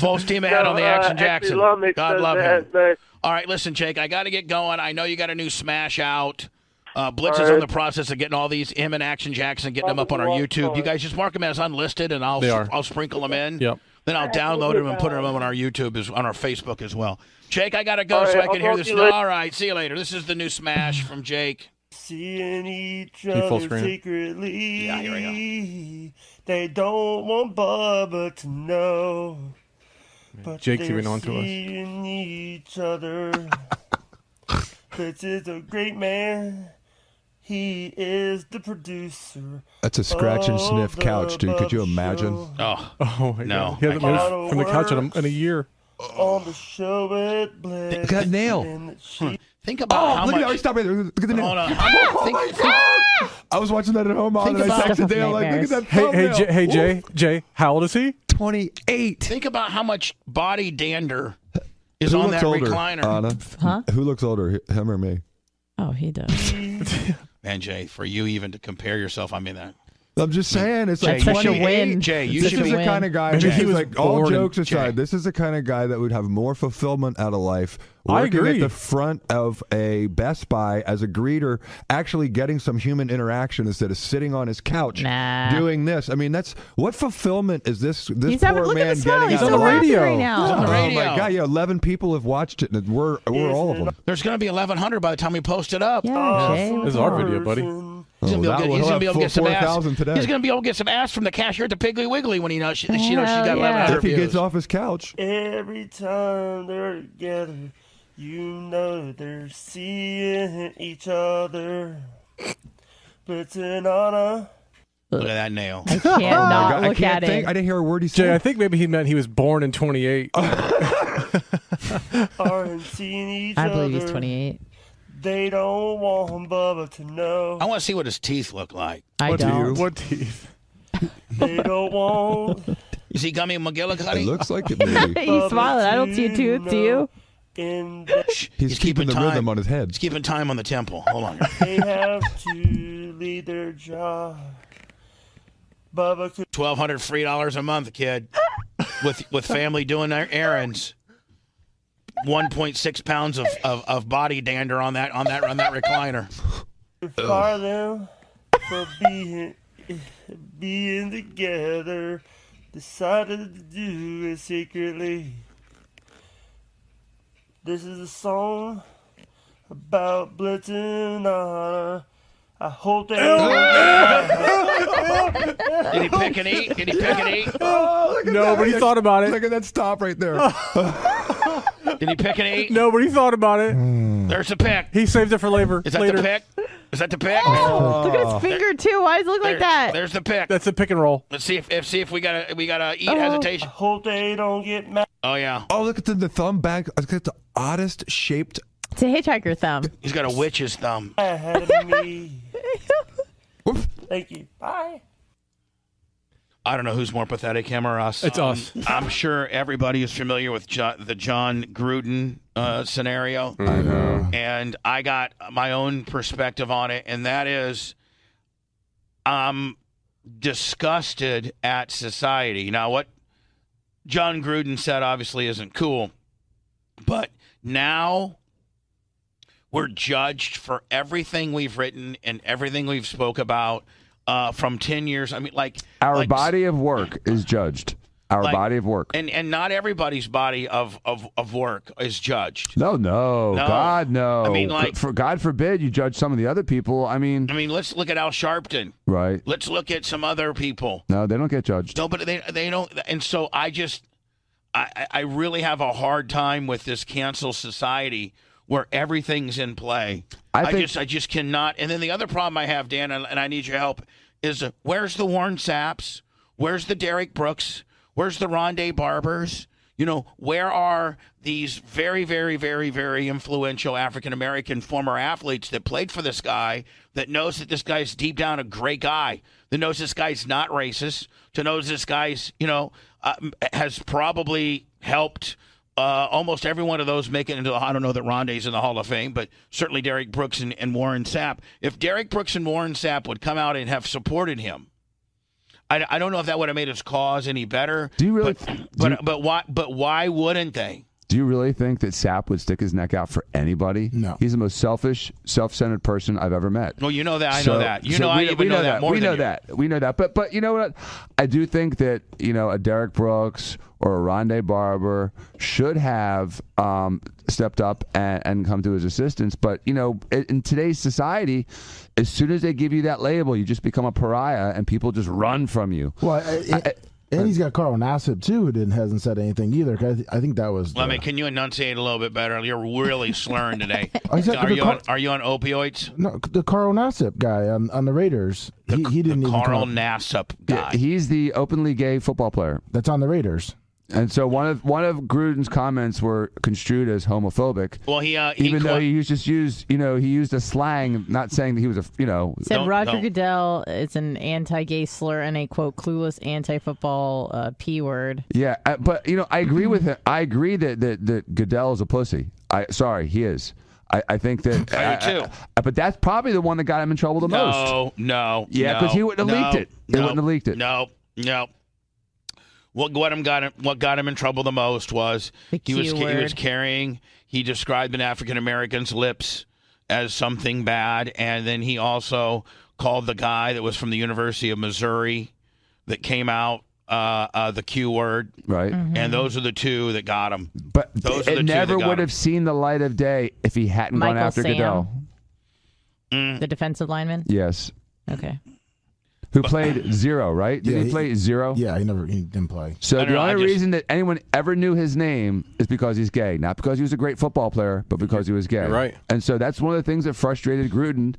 Full steam ahead
No,
on the
uh,
Action
actually,
Jackson.
love it,
God
says
love him.
that, but-
All right, listen, Jake. I got to get going. I know you got a new smash out. Uh, Blitz
All
is on
right.
the process of getting all these him and Action Jackson, getting them up on our YouTube. You guys just mark them as unlisted, and I'll
They are.
I'll sprinkle them in.
Yep.
Then I'll download them and put them on our YouTube as on our Facebook as well. Jake, I gotta go
All
so
right,
I can
I'll
hear
talk
this.
to you later.
All right, see you later. This is the new smash from Jake.
Seeing each
you full
other
screen?
secretly.
Yeah, here
They don't want Bubba to know. But
Jake's
they're
even on to us.
Seeing each other. this is a great man. He is the producer.
That's a scratch and
of
sniff
the
couch, dude. Could you
Bubba
imagine?
Oh,
oh my
No,
God. He
I
hasn't
can't.
moved from the couch in a, in a year.
on the show with Blitz.
Got nail.
and she-
Think
Oh, look at that! Stop it! Look at the nail.
Hold on.
Oh, my God! I was watching that at home, on
Think
and I
about-
texted Dale like, "Look at that
Hey, hey,
thumbnail.
J- hey,
Woo.
Jay, Jay, how old is he?
Twenty-eight.
Think about how much body dander is
Who
on
looks
that
older,
recliner.
Anna?
Huh?
Who looks older, h- him or me?
Oh, he does.
Man, Jay, for you even to compare yourself, I mean that.
I'm just saying, it's
Jay,
like
you should
28.
win. Jay, you
this
should
is the
win.
kind of guy.
Maybe
this
he
is
was
like all
born in-
jokes aside.
Jay.
This is the kind of guy that would have more fulfillment out of life
I
working
agree.
at the front of a Best Buy as a greeter, actually getting some human interaction instead of sitting on his couch doing this. I mean, that's what fulfillment is this? This
He's
poor
having- look at
man
the smile.
getting
He's
out
so
of life?
happy right now. He's on the
Oh
radio.
my god! Yeah, eleven people have watched it, and we're we're all of them. Oh,
There's going to be 1,100 by the time we post it up.
This is our video, buddy. Oh,
He's gonna be able
that
to get-
will-
he's
he'll
gonna be
have
able to get some
four
ass.
thousand today.
He's gonna be able to get some ass from the cashier at the Piggly Wiggly when he knows she, she knows she's
Hell
got
yeah.
1,100
if he
views.
gets off his couch.
Every time they're together, you know they're seeing each other. Blitz and Anna.
Look at that nail.
I cannot
Oh God, I
look
can't
at
think.
it.
I didn't hear a word he said.
Jay, I think maybe he meant he was born in 28.
aren't seeing each
I
other.
believe he's 28.
They don't want Bubba to know.
I want to see what his teeth look like.
I
what
don't.
What teeth?
They don't want
Is he gummy
It
McGillicuddy?
looks like it. Maybe.
He's smiling. I don't see a tooth. Do you?
in that
He's, keeping, the
time.
rhythm on his head.
He's keeping time on the temple. Hold on.
they have to leave their job. Bubba could
Twelve hundred free dollars a month, kid, with with family doing their errands. One point six pounds of, of, of body dander on that on that on that recliner.
fire them for being being together. Decided to do it secretly. This is a song about Blitz and Honor. I hope they.
Did he pick and eat? Did he pick and eat?
Oh, look at
No,
that.
but he thought about it.
Look at that stop right there.
Did he pick and eat?
No, but he thought about it.
There's the pick.
He saved it for labor.
Is that
later.
the pick? Is that the pick?
Oh,
Oh.
Look at his finger too. Why does it look like
There-
that?
There's the pick.
That's a pick and roll.
Let's see if, if see if we got a we got a eat
Oh.
I
hesitation.
hope they don't get mad.
Oh yeah,
oh, look at the, the thumb back. Look at the oddest shaped.
It's a hitchhiker thumb.
he's got a witch's thumb.
ahead me. Thank you. Bye.
I don't know who's more pathetic, him or us. Um,
It's us.
I'm sure everybody is familiar with jo- the John Gruden uh, scenario.
I know.
and I got my own perspective on it, and that is, I'm disgusted at society. Now, what John Gruden said obviously isn't cool, but now we're judged for everything we've written and everything we've spoke about uh, from ten years. I mean, like
Our
like-
body of work is judged. Our
Like-
body of work.
and and not everybody's body of of, of work is judged.
No, no,
No.
God, no.
I mean, like-
for God forbid you judge some of the other people. I mean,
I mean, let's look at Al Sharpton.
right?
Let's look at some other people.
No, they don't get judged.
No, but they they don't. And so I just I I- I really have a hard time with this cancel society where everything's in play.
I
I,
think-
just I just cannot. And then the other problem I have, Dan, and, and I need your help is uh, where's the Warren Saps? Where's the Derek Brooks? Where's the Rondé Barbers? You know, where are these very, very, very, very influential African American former athletes that played for this guy that knows that this guy's deep down a great guy, that knows this guy's not racist, to knows this guy's, you know, uh, m- has probably helped Uh, almost every one of those make it into. I don't know that Rondé's in the Hall of Fame, but certainly Derek Brooks and, and Warren Sapp. If Derek Brooks and Warren Sapp would come out and have supported him, I, I don't know if that would have made his cause any better.
Do you really?
But but why but why wouldn't they?
Do you really think that Sapp would stick his neck out for anybody? No. He's the most selfish, self-centered person I've ever met.
Well, you know that. I
So-
know that. You
so
know I even know, that. more
we
than
know
you.
that. We know that. But but you know what? I do think that you know a Derek Brooks or a Rondé Barber should have um, stepped up and, and come to his assistance. But you know, in, in today's society, as soon as they give you that label, you just become a pariah, and people just run from you.
Well, I- I- and he's got Carl Nassib too, who didn't hasn't said anything either. 'cause I, th- I think that was.
Let me. Can you enunciate a little bit better? You're really slurring today.
I said
are
the
you
car-
on, are you on opioids?
No, the Carl Nassib guy on, on the Raiders. he, he didn't even.
Carl
come-
Nassip guy.
He's the openly gay football player.
That's on the Raiders.
And so one of one of Gruden's comments were construed as homophobic.
Well, he, uh,
even though he just used, you know, he used a slang, not saying that he was a, you know,
Said Roger Goodell is an anti-gay slur and a quote clueless anti-football uh, p word.
Yeah, uh, but you know, I agree with him. I agree that that, that Goodell is a pussy. I sorry, he is. I, I think that.
I do too.
I- but that's probably the one that got him in trouble the most.
No, no.
Yeah, 'cause
no,
he wouldn't have
no,
leaked it. He
no,
wouldn't have leaked it.
No, no. What got him got him what got him in trouble the most was he was
Q
he was
word.
carrying he described an African American's lips as something bad, and then he also called the guy that was from the University of Missouri that came out uh, uh, the Q word.
Right. Mhm.
And those are the two that got him.
But
those are the
it
two
never
that got
would
him.
have seen the light of day if he hadn't
Michael
gone after
Sam,
Goodell.
Um,
Mm.
the defensive lineman.
Yes.
Okay.
Who played zero? Right? Did
Yeah,
he,
he-
play zero?
Yeah, he never he didn't play.
So
I
the
don't know, I
only
just-
reason that anyone ever knew his name is because he's gay, not because he was a great football player, but because he was gay.
right.
And so that's one of the things that frustrated Gruden,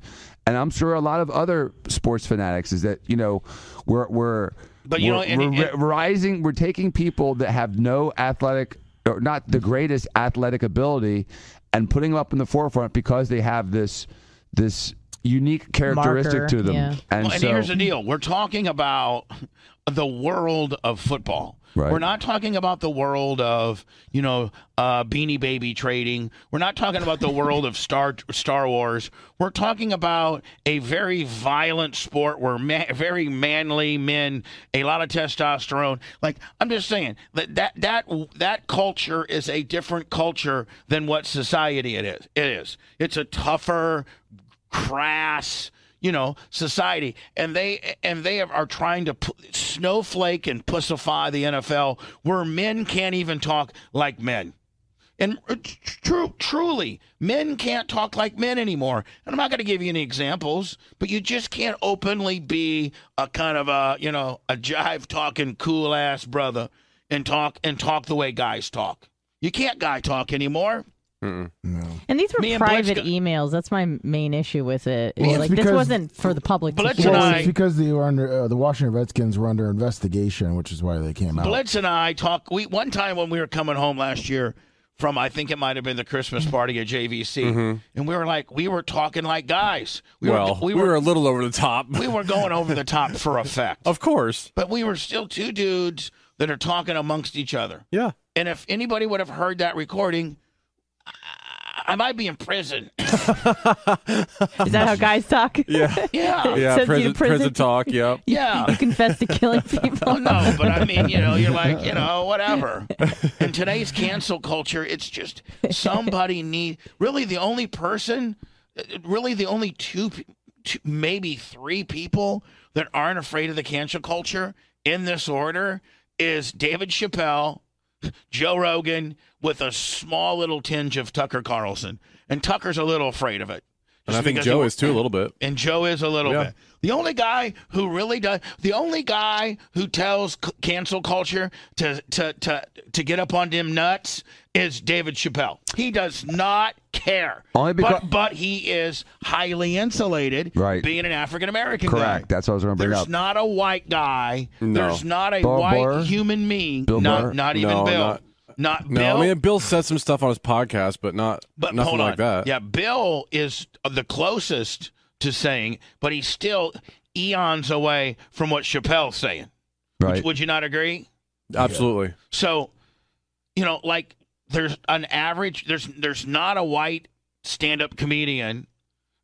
and I'm sure a lot of other sports fanatics is that you know we're we're
But, you know,
we're-
and-
we're ri- rising we're taking people that have no athletic or not the greatest athletic ability and putting them up in the forefront because they have this this unique characteristic
Marker,
to them.
yeah.
And,
Well, and
so
here's the deal: we're talking about the world of football.
Right.
We're not talking about the world of you know uh, Beanie Baby trading. We're not talking about the world of Star Star Wars. We're talking about a very violent sport where ma- very manly men, a lot of testosterone. Like I'm just saying that that that that culture is a different culture than what society it is. It is. It's a tougher, crass you know society and they and they are trying to pu- snowflake and pussify the NFL where men can't even talk like men and it's true truly men can't talk like men anymore and I'm not going to give you any examples but you just can't openly be a kind of a you know a jive talking cool ass brother and talk and talk the way guys talk you can't guy talk anymore
And these were
Me and Blitz
private emails. That's my main issue with it.
Well, it's
like this
because-
wasn't for the public. to hear.
Well, it's because they were under uh, the Washington Redskins were under investigation, which is why they came out.
Blitz and I talk. We one time when we were coming home last year from I think it might have been the Christmas party at JVC, and we were like we were talking like guys. We
Mm-hmm. well,
were, we
were
were
a little over the top.
we were going over the top for effect,
of course.
but we were still two dudes that are talking amongst each other.
Yeah.
And if anybody would have heard that recording, I- I might be in prison.
Is that how guys talk?
Yeah.
Yeah.
Sends
Yeah,
you to
prison,
prison.
prison talk. Yep.
Yeah.
You confess to killing people.
no, but I mean, you know, you're like, you know, whatever. In today's cancel culture, it's just somebody need really the only person, really the only two, pe- two maybe three people that aren't afraid of the cancel culture in this order is David Chappelle, Joe Rogan, with a small little tinge of Tucker Carlson, and Tucker's a little afraid of it.
And I
Just
think
because
Joe
he-
is too a little bit.
and Joe is a little
Yeah.
bit. The only guy who really does, the only guy who tells c- cancel culture to to to to get up on them nuts is David Chappelle. He does not care.
Only becau-
but, but he is highly insulated,
Right.
Being an African American,
correct. That's what I was going to bring
There's
up.
not a white guy.
No.
There's not a
Bill
white
Burr?
human being.
Bill
not
Burr?
not even
No,
Bill.
not-
Not
No,
Bill.
I mean Bill said some stuff on his podcast, but not
But
nothing
hold on.
like that.
Yeah, Bill is the closest to saying, but he's still eons away from what Chappelle's saying. Would-
Right.
Would, you not agree?
Absolutely.
So, you know, like there's an average there's there's not a white stand-up comedian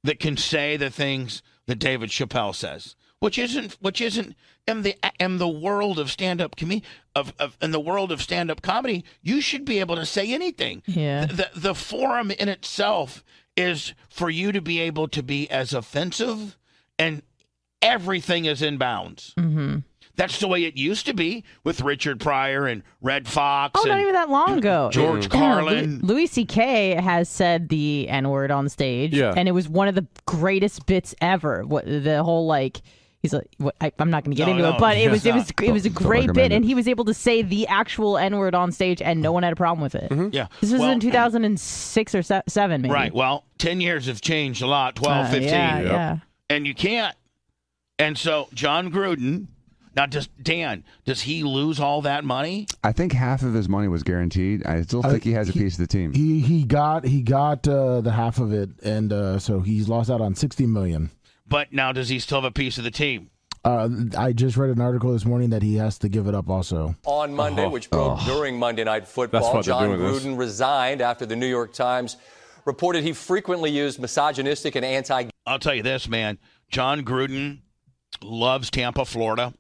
that can say the things that David Chappelle says, which isn't which isn't in the in the world of stand-up comedy of, of in the world of stand-up comedy, you should be able to say anything.
Yeah.
The, the the forum in itself is for you to be able to be as offensive and everything is in bounds.
Mm-hmm.
That's the way it used to be with Richard Pryor and Red Fox.
Oh, not
and-
even that long ago.
George
Yeah,
Carlin.
Lou- Louis C.K. has said the N word on stage.
Yeah.
And it was one of the greatest bits ever. What the whole like. He's like, what, I, I'm not going to get
No,
into
no,
it, but it
it's
was it was
not.
it was a
Don't- don't
great
recommend
bit,
it.
and he was able to say the actual N word on stage, and no one had a problem with it.
Yeah,
this was
Well,
in 2006 or se- seven, maybe.
Right. Well, 10 years have changed a lot, 12,
Uh,
15.
yeah, Yep. yeah.
And you can't. And so John Gruden, now does Dan, does he lose all that money?
I think half of his money was guaranteed. I still
Uh,
I
think he has a piece of the team.
He he got he got uh, the half of it, and uh, so he's lost out on sixty million.
But now does he still have a piece of the team?
Uh, I just read an article this morning that he has to give it up. Also,
on Monday, which broke during Monday Night
Oh, That's
Football.
what they're
John
doing this.
Gruden resigned after the New York Times reported he frequently used misogynistic and anti
I'll tell you this, man. John Gruden loves Tampa, Florida.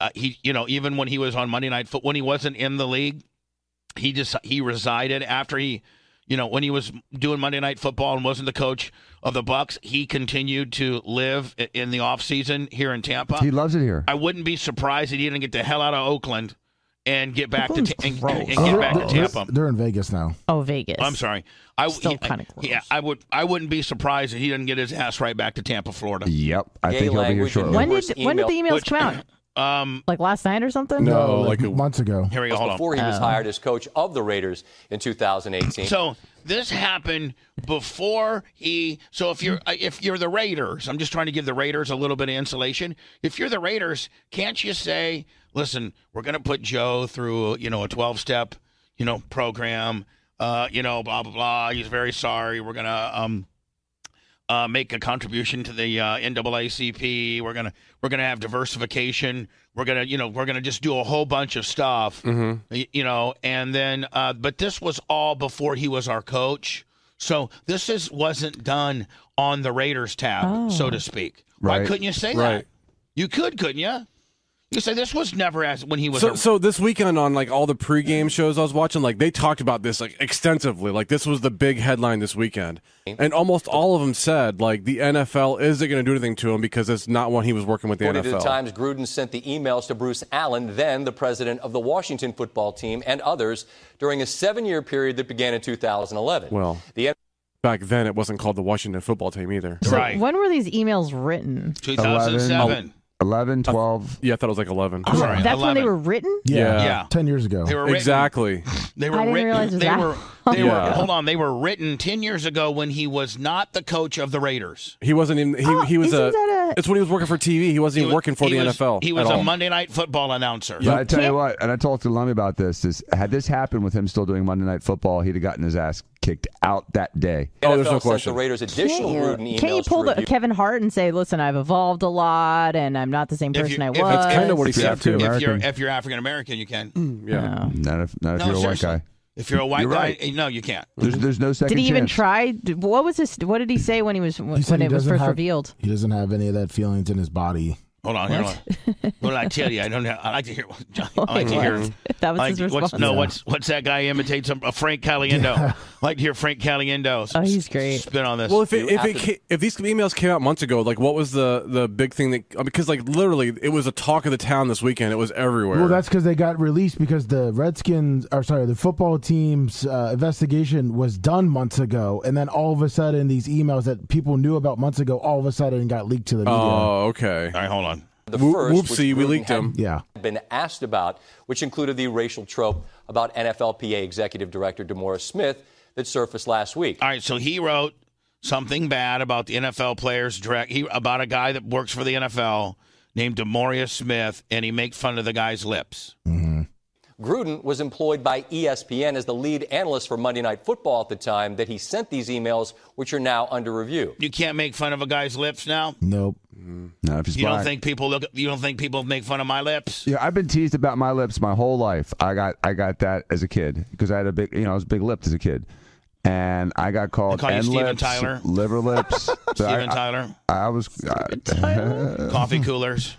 Uh, he, you know, even when he was on Monday Night Foot, when he wasn't in the league, he just he resided after he, you know, when he was doing Monday Night Football and wasn't the coach of the Bucks, he continued to live i- in the offseason here in Tampa.
He loves it here.
I wouldn't be surprised if he didn't get the hell out of Oakland and get back to ta- and, and
Uh,
get back to
they're-
Tampa.
They're in Vegas now.
Oh, Vegas.
I'm sorry. I
Still
he-
kinda
Yeah, I would. I wouldn't be surprised if he didn't get his ass right back to Tampa, Florida.
Yep, I
Gay
think he'll be here
language and
shortly.
When
Numerous
did when did the
email-
emails
Which-
come out?
Um,
like last night or something?
months ago.
Here we go. Hold on.
before he
Ah.
was
Oh.
hired as coach of the Raiders in 2018.
So this happened before he. So if you're uh, if you're the Raiders, I'm just trying to give the Raiders a little bit of insulation. If you're the Raiders, can't you say, "Listen, we're going to put Joe through you know a 12 step you know program, uh, you know blah blah blah. He's very sorry. We're gonna um." Uh, make a contribution to the uh, NAACP. We're gonna we're gonna have diversification. We're gonna you know we're gonna just do a whole bunch of stuff
Mhm.
y- you know and then uh, but this was all before he was our coach so this is wasn't done on the raiders tab so to speak why
Right.
couldn't you say that
Right.
you could couldn't you you say this was never as when he was
So,
a-
so this weekend on like all the pregame shows I was watching, like they talked about this like extensively. Like this was the big headline this weekend, and almost all of them said like the NFL isn't going to do anything to him because it's not when he was working with the
According to the
NFL.
Times, Gruden sent the emails to Bruce Allen, then the president of the Washington football team, and others during a seven-year period that began in 2011.
well,
The
back then it wasn't called the Washington Football Team either.
So When were these emails written?
2007.
Oh,
11, 12.
Uh, yeah, I thought it was like 11.
Oh, that's when they were written.
Yeah.
ten years ago.
They were written-
exactly.
they
I
were
didn't realize it
written
was
they
that
were
long
they were
Yeah.
hold on they were written 10 years ago when he was not the coach of the raiders
He wasn't even. He, he was a,
isn't that
It's when he was working for TV. He wasn't even working for
he
the
was,
NFL.
he was
at
a
all.
monday night football announcer
But I tell you what, and I told Kalami about this. Is had this happened with him still doing Monday Night Football, he'd have gotten his ass kicked out that day.
Oh,
Oh,
NFL sent the Raiders additional
Can't
Gruden
you,
emails
can't you pull
to
the
review.
Kevin Hart and say, "Listen, I've evolved a lot, and I'm not the same person I was."
if you're if you're african american you can
yeah. Not if not if you're a
No,
white
seriously.
guy.
if you're a white
You're
guy eh,
right.
no you can't
There's there's no second
Did he even
chance.
try? d- What was his? What did he say when he was
He said
when
he
it was
doesn't
first
have-
revealed?
He doesn't have any of that feelings in his body.
Hold on, hold on. What did I tell you? I don't know. I like to hear. I like to hear. I
That was
like-
his
what's-
response.
No, what's what's that guy imitates? A, a Frank Caliendo. I like to hear Frank Caliendo. Oh, he's great. Spin on this.
Well, if it, if, it ca- if these emails came out months ago, like what was the the big thing that because like literally it was a talk of the town this weekend. It was everywhere.
Well, that's because they got released because the Redskins, or sorry, the football team's uh, investigation was done months ago, and then all of a sudden, these emails that people knew about months ago, all of a sudden, got leaked to the media.
oh, okay. All
right, hold on.
The
Whoop-
first, which
whoopsie, we
Gruden
leaked
had
him.
Yeah.
Been asked about, which included the racial trope about NFLPA executive director Demora Smith that surfaced last week.
All right, so he wrote something bad about the NFL players direct he, about a guy that works for the NFL named Demoria Smith, and he made fun of the guy's lips.
Gruden was employed by E ESPN as the lead analyst for Monday Night Football at the time that he sent these emails, which are now under review.
You can't make fun of a guy's lips now.
Nope.
No, if he's
You
black.
don't think people look? You don't think people make fun of my lips?
Yeah, I've been teased about my lips my whole life. I got I got that as a kid because I had a big, you know, I was big lipped as a kid, and I got called
call you
end
Steven
lips,
Tyler?
liver lips. So I-
Steven
I-
Tyler?
I, was I,
Coffee coolers,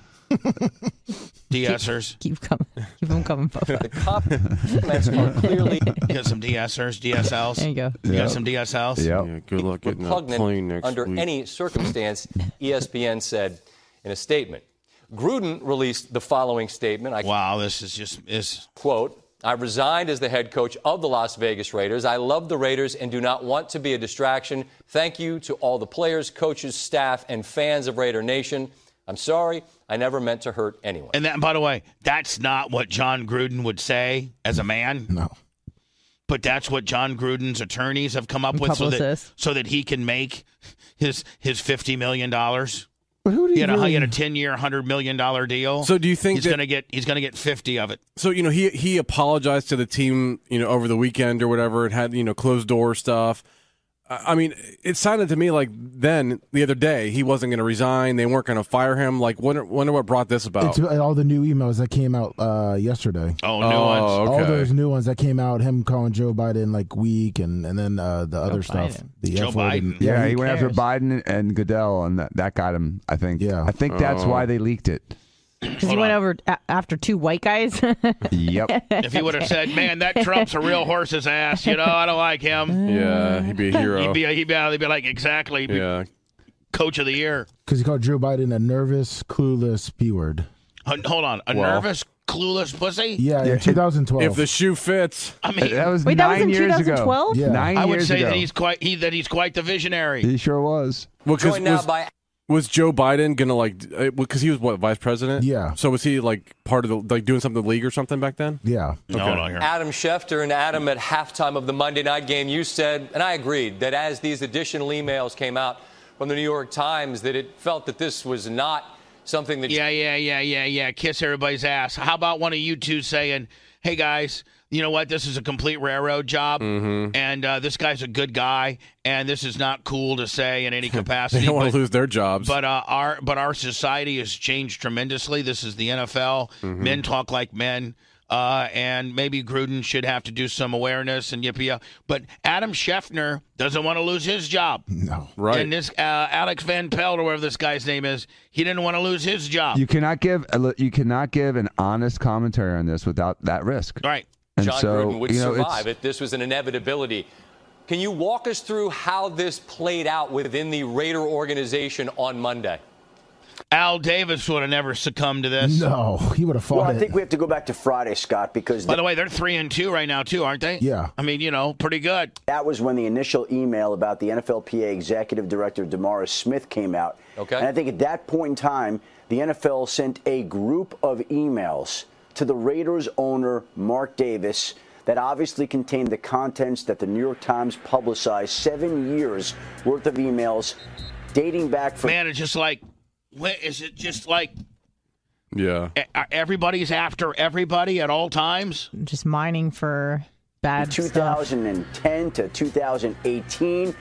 de-essers.
Keep coming. Keep them coming. the
cop comments are clearly.
You got some de-essers, DSLs.
There you go.
You
Yep.
got some DSLs.
Yep.
Yeah, good luck getting that
repugnant
plane next
under
week.
any circumstance, E ESPN said in a statement. Gruden released the following statement. I
wow, this is just is
quote. I resigned as the head coach of the Las Vegas Raiders. I love the Raiders and do not want to be a distraction. Thank you to all the players, coaches, staff, and fans of Raider Nation. I'm sorry. I never meant to hurt anyone.
And that, by the way, that's not what John Gruden would say as a man.
No.
But that's what John Gruden's attorneys have come up with, so that
Publicist.
so that he can make his his fifty million dollars.
But who do
He
you
had a, he had
really-
a ten year, hundred million dollar deal.
So do you think
he's
that-
gonna get he's gonna get fifty of it?
So you know he he apologized to the team you know over the weekend or whatever and had you know closed door stuff. I I mean, it sounded to me like then the other day he wasn't going to resign. They weren't going to fire him. Like wonder wonder what brought this
It's
about.
uh, all the new emails that came out uh, yesterday.
Oh, new Oh, ones.
All
okay.
those new ones that came out. Him calling Joe Biden like weak, and and then uh, the other stuff. The F word and-
Yeah,
who
he went after
cares?
Biden and Goodell, and that, that got him. I think. Yeah. I think that's
Oh.
why they leaked it.
Because you went over a- after two white guys.
Yep.
If he would have said, "Man, that Trump's a real horse's ass," you know, I don't like him.
Yeah, he'd be a hero.
He'd be he'd be, he'd be like exactly he'd be
yeah.
coach of the year.
Because he called Joe Biden a nervous, clueless p word.
Hun- Hold on, a
Well.
nervous, clueless pussy.
Yeah, in 2012.
If the shoe fits,
I mean,
that was Wait, that was nine in years ago. 2012? Yeah. Nine
I would
years
say
ago.
that he's quite he, that he's quite the visionary.
He sure was.
Well, 'cause
Joined now
was,
by-
was Joe Biden gonna like? Because he was what vice president?
Yeah.
So was he like part of the like doing something in the league or something back then?
Yeah.
Adam Schefter and Adam at halftime of the Monday night game, you said, and I agreed, that as these additional emails came out from the New York Times, that it felt that this was not something that
Yeah, yeah, yeah, yeah, yeah. Kiss everybody's ass. How about one of you two saying, "Hey guys, you know what? This is a complete railroad job,
Mm-hmm.
Mm-hmm.
and uh, this guy's a good guy, and this is not cool to say in any
They
capacity."
don't want
but-
to lose their jobs.
But uh, our but our society has changed tremendously. This is the NFL.
Mhm.
Men talk like men, uh, and maybe Gruden should have to do some awareness and yippee. uh, But Adam Scheffner doesn't want to lose his job.
No,
right.
And this uh, Alex Van Pelt or whatever this guy's name is, he didn't want to lose his job.
You cannot give you cannot give an honest commentary on this without that risk.
Right.
And
John
so
Gruden would
you know, it's-
survive it. This was an inevitability. Can you walk us through how this played out within the Raider organization on Monday?
Al Davis would have never succumbed to this.
No, he would have fought
Well, I
it.
think we have to go back to Friday, Scott, because
By the way, they're three and two right now too, aren't they?
Yeah.
I mean, you know, oh, pretty good.
that was when the initial email about the NFLPA executive director Damaris Smith came out.
Okay.
And I think at that point in time, the NFL sent a group of emails to the Raiders owner Mark Davis that obviously contained the contents that the New York Times publicized. Seven years worth of emails dating back from
Man, it's just like, wh- is it just like
Yeah.
e- everybody's after everybody at all times?
Just mining for bad stuff.
2010 to 2018.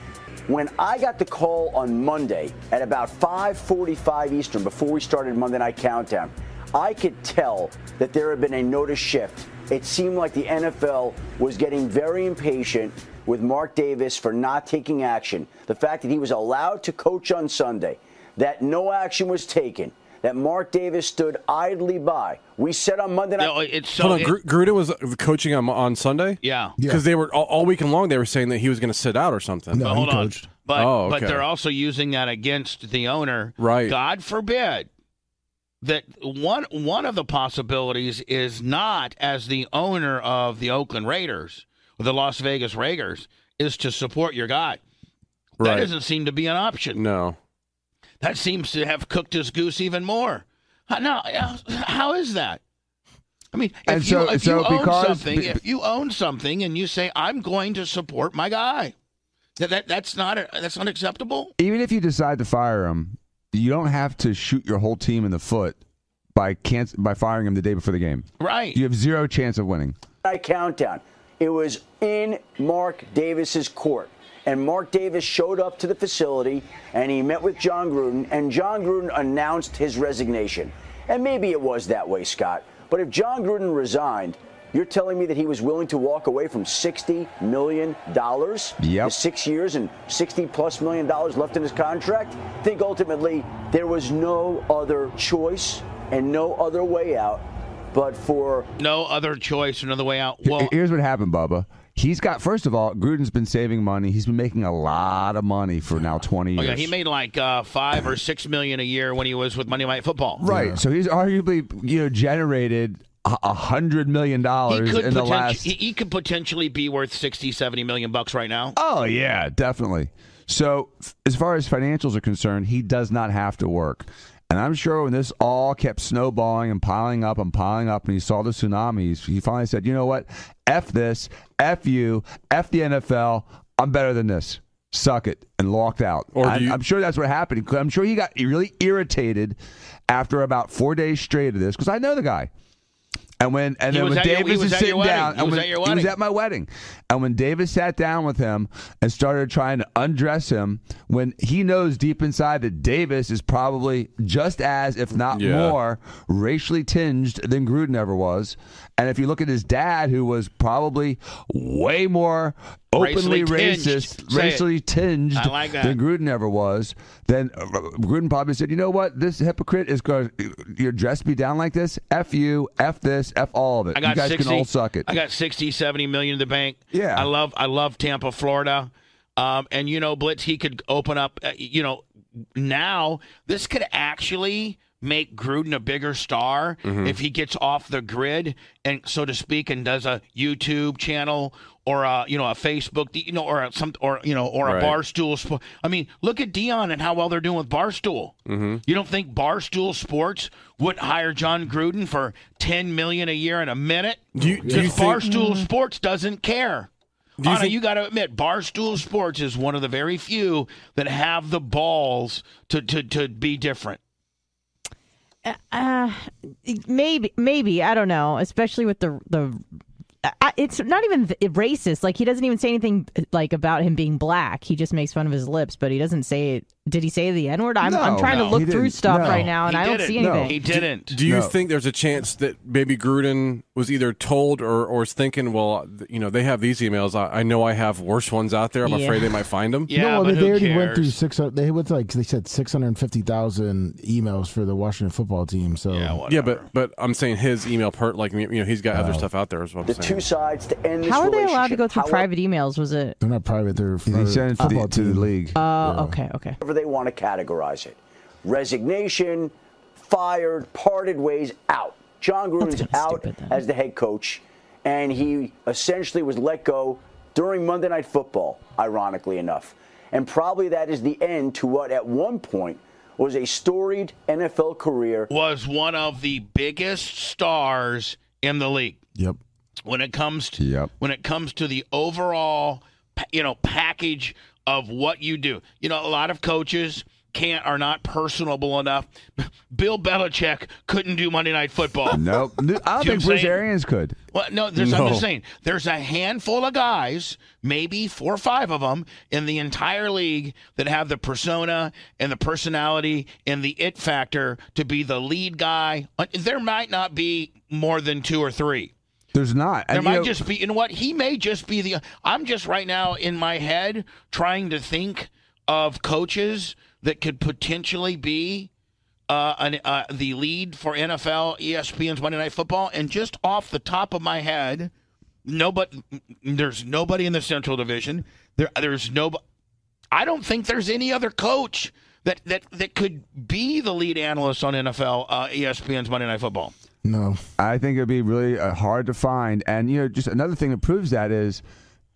When I got the call on Monday at about 5:45 Eastern, before we started Monday Night Countdown, I could tell that there had been a notice shift. It seemed like the NFL was getting very impatient with Mark Davis for not taking action. The fact that he was allowed to coach on Sunday, that no action was taken, that Mark Davis stood idly by. We said on Monday night.
it's
Hold on, Gru- Gruden was uh, coaching on on Sunday.
Yeah,
because they were all, all weekend long. They were saying that he was going to sit out or something.
but hold on. But
oh, okay.
but they're also using that against the owner.
Right.
God forbid that one one of the possibilities is not as the owner of the Oakland Raiders or the Las Vegas Raiders is to support your guy.
Right.
That doesn't seem to be an option.
no.
That seems to have cooked his goose even more. How- Now, how is that? I mean, if
And
you,
so-
if
so
you own
because-
something,
be-
if you own something, and you say, "I'm going to support my guy," that, that that's not a, that's not acceptable.
even if you decide to fire him, you don't have to shoot your whole team in the foot by can't by firing him the day before the game.
Right.
You have zero chance of winning.
I countdown. It was in Mark Davis's court. and Mark Davis showed up to the facility and he met with John Gruden, and John Gruden announced his resignation. And maybe it was that way, Scott. But if John Gruden resigned, you're telling me that he was willing to walk away from $60 million? Yep. Six years and 60 plus million dollars left in his contract? Think ultimately there was no other choice and no other way out but for
No other choice, another way out. Well,
Here's what happened, Bubba. He's got first of all, Gruden's been saving money. He's been making a lot of money for now twenty
oh,
years.
yeah, he made like uh, five or six million a year when he was with Monday Night Football.
Right. So he's arguably, you know, generated a a hundred million dollars
He could,
in the
potenti-
last.
he, he could potentially be worth 60, 70 million bucks right now.
oh yeah, definitely. So f- as far as financials are concerned, he does not have to work. And I'm sure when this all kept snowballing and piling up and piling up, and he saw the tsunamis, he finally said, "You know what? F this. F you. F the NFL. I'm better than this. Suck it." And walked out.
Or do
I'm-
you-
I'm sure that's what happened. I'm sure he got really irritated after about four days straight of this because I know the guy. And when and
He
then
was
when
at your- he
Davis
was
is
at your
sitting
wedding.
down,
He
and
was
when-
at your
he was
wedding.
at my wedding, and when Davis sat down with him and started trying to undress him, when he knows deep inside that Davis is probably just as, if not
Yeah.
more, racially tinged than Gruden ever was, and if you look at his dad, who was probably way more openly
Racially tinged.
racist,
Say it.
racially tinged
I like that.
than Gruden ever was, then uh, Gruden probably said, you know what, this hypocrite is going to, your dress be down like this? F you, F this, F all of it.
I got
you guys
60,
can all suck it.
I got 60, 70 million in the bank. Yeah. I love I love Tampa, Florida. Um, and you know, Blitz, he could open up, uh, you know, now this could actually make Gruden a bigger star
Mm-hmm.
Mhm.
if he gets off the grid and so to speak and does a YouTube channel or a, you know, a Facebook, you know, or a, some or you know, or a
Right.
Barstool. Sp- I mean, look at Dion and how well they're doing with Barstool.
Mm-hmm.
You don't think Barstool Sports would hire John Gruden for ten million a year in a minute?
You, do you think-
Barstool Sports doesn't care.
you
You Anna,
think-
you got to admit, Barstool Sports is one of the very few that have the balls to to, to be different.
Uh, maybe, maybe I don't know. Especially with the the, I, it's not even th- racist. Like he doesn't even say anything like about him being black. He just makes fun of his lips, but he doesn't say. Did he say the n word? I'm, I'm
No.
trying
No.
to look
He
through
didn't.
stuff
No.
right now, and
He
I don't
didn't.
see
No.
anything.
He
didn't.
Do you
No.
think there's a chance that maybe Gruden was either told or or is thinking, well, th- you know, they have these emails. I, I know I have worse ones out there. I'm
Yeah.
afraid they might find them.
no, I mean, they already went through six. They went to like they said six hundred fifty thousand emails for the Washington football team. So
Yeah, but but I'm saying his email part, like you know, he's got other stuff out there as well.
the two sides to end this
How are they
relationship.
allowed to go through
How-
private emails? Was it?
They're not private. They're for
He sent it to the,
football
to the
team.
league.
Oh, okay, okay.
however they want to categorize it. Resignation, fired, parted ways, out. John Gruden's out as the head coach, and he essentially was let go during Monday Night Football, ironically enough. And probably that is the end to what at one point was a storied NFL career.
Was one of the biggest stars in the league.
Yep.
when it comes to
Yep.
when it comes to the overall pa- you know package of what you do. You know, a lot of coaches can't are not personable enough. Bill Belichick couldn't do Monday Night Football.
Nope. I don't
See what I'm
think Bruce
saying?
Arians could.
Well, no, there's, I'm
No.
just saying there's a handful of guys, maybe four or five of them in the entire league that have the persona and the personality and the it factor to be the lead guy. Uh, There might not be more than two or three.
There's not.
There
And, you
might
know-
just be, you know what? He may just be the. I'm just right now in my head trying to think of coaches that could potentially be uh, an, uh, the lead for NFL, ESPN's Monday Night Football, and just off the top of my head, nobody. There's nobody in the Central Division. There, there's nobody. I don't think there's any other coach that that that could be the lead analyst on NFL, uh, ESPN's Monday Night Football.
No.
I think it'd be really uh, hard to find. And, you know, just another thing that proves that is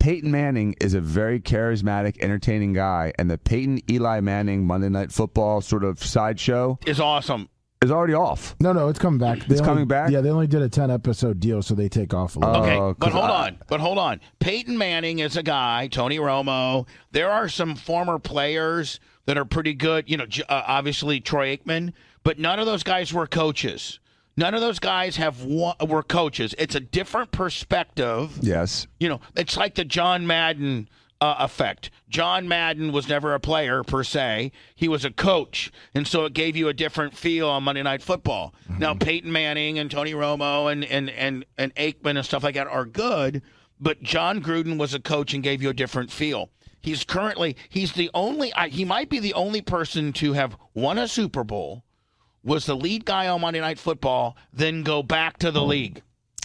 Peyton Manning is a very charismatic, entertaining guy. And the Peyton Eli Manning Monday Night Football sort of sideshow
is awesome.
Is already off.
No, no, it's coming back.
It's coming back? Oh,
Yeah, they only did a ten episode deal, so they take off a little. Uh,
Okay, but hold on. But hold on. Peyton Manning is a guy. Tony Romo. There are some former players that are pretty good. You know, J- uh, obviously Troy Aikman, but none of those guys were coaches. None of those guys have one, were coaches. It's a different perspective.
Yes.
You know, it's like the John Madden uh, effect. John Madden was never a player per se; he was a coach, and so it gave you a different feel on Monday Night Football. Now Peyton Manning and Tony Romo and and and and Aikman and stuff like that are good, but John Gruden was a coach and gave you a different feel. He's currently he's the only I- he might be the only person to have won a Super Bowl, was the lead guy on Monday Night Football, then go back to the league.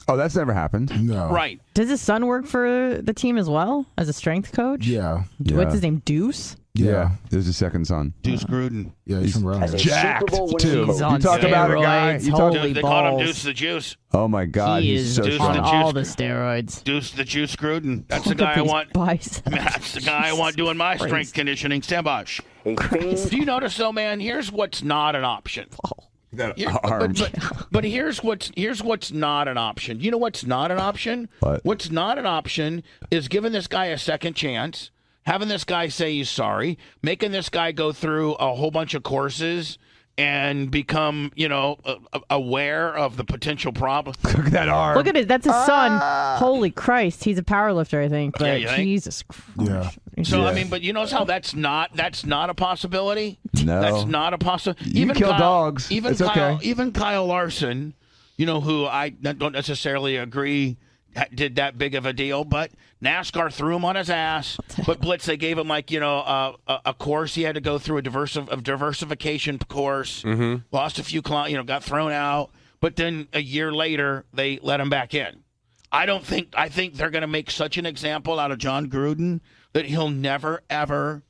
Oh, that's never happened.
No.
Right.
Does his son work for the team as well as a strength coach?
Yeah.
What's his name? Deuce.
Yeah. There's a second son.
Deuce Gruden.
Yeah,
he's, from
As a
Jacked,
Super Bowl winning
too.
coach. He's on
you talk about a guy.
steroids.
You talk,
Holy
they call him
balls.
Deuce the Juice.
oh my God.
he
he's
is
so
Deuce
strong.
on all the steroids.
Deuce the Juice Gruden. That's the
Look at
guy I
these
want.
biceps.
That's the guy I want doing my strength conditioning. Stand by. Shh.
Do
you notice though, man? Here's what's not an option.
That
Here-
arm.
But, but, but here's what's here's what's not an option. You know what's not an option?
What?
What's not an option is giving this guy a second chance, having this guy say he's sorry, making this guy go through a whole bunch of courses and become, you know, a- a- aware of the potential problem.
Look at that arm. Ah.
Look at it. That's his son. Holy Christ. He's a power lifter, I think.
Yeah,
But
you think?
Jesus Christ.
Yeah.
So I mean, but you notice how that's not that's not a possibility.
No.
that's not a possibility.
You kill dogs.
Even
It's
Kyle,
okay.
even Kyle Larson, you know, who I don't necessarily agree ha- did that big of a deal, but NASCAR threw him on his ass. But Blitz, they gave him like you know uh, a, a course he had to go through a diverse a diversification course.
Mm-hmm.
Lost a few clients, you know, got thrown out. But then a year later, they let him back in. I don't think I think they're going to make such an example out of John Gruden that he'll never ever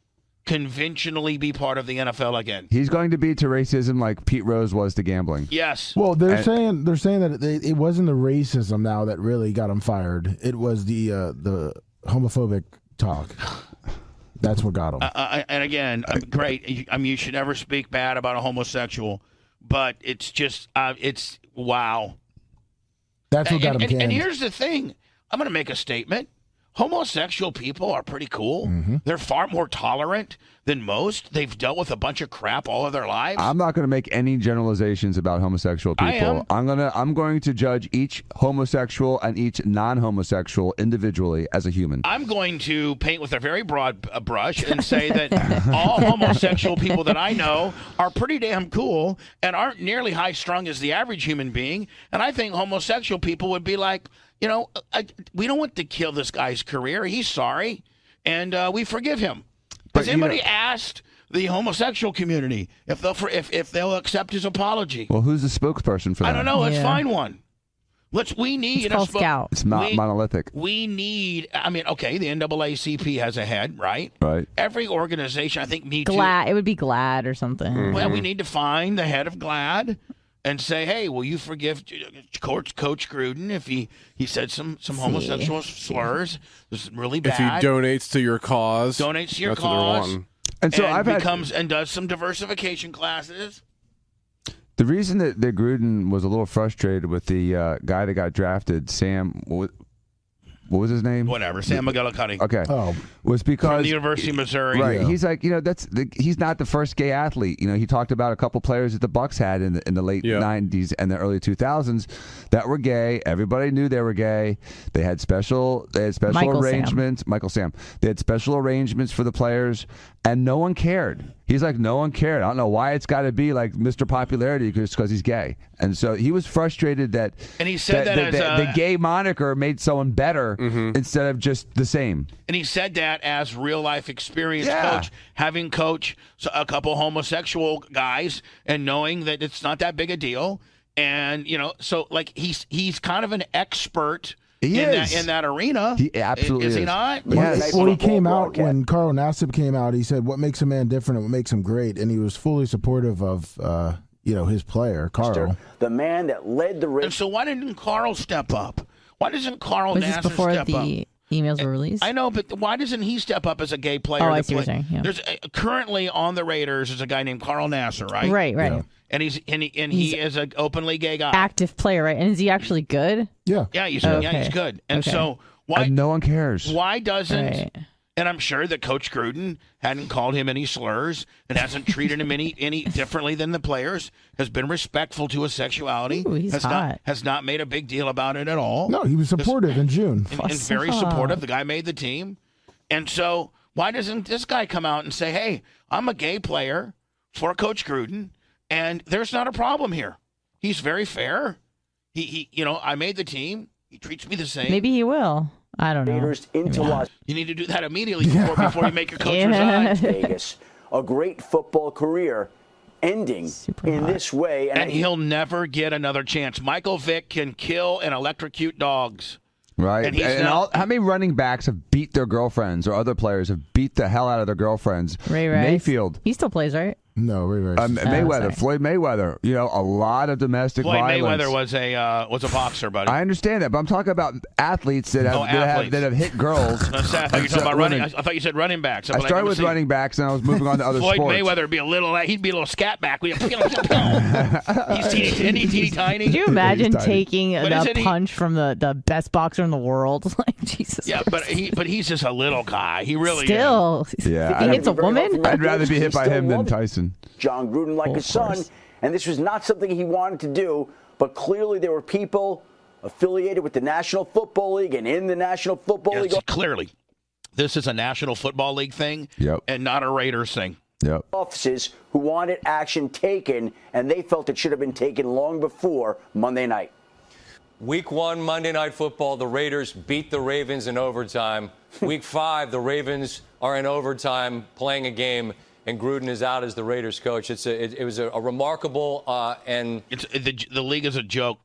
conventionally be part of the NFL again.
He's going to be to racism like Pete Rose was to gambling.
Yes.
Well, they're
And-
saying they're saying that it, it wasn't the racism now that really got him fired. It was the uh, the homophobic talk. That's what got him.
Uh, uh, and again, um, great. you- I mean, you should never speak bad about a homosexual, but it's just uh, it's wow.
That's
and,
what got him
and, and
canned.
here's the thing i'm going to make a statement homosexual people are pretty cool
Mm-hmm.
they're far more tolerant than most they've dealt with a bunch of crap all of their lives
I'm not going to make any generalizations about homosexual people.
I am.
I'm gonna I'm going to judge each homosexual and each non-homosexual individually as a human.
I'm going to paint with a very broad uh, brush and say that all homosexual people that I know are pretty damn cool and aren't nearly high strung as the average human being. And I think homosexual people would be like, you know, uh, I, we don't want to kill this guy's career. He's sorry, and uh, we forgive him. Has
But, you know-
anybody asked the homosexual community if they'll for, if if they'll accept his apology?
Well, who's the spokesperson for that?
I don't know. Let's
Yeah.
find one. Let's we need
It's
a
called Scout.
It's not
we-
monolithic,
we need. I mean, okay, the NAACP has a head, right?
right?
Every organization, I think, Me Too-
Glad. It would be Glad or something.
Mm-hmm.
Well, we need to find the head of GLAD and say, "Hey, will you forgive Coach Coach Gruden if he he said some some homosexual slurs? This is really
If he
bad.
donates to your cause,
donates to your
that's What they're
cause,
wanting.
And so I've had-
becomes and does some diversification classes.
The reason that, that Gruden was a little frustrated with the uh, guy that got drafted, Sam, what, what was his name?
Whatever. Sam McGillicuddy
Okay.
Oh.
Was
from
because
the University of Missouri.
Right. He's like, you know, that's the, he's not the first gay athlete. You know, he talked about a couple players that the Bucks had in the, in the late
Yeah.
'90s and the early 2000s that were gay. Everybody knew they were gay. They had special they had special
Michael Sam.
arrangements. Michael Sam. They had special arrangements for the players, and no one cared. He's like, no one cared. I don't know why it's got to be like Mr. Popularity just because he's gay. And so he was frustrated that
And he said that
the,
as a- Mm-hmm.
the gay moniker made someone better instead of just the same.
And he said that as real life experience
Yeah.
coach, having coached s- a couple homosexual guys and knowing that it's not that big a deal. And you know, so like he's he's kind of an expert
He
in
is.
that in that arena.
He absolutely
is, he
is.
not?
Yes.
Well, he came out when Carl Nassib came out. He said, "What makes a man different? and What makes him great?" And he was fully supportive of uh, you know his player, Carl.
The man that led the
And
race.
so why didn't Carl step up? Why doesn't Carl
Was this
Nassar
before
step up?
the emails were released?
I know, but why doesn't he step up as a gay player?
Oh, I
to
see what
play-
you're saying, yeah.
There's uh, currently on the Raiders is a guy named Carl Nassar, right?
Right, right. Yeah.
And he's and he, and he is an openly gay guy.
Active player, right? And is he actually good?
Yeah.
Yeah, he's
Okay.
yeah he's good. And
Okay.
so why
and Uh, no one cares.
why doesn't?
Right.
And I'm sure that Coach Gruden hadn't called him any slurs and hasn't treated him any any differently than the players. Has been respectful to his sexuality.
Ooh, he's
has
hot.
not has not made a big deal about it at all.
No, he was supportive in June.
and, and very supportive. The guy made the team. And so why doesn't this guy come out and say, "Hey, I'm a gay player for Coach Gruden, and there's not a problem here. He's very fair. He, he you know, I made the team. He treats me the same.
Maybe he will. I don't know.
Into Las
You need to do that immediately before, before you make your coach resign.
Vegas, a great football career ending in this way.
And he'll never get another chance. Michael Vick can kill and electrocute dogs.
Right.
And he's not-
all, how many running backs have beat their girlfriends or other players have beat the hell out of their girlfriends?
Ray Rice.
Mayfield.
He still plays, right?
No, Ray Rice.
Um,
Oh,
Mayweather,
sorry.
Floyd Mayweather, you know, a lot of domestic
Floyd
violence.
Mayweather was a uh, was a boxer, buddy.
I understand that, but I'm talking about athletes that have,
Oh,
that, have
athletes.
that have hit girls.
I thought you were
and
talking
so-
about running. I,
women.
I thought you said running backs. I'm
I
like,
started
I'm
with
seeing-
running backs, and I was moving on to other
Floyd
sports.
Mayweather would be a little. He'd be a little scat back. We'd be- He's teeny, teeny, teeny tiny.
Could you imagine taking
But
the
isn't he-
punch from the, the best boxer in the world? like Jesus.
Yeah, but he but he's just a little guy. He really
Still,
Is.
Yeah,
he hits a woman.
I'd rather be hit by him than Tyson.
John Gruden
Oh,
like his son, and this was not something he wanted to do, but clearly there were people affiliated with the National Football League and in the National Football
Yeah,
League.
it's- clearly, this is a National Football League thing,
Yep.
and not a Raiders thing.
Offices who wanted action taken, and they felt it should have been taken long before Monday night.
Week one, Monday Night Football, the Raiders beat the Ravens in overtime. Week five, the Ravens are in overtime playing a game, and Gruden is out as the Raiders coach. It's a, it, it was a, a remarkable uh, and
it's the the league is a joke.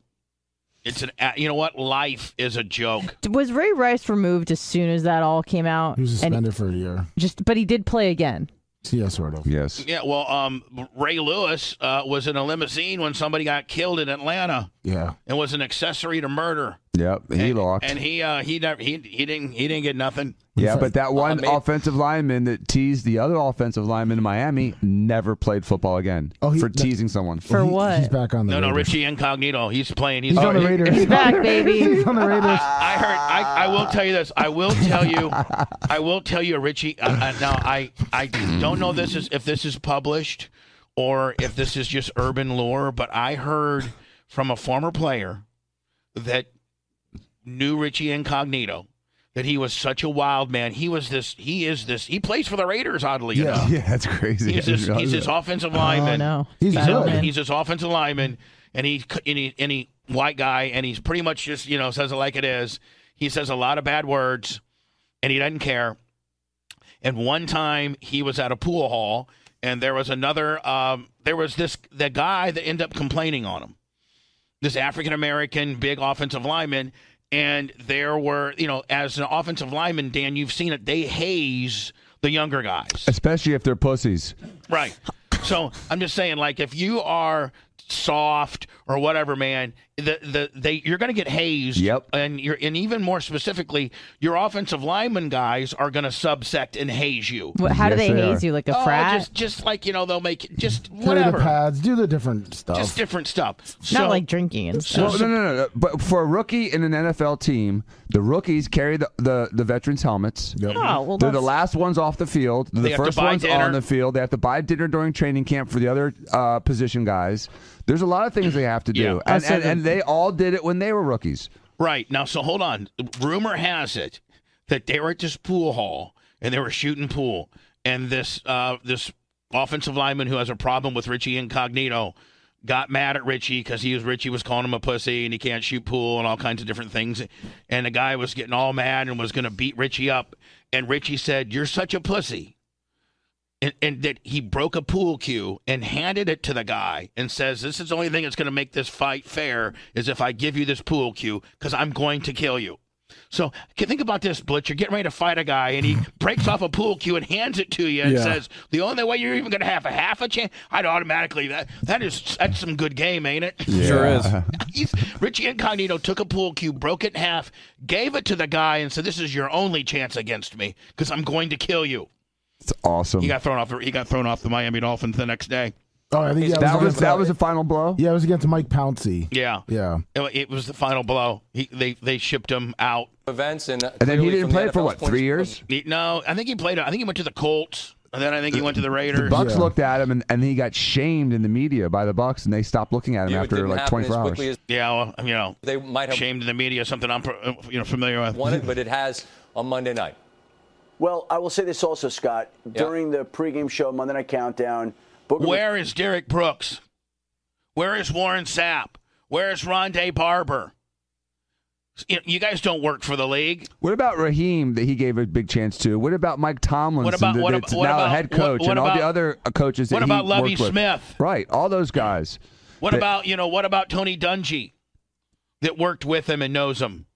It's an a- you know what life is a joke.
Was Ray Rice removed as soon as that all came out?
He was
And
suspended for a year.
just, but he did play again.
Yeah, sort of.
Yes.
Yeah, well, um, Ray Lewis uh, was in a limousine when somebody got killed in Atlanta
Yeah.
and was an accessory to murder.
Yep, he locked.
And he uh, he never he, he didn't he didn't get nothing.
yeah, but that one offensive lineman that teased the other offensive lineman in Miami never played football again
Oh, he-
for teasing someone.
For what? He's back on the.
No, no,
Raiders.
Richie Incognito. He's playing. He's,
He's on the
he-
Raiders. He's on the Raiders.
I heard. I, I will tell you this. I will tell you. I will tell you, Richie. Uh, uh, now, I I don't know this is if this is published or if this is just urban lore, but I heard from a former player that knew Richie Incognito that he was such a wild man. He was this. He is this. He plays for the Raiders, oddly enough.
yeah, that's crazy.
He's
I didn't
this,
realize
he's this
that.
offensive
Oh,
lineman.
no. He's
a-
good.
he's this offensive lineman, and he c- and he, and he white guy, and he's pretty much just you know says it like it is. He says a lot of bad words, and he doesn't care. And one time he was at a pool hall, and there was another. Um, there was this the guy that ended up complaining on him this African American big offensive lineman. And there were, you know, as an offensive lineman, Dan, you've seen it, they haze the younger guys.
Especially if they're pussies.
Right. So I'm just saying, like, if you are soft or whatever, man, the the they you're gonna get hazed. Yep. And you're and even more specifically, your offensive lineman guys are gonna subsect and haze you.
What- how do Yes, they they haze are. you, like a
Oh,
frat?
Just just like, you know, they'll make just
Carry the
whatever.
pads. Do the different stuff.
Just
Oh.
different stuff.
It's not like drinking and
Well,
stuff.
no, no, no, no. But for a rookie in an NFL team, the rookies carry the, the, the veterans' helmets.
Oh, well,
They're the
that's-
last ones off the field. They're
They
the
have to
first
buy
ones
dinner.
on the field. They have to buy dinner during training camp for the other uh, position guys. There's a lot of things they have to do.
Yeah.
And,
Oh, so
and,
the-
and they all did it when they were rookies.
Right. Now, so hold on. Rumor has it that they were at this pool hall and they were shooting pool, and this uh, this offensive lineman who has a problem with Richie Incognito got mad at Richie because he was Richie was calling him a pussy and he can't shoot pool and all kinds of different things, and the guy was getting all mad and was going to beat Richie up, and Richie said, "You're such a pussy." and, and that he broke a pool cue and handed it to the guy and says, "This is the only thing that's going to make this fight fair is if I give you this pool cue because I'm going to kill you." So can think about this, Blitz. You're getting ready to fight a guy, and he breaks off a pool cue and hands it to you and
Yeah.
says, "The only way you're even going to have a half a chance." I'd automatically that that is that's some good game, ain't it?
Sure is.
He's, Richie Incognito took a pool cue, broke it in half, gave it to the guy, and said, "This is your only chance against me because I'm going to kill you."
It's awesome.
He got thrown off. The, he got thrown off the Miami Dolphins the next day.
Oh, I think
That was-
against-
that was the final blow.
Yeah, it was against Mike Pouncey.
Yeah,
Yeah.
It, wa- it was the final blow. He, they they shipped him out.
events and uh,
And then he didn't play it for what, three years?
He- no, I think he played. I think he went to the Colts, and then I think he went to the Raiders.
The Bucks looked at him and, and he got shamed in the media by the Bucks and they stopped looking at him after like 24 hours.
yeah, well, you know,
they might have
shamed in the media. Something I'm uh, you know familiar with.
wanted, but it has on Monday night.
Well, I will say this also, Scott. During the pregame show, Monday Night Countdown, Booker
Where is Derek Brooks? Where is Warren Sapp? Where is Rondé Barber? You- You guys don't work for the league.
What about Raheem that he gave a big chance to? What about Mike Tomlinson
What about-
that-
what ab-
that's
what
now a
about-
head
what-
coach
what
and all the
about-
other uh, coaches that
what
he
about Lovie
worked with?
Smith?
Right, all those guys.
What
that-
about you know? What about Tony Dungy, that worked with him and knows him?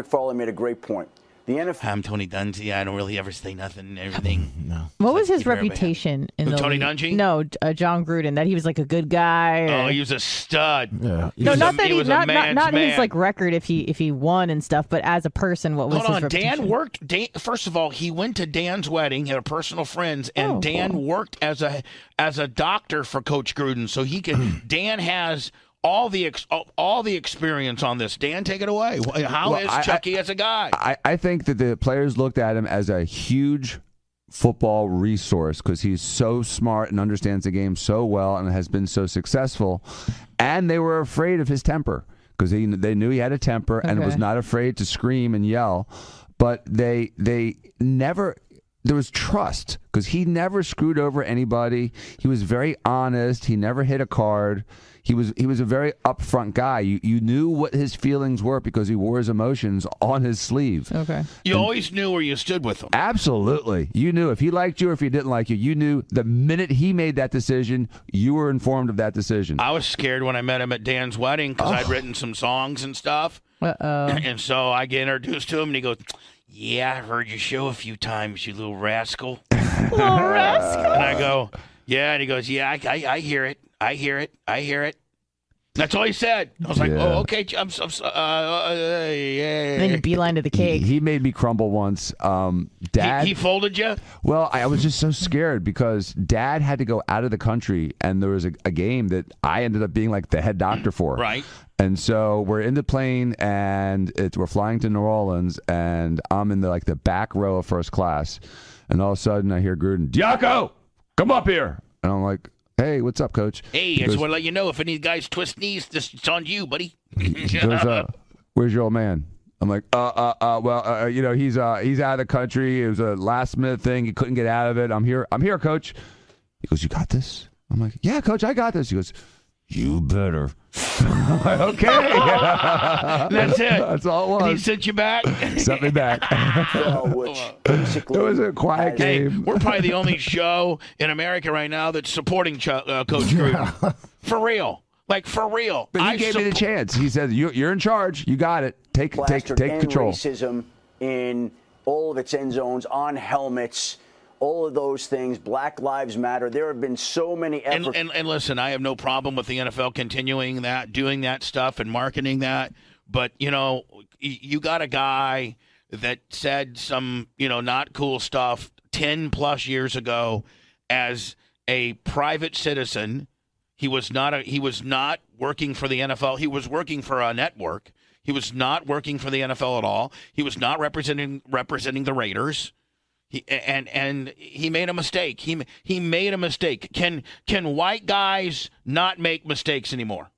McFarland made a great point. The NFL.
I'm Tony Dungy. I don't really ever say nothing and everything. no.
What was his
you hear about him?
reputation in
Who,
the
Tony
league?
Dungy?
No, uh, John Gruden. That he was like a good guy.
Oh,
or-
he was a stud.
Yeah.
no,
was
not
a-
that
he
he,
was a
not not,
man's
not his
man.
like record if he if he won and stuff, but as a person, what was
Hold
his
on,
reputation?
Dan worked. Dan, first of all, he went to Dan's wedding. They were personal friends,
Oh,
and Dan worked as a as a doctor for Coach Gruden. So he could. Dan has all the ex, all- all the experience on this. Dan, take it away. Wh- How
Well,
is
I- I-
Chucky as a guy?
I, I think that the players looked at him as a huge football resource because he's so smart and understands the game so well and has been so successful. And they were afraid of his temper because he, they knew he had a temper and
Okay.
was not afraid to scream and yell. But they they never there was trust because he never screwed over anybody. He was very honest. He never hit a card. He was he was a very upfront guy. You you knew what his feelings were because he wore his emotions on his sleeve.
Okay.
You always knew where you stood with him.
Absolutely. You knew if he liked you or if he didn't like you, you knew the minute he made that decision, you were informed of that decision.
I was scared when I met him at Dan's wedding because I'd written some songs and stuff.
Uh oh.
And so I get introduced to him, and he goes, "Yeah, I heard your show a few times, you little rascal." little rascal. And I go, "Yeah," and he goes, "Yeah, I, I, I hear it. I hear it. I hear it." That's all he said. I was like,
Yeah.
"Oh, okay." I'm, so- I'm so- uh, uh, yeah.
Then you beeline to the cake.
He, he made me crumble once. Um, Dad,
He, he folded you.
Well, I I was just so scared because dad had to go out of the country and there was a, a game that I ended up being like the head doctor for.
Right.
And so we're in the plane and it, we're flying to New Orleans and I'm in the like the back row of first class. And all of a sudden I hear Gruden, Diaco, come up here. And I'm like, hey, what's up, coach?
Hey,
He
I just
goes-
want to let you know if any guys twist knees, this it's on you, buddy.
he goes, uh, "Where's your old man?" I'm like, "Uh, uh, uh well, uh, uh, you know, he's uh, he's out of the country. It was a last minute thing. He couldn't get out of it. I'm here. I'm here, coach." He goes, "You got this?" I'm like, "Yeah, coach, I got this." He goes, "You better." I'm like, okay,
That's it.
That's all it
And he
was.
sent you back.
Sent me back. it was a quiet
Hey,
game.
we're probably the only show in America right now that's supporting Ch- uh, Coach Gruden. For real. Like, for real.
But he
I
gave me the
suppo-
chance. He said, you, "You're in charge. You got it. Take take
plastered
take
and
control."
racism in all of its end zones, on helmets, all of those things. Black Lives Matter. There have been so many efforts.
and, and, and listen, I have no problem with the NFL continuing that, doing that stuff, and marketing that. But you know, y- you got a guy that said some you know not cool stuff ten plus years ago as a private citizen. He was not a he was not working for the NFL. He was working for a network. He was not working for the NFL at all. He was not representing representing the Raiders. He, and and he made a mistake. He he made a mistake. Can can white guys not make mistakes anymore?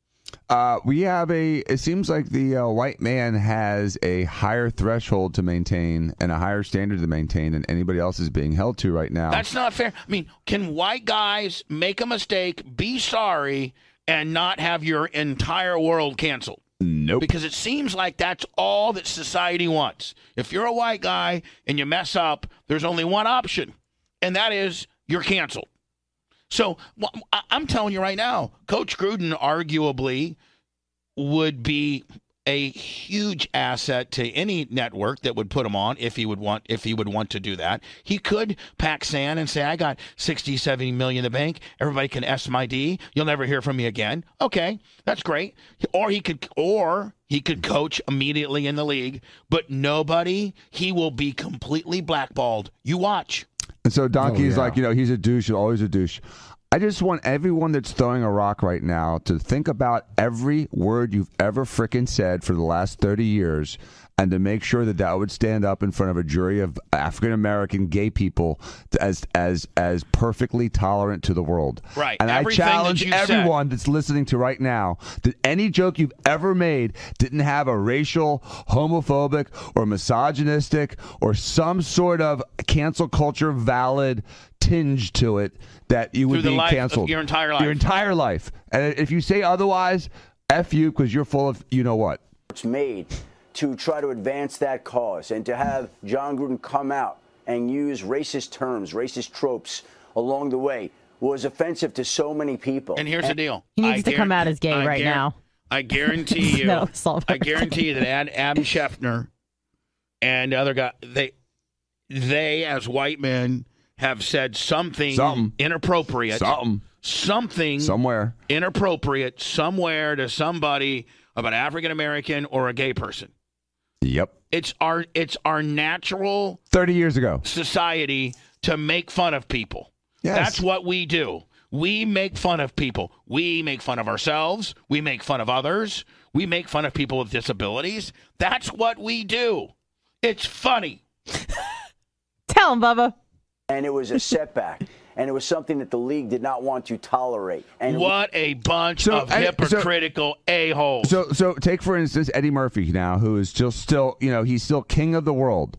Uh, we have a. It seems like the uh, white man has a higher threshold to maintain and a higher standard to maintain than anybody else is being held to right now.
That's not fair. I mean, can white guys make a mistake, be sorry, and not have your entire world canceled?
Nope.
Because it seems like that's all that society wants. If you're a white guy and you mess up, there's only one option, and that is you're canceled. So wh- I- I'm telling you right now, Coach Gruden arguably would be a huge asset to any network that would put him on if he would want if he would want to do that. He could pack sand and say, I got 60, 70 million in the bank. Everybody can S my D. You'll never hear from me again. Okay. That's great. Or he could or he could coach immediately in the league, but nobody he will be completely blackballed. You watch.
And so Donkey's like, you know, he's a douche, he's always a douche. I just want everyone that's throwing a rock right now to think about every word you've ever frickin' said for the last 30 years and to make sure that that would stand up in front of a jury of African American gay people to- as as as perfectly tolerant to the world.
Right.
And I
Everything that
challenge
you said.
everyone that's listening to right now that any joke you've ever made didn't have a racial, homophobic, or misogynistic or some sort of cancel culture valid tinge to it that you would
Through the
be
life of
canceled
your entire life.
Your entire life. And if you say otherwise, f you because you're full of you know what.
efforts made to try to advance that cause and to have John Gruden come out and use racist terms, racist tropes along the way was offensive to so many people.
And here's the deal.
He needs
I
to
guar-
come out as gay
I
right now.
I guarantee you.
That'll solve
I guarantee you that Ad, Adam Scheffner and the other guy, they, they as white men have said something, inappropriate,
something,
something
somewhere
inappropriate somewhere to somebody of an African American or a gay person.
Yep.
It's our it's our natural
30 years ago.
society to make fun of people.
Yes.
That's what we do. We make fun of people. We make fun of ourselves. We make fun of others. We make fun of people with disabilities. That's what we do. It's funny.
Tell him, Bubba. And it was a setback. And it was something that the league did not want to tolerate. And
What a bunch
So,
of
I- so-
hypocritical a-holes.
So, so take for instance Eddie Murphy now, who is just still, you know, he's still king of the world.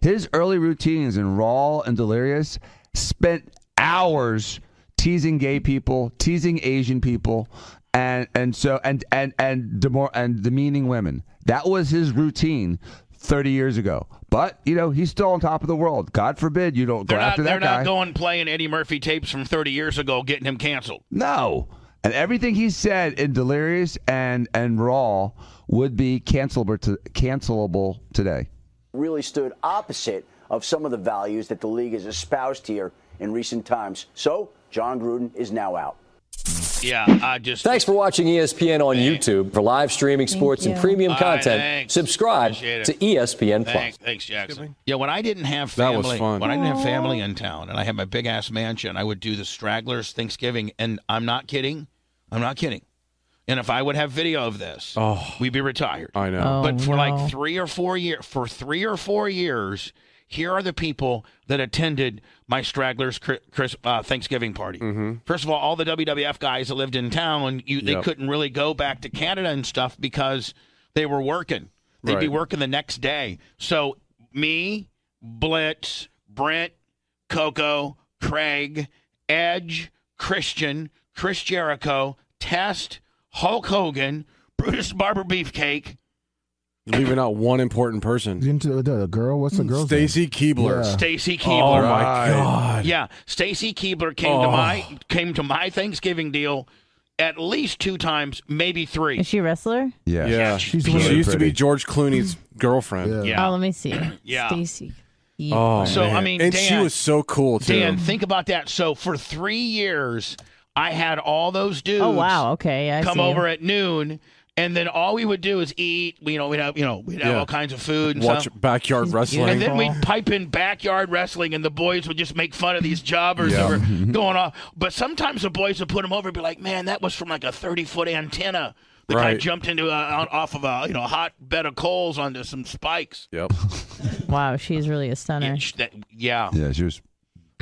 His early routines in Raw and Delirious spent hours teasing gay people, teasing Asian people, and and so and and and demor- and demeaning women. That was his routine. 30 years ago. But, you know, he's still on top of the world. God forbid you don't
They're
go
not,
after
they're
that guy.
not going playing Eddie Murphy tapes from 30 years ago, getting him canceled.
No. And everything he said in Delirious and, and Raw would be cancelable, to, cancelable today.
really stood opposite of some of the values that the league has espoused here in recent times. So, John Gruden is now out.
Yeah, I just.
Thanks for watching E ESPN on YouTube for live streaming sports and
you.
premium
All right,
content.
thanks.
Subscribe
Appreciate it.
to E ESPN Plus.
Thanks, thanks, Jackson. Yeah, when I didn't have
That
family,
was fun.
when I didn't have
Aw.
family in town, and I had my big ass mansion, I would do the stragglers Thanksgiving, and I'm not kidding, I'm not kidding. And if I would have video of this,
Oh.
we'd be retired. I
know.
but
Oh,
for
no.
like three or four year, for three or four years, here are the people that attended my stragglers Chri- Chris, uh, Thanksgiving party. First of all, all the WWF guys that lived in town, you they
Mm-hmm. Yep.
couldn't really go back to Canada and stuff because they were working. They'd be
Right.
working the next day. So me, Blitz, Brent, Coco, Craig, Edge, Christian, Chris Jericho, Test, Hulk Hogan, Brutus Barber Beefcake,
You're leaving out one important person.
Into the, the girl. What's the girl's
Stacy
name?
Keebler.
Yeah.
Stacy
Oh
Keebler.
my god.
Yeah, Stacy Keebler came to
Oh.
my came to my Thanksgiving deal at least two times, maybe three.
Is she a wrestler?
Yeah.
Yeah.
She's
she
really
used to be
pretty.
George Clooney's
Mm.
girlfriend.
Oh, let me see.
Yeah.
Stacy.
Oh,
So
man.
I mean,
and
Dan,
she was so cool too.
Dan, think about that. So for three years, I had all those dudes.
Oh, wow. Okay. I
come
see.
over at noon, and then all we would do is eat. We- You know, we'd have you know we'd have
Yeah.
all kinds of food and
Watch
stuff.
backyard wrestling.
And then we'd pipe in backyard wrestling, and the boys would just make fun of these jobbers
Yeah. Mm-hmm.
that were going off. But sometimes the boys would put them over and be like, "Man, that was from like a thirty-foot antenna. The guy
Right.
jumped into a, out- off of a you know hot bed of coals onto some spikes."
Yep.
Wow, she's really a stunner.
That, yeah,
Yeah, she was.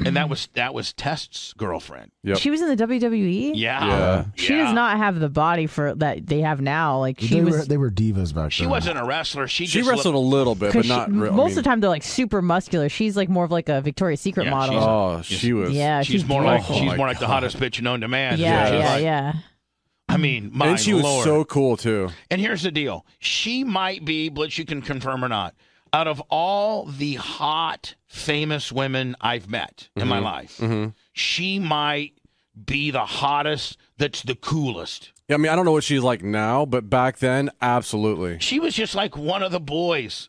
and that was that was Test's girlfriend.
She was in the WWE.
Yeah.
Yeah.
She
Yeah.
does not have the body for that they have now. Like she
They
was
were they were divas back
She
then.
wasn't a wrestler. She,
She
just
wrestled a
looked-
little bit, but
Because
not
she-
really.
most of the time they're like super muscular. She's like more of like a Victoria's Secret model.
Oh, she was.
Yeah,
she's,
she's
more like
beautiful.
she's
Oh my
more like the hottest bitch known to man.
yeah,
She's
yeah,
like-
yeah.
I mean, my
and she was
lord.
so cool too.
And here's the deal: she might be, Blitz. You can confirm or not. Out of all the hot, famous women I've met in my
Mhm.
life,
Mhm.
she might be the hottest. That's the coolest.
Yeah, I mean, I don't know what she's like now, but back then, absolutely.
She was just like one of the boys.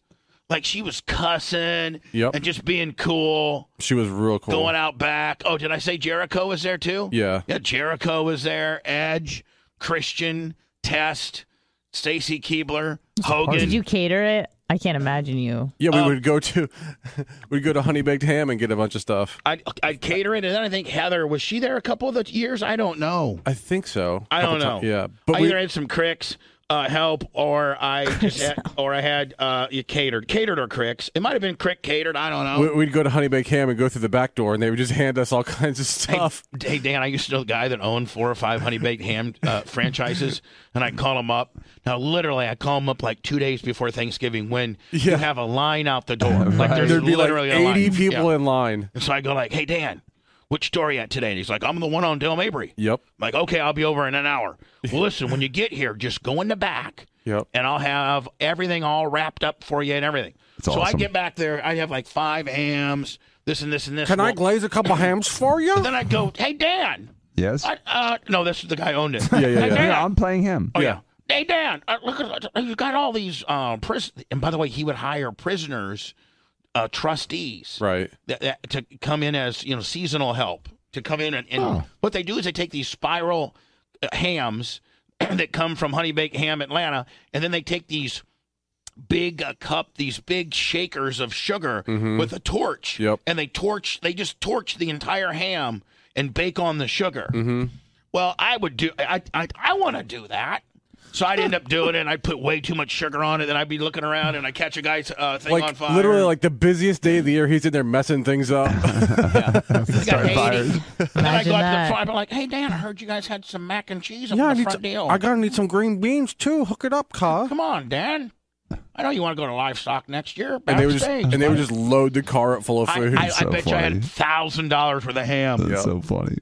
Like she was cussing
Yep.
and just being cool,
She was real cool.
going out back. Oh, did I say Jericho was there too?
Yeah.
Yeah, Jericho was there. Edge, Christian, Test, Stacy Keebler, Hogan.
Did you cater it? I can't imagine you.
Yeah,
uh,
we would go to we'd go to Honey Baked Ham and get a bunch of stuff.
I'd, I'd cater it, and then I think Heather was she there a couple of the years? I don't know.
I think so.
I don't know.
Couple ti- yeah,
But
but
I
we
either had some cricks uh, help, or I just had, or I had uh, you catered, catered or Cricks. It might have been Crick catered. I don't know.
We- We'd go to Honey Bake Ham and go through the back door, and they would just hand us all kinds of stuff.
Hey Dan, I used to know the guy that owned four or five honey baked ham uh, franchises, and I call him up. Now, literally, I call him up like two days before Thanksgiving when you have a line out the door. Like there's
There'd be like
literally a line.
80 people
Yeah.
in line.
And so I go like, "Hey Dan, which store you at today?" And he's like, "I'm the one on Del Mabry."
Yep.
I'm like, "Okay, I'll be over in an hour." Well, listen, when you get here, just go in the back.
Yep.
And I'll have everything all wrapped up for you and everything.
That's
so I
awesome.
get back there, I have like five hams, this and this and this.
Can I
Well-
glaze a couple hams for you?
Then I go, "Hey Dan."
Yes.
I, uh, no, this is the guy who owned it.
yeah,
Hey, Dan.
I'm playing him.
Oh, yeah. Hey Dan, uh, look at you got all these uh, prison. And by the way, he would hire prisoners, uh, trustees,
right,
that, that, to come in as you know seasonal help to come in and, and
Oh.
what they do is they take these spiral uh, hams that come from Honey Baked Ham Atlanta, and then they take these big uh, cup, these big shakers of sugar
Mhm.
with a torch,
Yep.
and they torch, they just torch the entire ham and bake on the sugar.
Mm-hmm.
Well, I would do. I I, I want to do that. So I'd end up doing it, and I'd put way too much sugar on it. Then I'd be looking around, and I catch a guy's uh, thing on
Like
fire.
literally, like the busiest day of the year, he's in there messing things up.
I got 80. And then I go
Imagine
up to
that.
the front. I'm like, "Hey, Dan, I heard you guys had some mac and cheese up
yeah, I
on the
need
front
some,
deal.
I gotta need some green beans too. Hook it up, car.
Come on, Dan. I know you want to go to livestock next year.
And they would just
Backstage,
and they would
buddy."
just load the car up full of
I,
food.
I- I bet you I had thousand dollars worth of ham.
That's so
funny.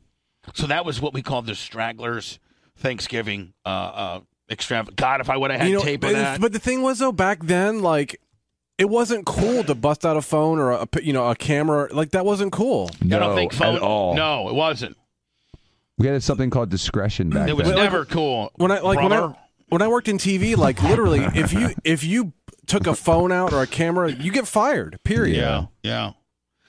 So that was what we called the stragglers Thanksgiving uh, uh, extravagant. God, if I would have had
You know,
tape
but,
of
the-
that.
but the thing was though, back then, like it wasn't cool to bust out a phone or a you know a camera. Like that wasn't cool.
I don't think phone. No, it wasn't.
We had something called discretion back
It was
then.
never cool.
when I like when I,
brother.
when I worked in TV, like literally, if you if you took a phone out or a camera, you get fired. Period.
Yeah, yeah.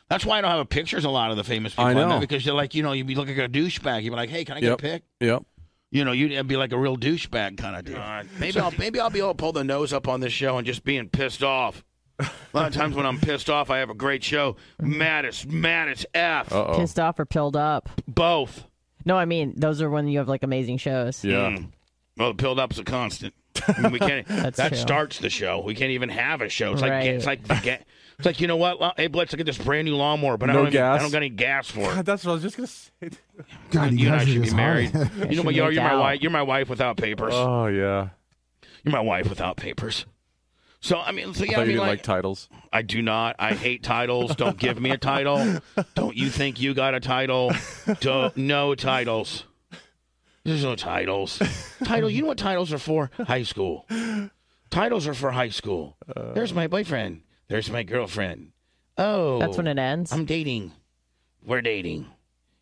That's why I don't have pictures. of A lot of the famous people
I
I
know.
know because you're like, you know, you'd be looking like a douchebag. You'd be like, hey, can I get
Yep.
a pic?
Yep.
You know, you'd be like a real douchebag kind of dude. Maybe I'll maybe I'll be able to pull the nose up on this show and just being pissed off. A lot of times when I'm pissed off, I have a great show. Mad as mad as f.
Pissed off or pilled up?
Both.
No, I mean those are when you have like amazing shows.
Mm. Well, the pilled up's a constant. I mean, we can't.
That's
that
true.
starts the show. We can't even have a show. It's like
Right.
it's like forget. It's like you know what? Well, Hey, Blitz, I get this brand new lawnmower, but I
No
don't even- I
gas.
don't got any gas for it.
God, that's what I was just gonna say.
God,
you and I
guys are
should be
just
married.
hot.
you know what? You are, you're my wife. You're my wife without papers.
Oh yeah.
You're my wife without papers. So I mean, so yeah, I,
I thought you
mean,
didn't
like,
like titles.
I do not. I hate titles. Don't give me a title. Don't you think you got a title? Don't no titles. There's no titles. Title. You know what titles are for? High school. Titles are for high school. There's my boyfriend. There's my girlfriend. Oh,
That's when it ends.
I'm dating. We're dating.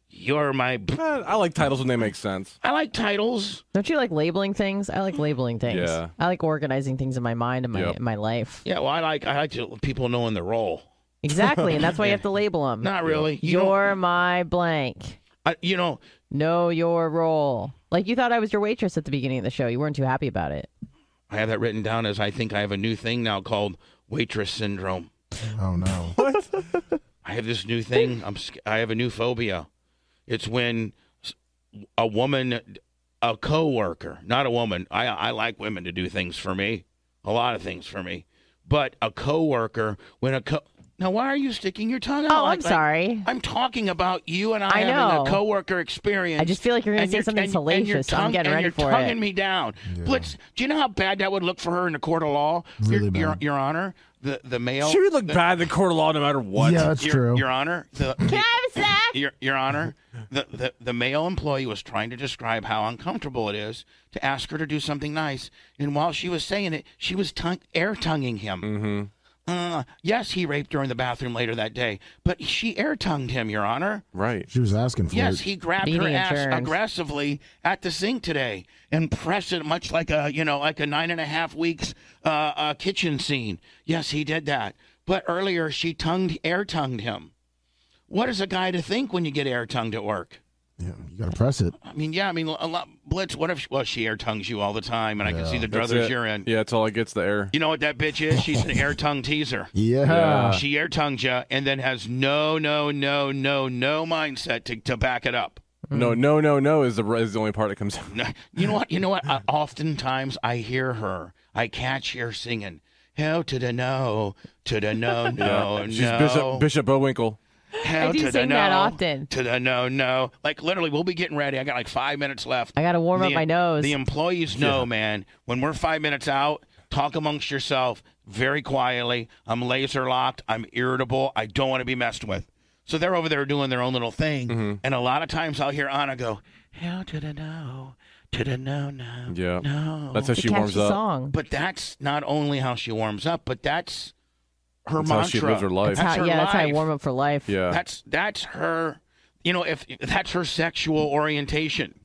You're my.
Eh, I like titles when they make sense.
I like titles.
Don't you like labeling things? I like labeling things.
Yeah.
I like organizing things in my mind and my in my life.
Yeah, well, Oh, I like I like to, people knowing their role.
Exactly, and that's why you have to label them.
Not really. You
You
don't-
are my blank.
I, you know,
know your role. Like you thought I was your waitress at the beginning of the show. You weren't too happy about it.
I have that written down as I think I have a new thing now called waitress syndrome.
Oh no.
I have this new thing. I'm sc- I have a new phobia. It's when s- a woman, a coworker, not a woman. I I like women to do things for me, a lot of things for me. But a coworker, when a co now why are you sticking your tongue out?
Oh, I'm
like- like-
sorry.
I'm talking about you and I,
I
having
know.
a coworker experience.
I just feel like you're gonna
and
say something
and- and you're
salacious, so I'm
tongue-
getting
and
ready
you're
for
tonguing
it.
me down. Blitz, do you know how bad that would look for her in the court of law,
Really
your,
bad.
Your, your Honor? The the male.
She would look
the-
bad in the court of law no matter what.
your, Your Honor, the, Your, Your Honor, the, the, the male employee was trying to describe how uncomfortable it is to ask her to do something nice, and while she was saying it, she was tongue, air tonguing him. Mm-hmm. Uh, yes, he raped her in the bathroom later that day, but she air tongued him, Your Honor.
Right.
She was asking for
Yes,
it.
he grabbed her ass aggressively at the sink today and pressed it much like a you know like a nine and a half weeks uh, uh, kitchen scene. Yes, he did that. But earlier she tongued air tongued him. What is a guy to think when you get air tongued at work?
You gotta press it.
I mean, yeah, I mean a lot, Blitz. What if well she air tongues you all the time, and I can see the
That's
druthers
it.
you're in.
Yeah, that's all I gets the air.
You know what that bitch is? She's an air tongue teaser.
Yeah. Yeah.
She air tongues you and then has no, no, no, no, no mindset to, to back it up.
No, no, no, no is the is the only part that comes out.
You know what? You know what? I, oftentimes I hear her. I catch her singing. Hell to the no, to the no, no,
Yeah. She's
no.
Bishop Bishop Bowinkle.
Hell
I do
to the
sing that
no,
often.
To the no, no. Like literally, we'll be getting ready. I got like five minutes left.
I gotta warm up
The-
my nose.
The employees know, man. When we're five minutes out, talk amongst yourself very quietly. I'm laser locked. I'm irritable. I don't want to be messed with. So they're over there doing their own little thing, and a lot of times I'll hear Anna go, "Hell to the no, to the no, no."
Yeah.
No.
That's how she warms up.
But that's not only how she warms up, but that's her
That's
mantra.
how she lives her life.
That's how,
her
yeah, that's how I
life.
warm up for life.
That's that's her. You know, if that's her sexual orientation.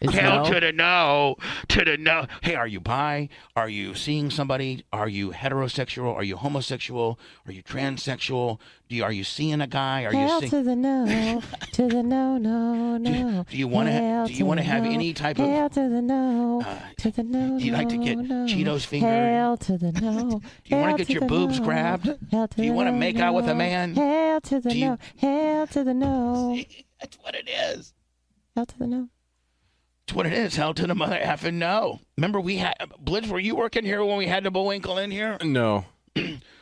It's
Hell
no.
to the no, to the no. Hey, are you bi? Are you seeing somebody? Are you heterosexual? Are you homosexual? Are you transsexual? Do you, are you seeing a guy? Are you
Hell
seeing?
to the no, to the no, no, no.
do you wanna ha-
Hell
do you wanna
the
have
no,
any type of- Uh,
Hell to the no, to the no.
do you like to get
no, no.
Cheetos fingered?
Hell to the no.
Do you wanna
hell
get
to
your
the
boobs
no,
grabbed?
Hell to
Do you
the
wanna
no,
make out with a
no.
man?
Hell to the
Do you-
no, hell to the no,
That's what it is.
hell to the no.
That's what it is. Hell to the mother effing no. Remember we had Blitz. Were you working here when we had the Bullwinkle in here?
No.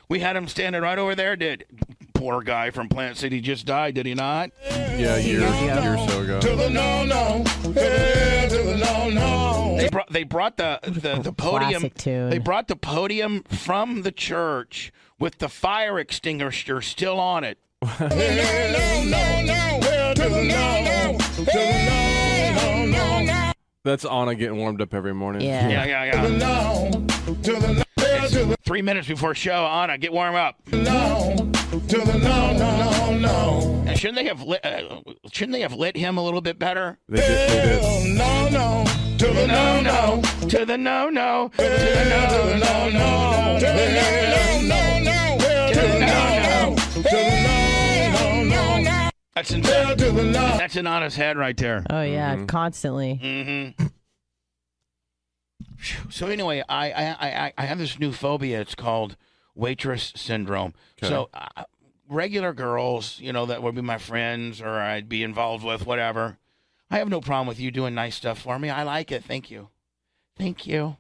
We had him standing right over there. Did poor guy from Plant City just died? Did he not?
Yeah, a year, year or so ago.
the no no, hell to the no no. They brought they brought the the, the podium.
classic tune.
They brought the podium from the church with the fire extinguisher still on it.
That's Anna getting warmed up every morning.
Yeah, yeah, yeah. It's Three minutes before show, Anna, get warm up.
Oh,
Now, shouldn't they have lit? Uh, shouldn't they have lit him a little bit better?
They did, they did.
No, no, to the no, no, to the no, no, to the no, no, no, to the no, no, no, to the no, no, to the no, no, no. That's in that's in Anna's head right there.
Oh yeah, constantly.
Mm-hmm. So anyway, I I, I I- I have this new phobia. It's called waitress syndrome.
Okay.
So uh, regular girls, you know, that would be my friends or I'd be involved with, whatever. I have no problem with you doing nice stuff for me. I like it. Thank you. Thank you.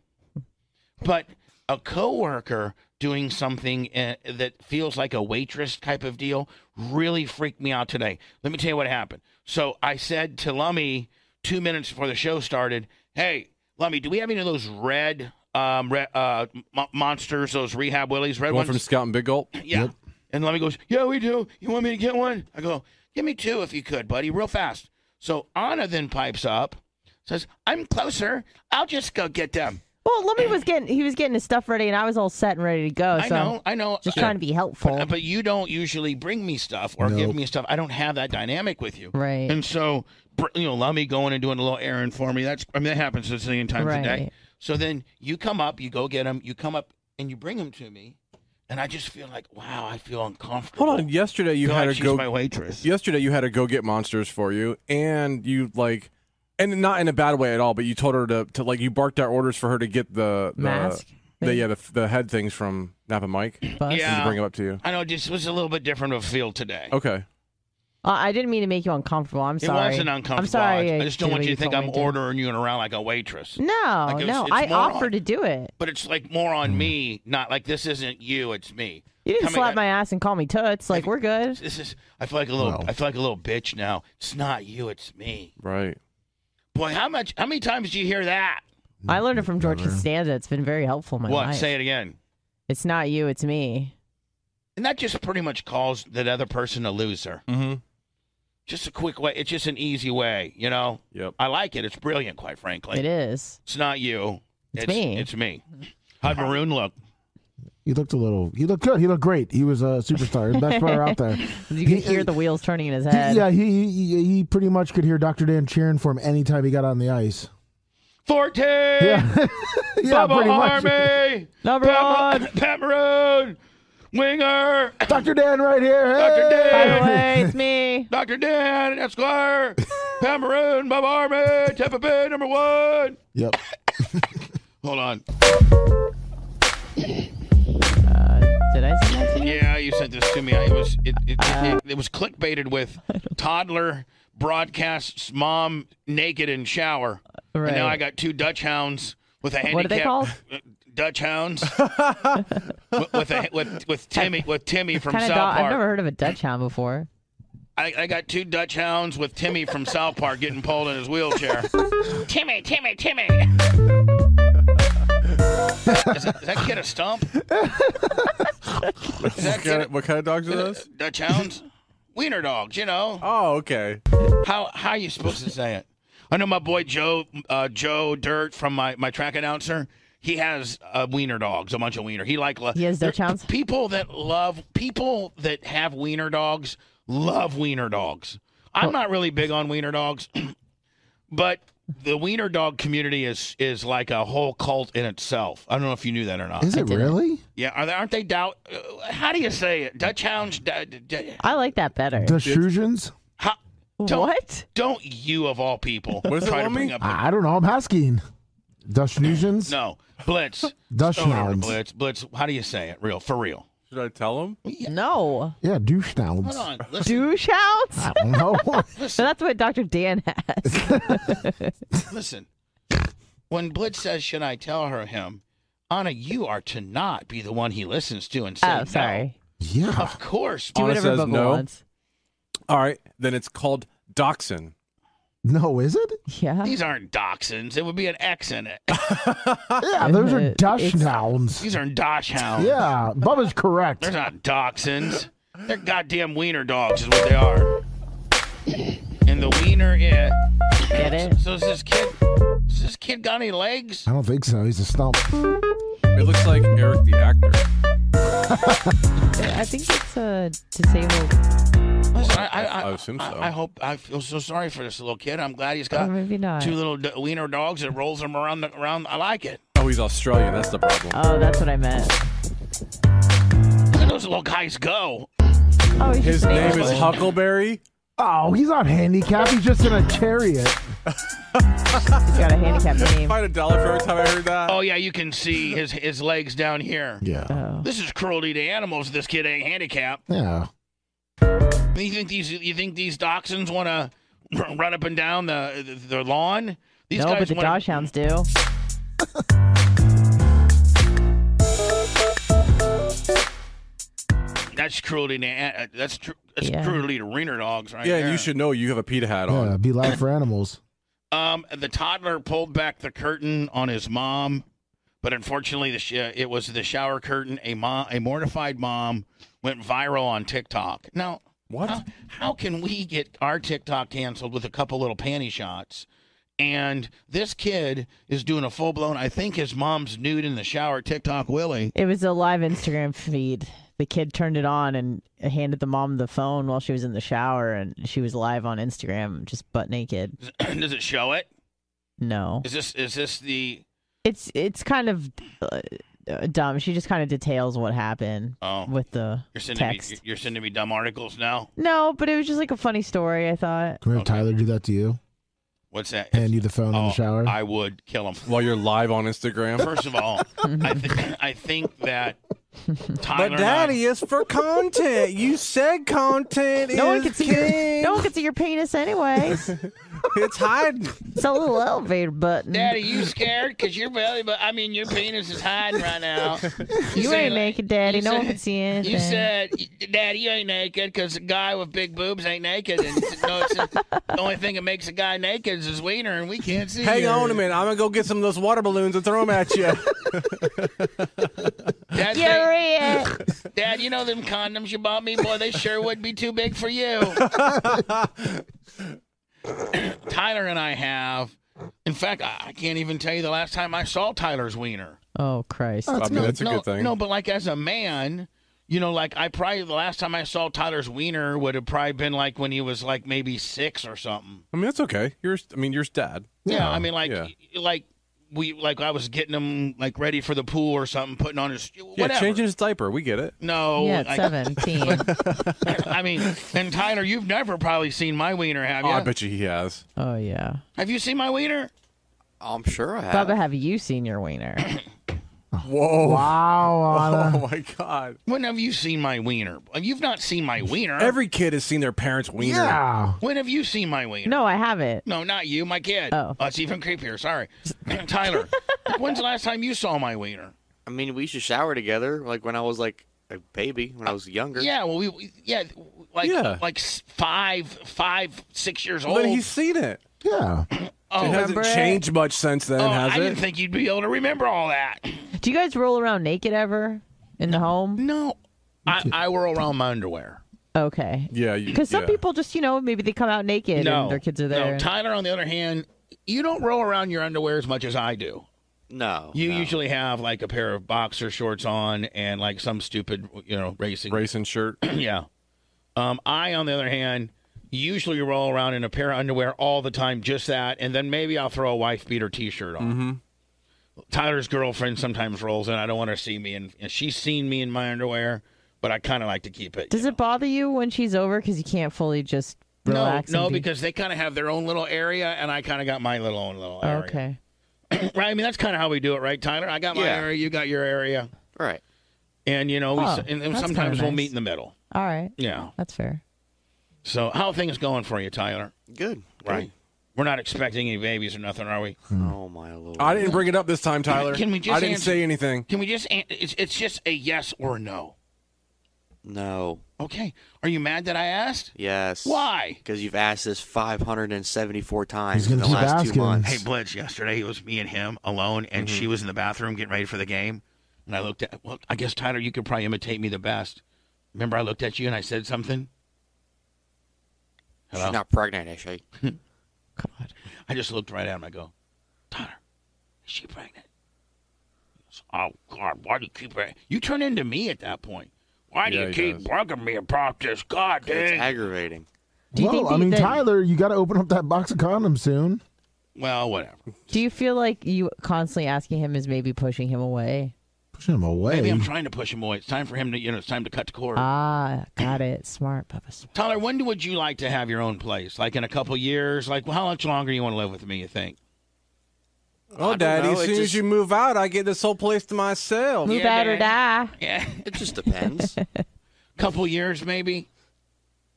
But a coworker doing something uh, that feels like a waitress type of deal really freaked me out today. Let me tell you what happened. So I said to Lummy two minutes before the show started, "Hey, Lummy, do we have any of those red, um, red uh, mo- monsters? Those rehab willies, red
One
ones?"
from Scout and Big Gulp.
Yeah. And Lemmy goes, Yeah, we do. You want me to get one? I go, Give me two if you could, buddy, real fast. So Anna then pipes up, says, I'm closer. I'll just go get them.
Well, Lummy was getting he was getting his stuff ready, and I was all set and ready to go.
I
so
know, I know.
Just
Yeah.
trying to be helpful.
But, but you don't usually bring me stuff or give me stuff. I don't have that dynamic with you.
Right.
And so, br- you know, Lummy going and doing a little errand for me. That's, I mean, that happens a zillion times a day.
Right.
So then you come up, you go get them, you come up and you bring them to me. And I just feel like, wow, I feel uncomfortable.
Hold on. Yesterday you
Feel
had
like
a
she's
go.
my waitress.
Yesterday you had to go get monsters for you, and you like, and not in a bad way at all. But you told her to, to like you barked out orders for her to get the, the
Mask
The,
thing?
yeah, the, the head things from Napa Mike. And
Yeah.
to bring them up to you.
I know this was a little bit different of a feel today.
Okay.
Uh, I didn't mean to make you uncomfortable. I'm
It
sorry.
wasn't uncomfortable.
I'm sorry.
I, I just don't
did
want
what
you to think
told
I'm
me to.
ordering you around like a waitress.
No,
Like, it was-
no.
it's
I
more on-
offered to do it.
But it's like more on me, not like this isn't you, it's me.
You didn't
Coming
slap
at-
my ass and call me toots. Like we're good.
This is I feel like a little I feel like a little bitch now. It's not you, it's me.
Right.
Boy, how much how many times do you hear that?
I learned it from George Costanza. It's been very helpful in my
what?
life.
Say it again.
It's not you. It's me.
And that just pretty much calls that other person a loser.
Mm-hmm.
Just a quick way. It's just an easy way, you know?
Yep.
I like it. It's brilliant, quite frankly.
It is.
It's not you.
It's me. Mm-hmm.
It's me. How'd Maroon look?
He looked a little. He looked good. He looked great. He was a superstar, He was best player out there.
You
He-
can hear the wheels turning in his
he-
head.
yeah, he, he he pretty much could hear Dr. Dan cheering for him anytime he got on the ice.
Forte!
Yeah,
Bubba
pretty much.
Army!
Number
Pat, one! Pat Maroon! Winger!
Dr. Dan right here.
Dr. Dan!
By the way, it's me.
Dr. Dan Esquire! Pat Maroon! Bubba Army! Tampa Bay number one!
Yep.
Hold on.
Uh, Did I say that to you? Uh,
Yeah, you sent this to me. I- It was it, it, it, it was clickbaited with toddler broadcasts mom naked in shower.
Right.
And now I got two Dutch hounds with a handicap. uh,
What are they called?
Dutch hounds with, with, a, with with Timmy with Timmy from
kind
South
of dog. I've
Park.
never heard of a Dutch hound before.
I, I got two Dutch hounds with Timmy from South Park getting pulled in his wheelchair.
Timmy, Timmy, Timmy.
Is that, is that kid a stump?
what, kind of, what kind of dogs are those?
Dutch hounds, wiener dogs. You know.
Oh, okay.
How how are you supposed to say it? I know my boy Joe uh, Joe Dirt from my, my track announcer. He has uh, wiener dogs, a bunch of wiener. He like
He has Dutch hounds?
People that love people that have wiener dogs love wiener dogs. I'm not really big on wiener dogs, but the wiener dog community is is like a whole cult in itself. I don't know if you knew that or not.
Is it really?
Yeah, are they, aren't they doubt? uh, How do you say it? Dutch hounds. Da, da-
I like that better.
Dashujans?
don't,
what?
Don't you of all people
What does it
try to
all
bring
mean?
up the
I I don't know. I'm asking. Dashujans?
No, Blitz.
Dutch
Stone over
hounds.
Blitz. Blitz. How do you say it? Real for real.
Should I tell him?
No.
Yeah, douche downs.
Hold on. Listen.
Douche hounds?
I don't know.
so that's what Dr. Dan has.
Listen. When Blitz says, "Should I tell her him?" Anna, you are to not be the one he listens to and say
Oh, sorry.
No. Yeah.
Of course.
Anna says no. All right, then it's called Dachshund.
No, is it?
Yeah.
These aren't dachshunds. It would be an X in it.
Yeah, those are Dash hounds.
These aren't dosh hounds.
Yeah, Bubba's correct.
They're not dachshunds. They're goddamn wiener dogs, is what they are. And the wiener, yeah.
Get it?
So is this kid? Is this kid got any legs?
I don't think so. He's a stump.
It looks like Eric the actor.
I think it's a disabled.
Listen, I, I, I,
I assume
I-
so.
I hope I feel so sorry for this little kid. I'm glad he's got
Or Oh, maybe not.
two little d- wiener dogs that rolls them around the around. I like it.
Oh, he's Australian. That's the problem.
Oh, that's what I meant.
Look at those little guys go.
Oh, he's
His
just
name is
disabled.
Huckleberry.
Oh, he's not handicapped. He's just in a chariot.
He's got a handicap name.
Find a dollar for every time I heard that.
Oh yeah, you can see his his legs down here.
Yeah.
Oh.
This is cruelty to animals. This kid ain't handicapped.
Yeah.
You think these you think these dachshunds want to run up and down the the, the lawn? These
no, but the
wanna-
Dodge hounds do.
That's cruelty to an- uh, that's tru- that's
Yeah.
cruelty to wiener dogs, right?
yeah,
there.
and you should know you have a PETA hat on.
Yeah, be loud for animals.
Um, the toddler pulled back the curtain on his mom, but unfortunately, the sh- uh, it was the shower curtain. A mom, a mortified mom, went viral on TikTok. Now,
What?
How, how can we get our TikTok canceled with a couple little panty shots? And this kid is doing a full blown. I think his mom's nude in the shower. TikTok Willie.
It was a live Instagram feed. The kid turned it on and handed the mom the phone while she was in the shower, and she was live on Instagram, just butt naked.
Does it show it?
No,
Is this is this the?
it's it's kind of uh, uh, dumb. She just kind of details what happened
Oh.
with the
You're sending
text.
me. You're sending me dumb articles now.
No, but it was just like a funny story. I thought.
Can we have Tyler do that to you?
What's that?
Hand you the phone in
Oh,
the shower?
I would kill him.
While you're live on Instagram.
First of all, I, th- I think that Tyler.
But daddy is for content. You said content
No one
is
can see
king.
your no one can see your penis anyways.
It's hiding.
it's a little elevator button.
and I, Daddy, you scared? Cause your belly, but I mean your penis is hiding right now.
you,
say,
ain't naked, Daddy.
you
No one
said-
can see anything.
You said, Daddy, you ain't naked, cause a guy with big boobs ain't naked, and no, it's the only thing that makes a guy naked is his wiener, and we can't see.
Hang
yours.
on a minute. I'm gonna go get some of those water balloons and throw them at you.
Dad,
You're
say-
it.
Dad, you know them condoms you bought me, boy? They sure would be too big for you. Tyler and I have. In fact, I I can't even tell you the last time I saw Tyler's wiener.
Oh Christ.
I mean, that's a
no,
good thing.
No, but like as a man, you know, like I probably the last time I saw Tyler's wiener would have probably been like when he was like maybe six or something.
I mean, that's okay. You're, I mean, you're his dad.
Yeah, I mean, like,
yeah.
like we like I was getting him like ready for the pool or something, putting on his
Yeah,
whatever.
changing his diaper. We get it.
no,
yeah,
I-
it's seventeen.
I mean, and Tyler, you've never probably seen my wiener, have you?
Oh, I bet you he has.
oh yeah.
have you seen my wiener?
Uh,
I'm sure I have.
Bubba, have you seen your wiener?
Whoa.
Wow.
Oh, my God.
When have you seen my wiener? You've not seen my wiener.
Every kid has seen their parents' wiener.
When have you seen my wiener?
No, I haven't.
No, not you, my kid.
Oh.
it's even creepier. Sorry. Tyler, when's the last time you saw my wiener?
I mean, we used to shower together, like when I was like a baby, when I was younger.
Yeah, well, we, we yeah, like
Yeah.
like s- five, five, six years
Well,
old.
then he's seen it.
Yeah.
Oh,
it hasn't
remember it?
changed much since then,
Oh,
has
I
it?
didn't think you'd be able to remember all that.
Do you guys roll around naked ever in the home?
No. I, I were around my underwear.
Okay.
Yeah.
Because some people just, you know, maybe they come out naked
no,
and their kids are there.
No, Tyler, on the other hand, you don't roll around your underwear as much as I do.
No.
You usually have like a pair of boxer shorts on and like some stupid, you know, racing
racing shirt.
yeah. Um, I, on the other hand, usually roll around in a pair of underwear all the time, just that, and then maybe I'll throw a wife beater T-shirt on.
Mm-hmm.
Tyler's girlfriend sometimes rolls in. I don't want her to see me, and, and she's seen me in my underwear, but I kind of like to keep it.
Does it bother you when she's over because you can't fully just relax?
no, no,
and be-
because they kind of have their own little area, and I kind of got my little own little area.
Okay.
right? I mean, that's kind of how we do it, right, Tyler? I got my
Yeah.
area, you got your area,
right?
And you know, we,
Oh,
and, and
that's
sometimes
kinda
we'll
nice.
meet in the middle.
All right.
Yeah.
That's fair.
So, how are things going for you, Tyler?
Good.
Right. We're not expecting any babies or nothing, are we?
Oh my lord!
I didn't bring it up this time, Tyler.
Can we just
I didn't
answer-
say anything.
Can we just? an- It's it's just a yes or no.
No.
Okay. Are you mad that I asked?
Yes.
Why?
Because you've asked this 574 times
gonna
in the
keep
last two
asking.
months.
Hey, Blitz, yesterday it was me and him alone, and she was in the bathroom getting ready for the game. And I looked at, well, I guess, Tyler, you could probably imitate me the best. Remember, I looked at you and I said something? Hello?
She's not pregnant, is she?
I just looked right at him. I go, Tyler, is she pregnant? He goes, oh, God, why do you keep her? You turn into me at that point. Why do
Yeah,
you
he
keep
does.
bugging me about this? God
It's
dang.
aggravating.
well, I mean, Tyler, you got to open up that box of condoms soon.
Well, whatever.
Do you feel like you constantly asking him is maybe pushing him away?
Pushing him away.
Maybe I'm trying to push him away. It's time for him to, you know, it's time to cut the cord.
Ah, got it. Smart, Papa. Smart.
Tyler, when do- would you like to have your own place? Like in a couple years? Like, how much longer you want to live with me, you think?
Oh,
don't
Daddy,
know,
as
it
soon as
just-
you move out, I get this whole place to myself.
Move out or die.
Yeah.
It just depends.
couple years, maybe?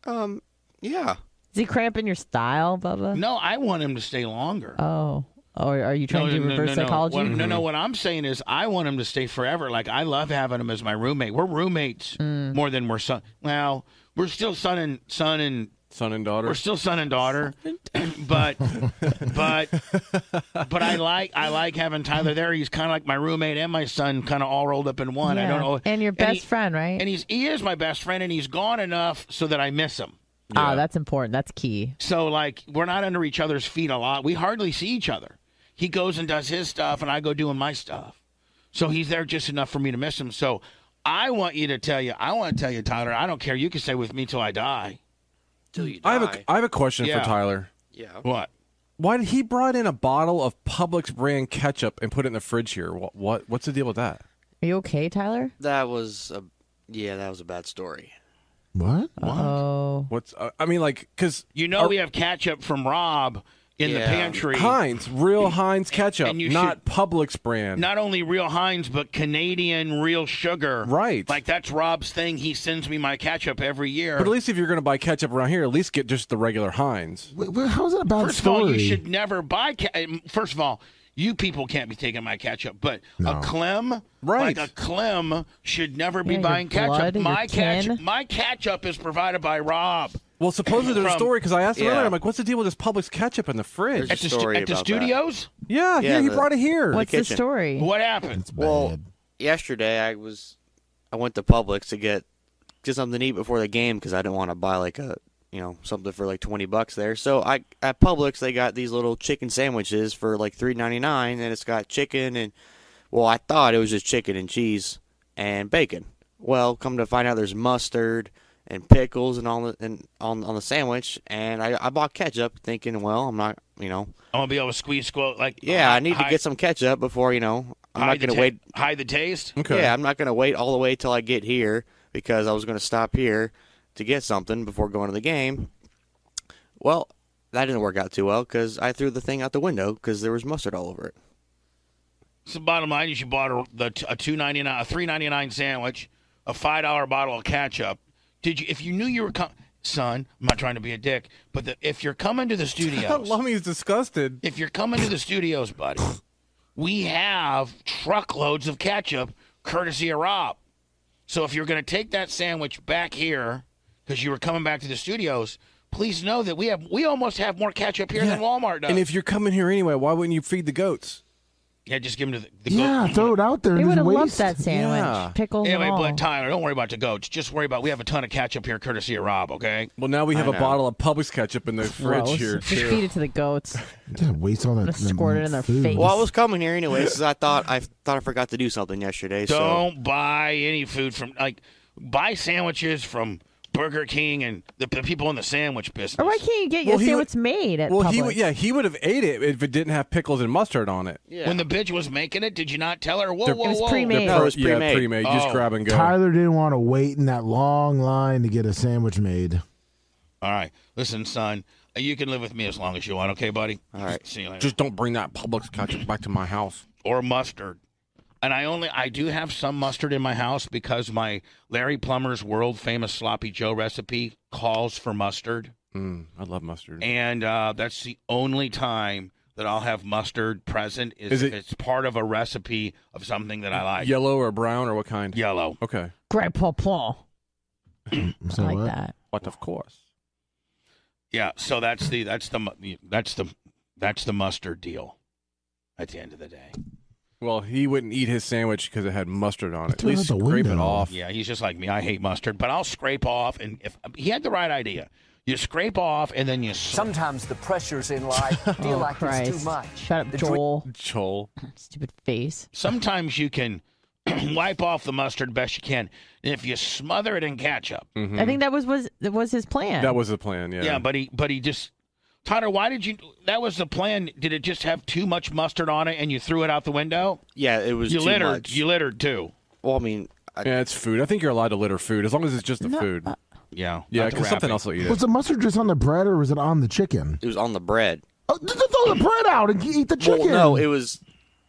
Um, yeah.
Is he cramping your style, Bubba?
No, I want him to stay longer.
Oh. Or are you trying to do reverse psychology?
What, No,
Mm-hmm.
no. What I'm saying is, I want him to stay forever. Like I love having him as my roommate. We're roommates
Mm.
more than we're son. Well, we're still son and son and
son and daughter.
We're still son and daughter, but but but I like I like having Tyler there. He's kind of like my roommate and my son, kind of all rolled up in one. I
Yeah.
don't know.
And your
he-
best friend, right?
And he's he is my best friend, and he's gone enough so that I miss him.
Ah, that's important. That's key.
So like we're not under each other's feet a lot. We hardly see each other. He goes and does his stuff and I go doing my stuff. So he's there just enough for me to miss him. So I want you to tell you, I want to tell you, Tyler, I don't care. You can stay with me till I die.
I have a I have a question
Yeah.
for Tyler.
Yeah.
What?
Why did he brought in a bottle of Publix brand ketchup and put it in the fridge here? What what what's the deal with that?
Are you okay, Tyler?
That was a yeah. That was a bad story.
What?
Oh.
What's uh, I mean like cuz
You know we have ketchup from Rob in the pantry.
Heinz, real Heinz ketchup,
and you
not Publix brand.
Not only real Heinz, but Canadian real sugar. Right. Like that's Rob's thing. He sends me my ketchup every year.
But at least if you're going to buy ketchup around here, at least get just the regular Heinz.
how is that about
First of all, you should never buy. Ca- eh, First of all, you people can't be taking my ketchup, but a Clem,
Right.
Like a Clem should never
Yeah,
be
your
buying
blood,
ketchup.
your
My ketchup,
kin.
my ketchup is provided by Rob.
Well, supposedly there's a
From-
story because I asked him
Yeah.
earlier. I'm like, "What's the deal with this Publix ketchup in the fridge?"
At the, stu- at the studios?
Yeah, yeah, he brought it here.
What happened?
Well, yesterday I was I went to Publix to get get something to eat before the game because I didn't want to buy like a you know something for like twenty bucks there. So I at Publix they got these little chicken sandwiches for like three ninety nine, and it's got chicken and well I thought it was just chicken and cheese and bacon. Well, come to find out there's mustard and pickles and all the, and on on the sandwich, and I, I bought ketchup thinking well I'm not you know
I'm gonna be able to squeeze quote like.
yeah
hi-
I need to
hi-
get some ketchup before you know I'm
hi
not
the
gonna
ta-
wait
Hide the taste.
yeah, I'm not going to wait all the way till I get here because I was going to stop here to get something before going to the game. Well, that didn't work out too well because I threw the thing out the window because there was mustard all over it.
So bottom line is you bought a, the, a two ninety nine, a three ninety nine sandwich, a five dollar bottle of ketchup. Did you? If you knew you were coming, son, I'm not trying to be a dick, but the, if you're coming to the studio,
Lummy's disgusted.
If you're coming to the studios, buddy, we have truckloads of ketchup courtesy of Rob. So if you're going to take that sandwich back here because you were coming back to the studios, please know that we have we almost have more ketchup here than Walmart does.
And if you're coming here anyway, why wouldn't you feed the goats?
yeah, just give them to the, the
Yeah, throw it out there. and just waste.
Anyway, but Tyler, don't worry about the goats. Just worry about we have a ton of ketchup here, courtesy of Rob. Okay.
Well, now we have
a
a bottle of Publix ketchup in the fridge here
Just feed
too.
it to the goats.
Just waste all that.
Squirt it in their
food.
face.
Well, I was coming here anyway, because I thought I thought I forgot to do something yesterday. So
Don't buy any food from like buy sandwiches from Burger King and the, the people in the sandwich business.
Or why can't you get
Well,
your
he
sandwich made at
well,
Publix?
he would, yeah, he would have ate it if it didn't have pickles and mustard on it.
When the bitch was making it, did you not tell her? Whoa,
They're-
whoa,
It was
whoa!
pre-made. They're pro- No, it was yeah, pre-made. pre-made. You just
Oh.
grab and go.
Tyler didn't want to wait in that long line to get a sandwich made.
All right, listen, son, you can live with me as long as you want. Okay, buddy. All right. See you later.
Just don't bring that Publix ketchup back to my house.
or mustard. And I only I do have some mustard in my house because my Larry Plummer's world famous sloppy Joe recipe calls for mustard.
Mm, I love mustard.
And uh, that's the only time that I'll have mustard present is,
Is
if
it-
it's part of a recipe of something that I like.
Yellow or brown or what kind?
Yellow.
Okay.
Greg Paul.
So
like what? that.
But of course.
Yeah, so that's the that's the mu- that's the that's the mustard deal at the end of the day.
Well, he wouldn't eat his sandwich because it had mustard on it. At
Throw it out
least
the
scrape it
window.
off.
Yeah, he's just like me. I hate mustard, but I'll scrape off. And if he had the right idea, you scrape off and then you.
Sometimes the pressures in life feel like it's too much.
Oh, Shut up,
The dream-
Joel.
Joel.
Stupid face.
Sometimes you can wipe off the mustard best you can, and if you smother it in ketchup,
I think that was was that was his plan.
That was the plan, Mm-hmm. yeah.
yeah. but he but he just. Tyler, why did you? That was the plan. Did it just have too much mustard on it, and you threw it out the window?
yeah, it was
you
too
littered.
much.
You littered too.
Well, I mean,
yeah, it's food. I think you're allowed to litter food as long as it's just the
No,
food.
yeah.
Yeah,
not the
because something
wrapping.
else will eat it.
Was the mustard just on the bread or was it on the chicken?
it was on the bread.
Oh, th- th- throw the bread out and eat the chicken.
Well, no, it was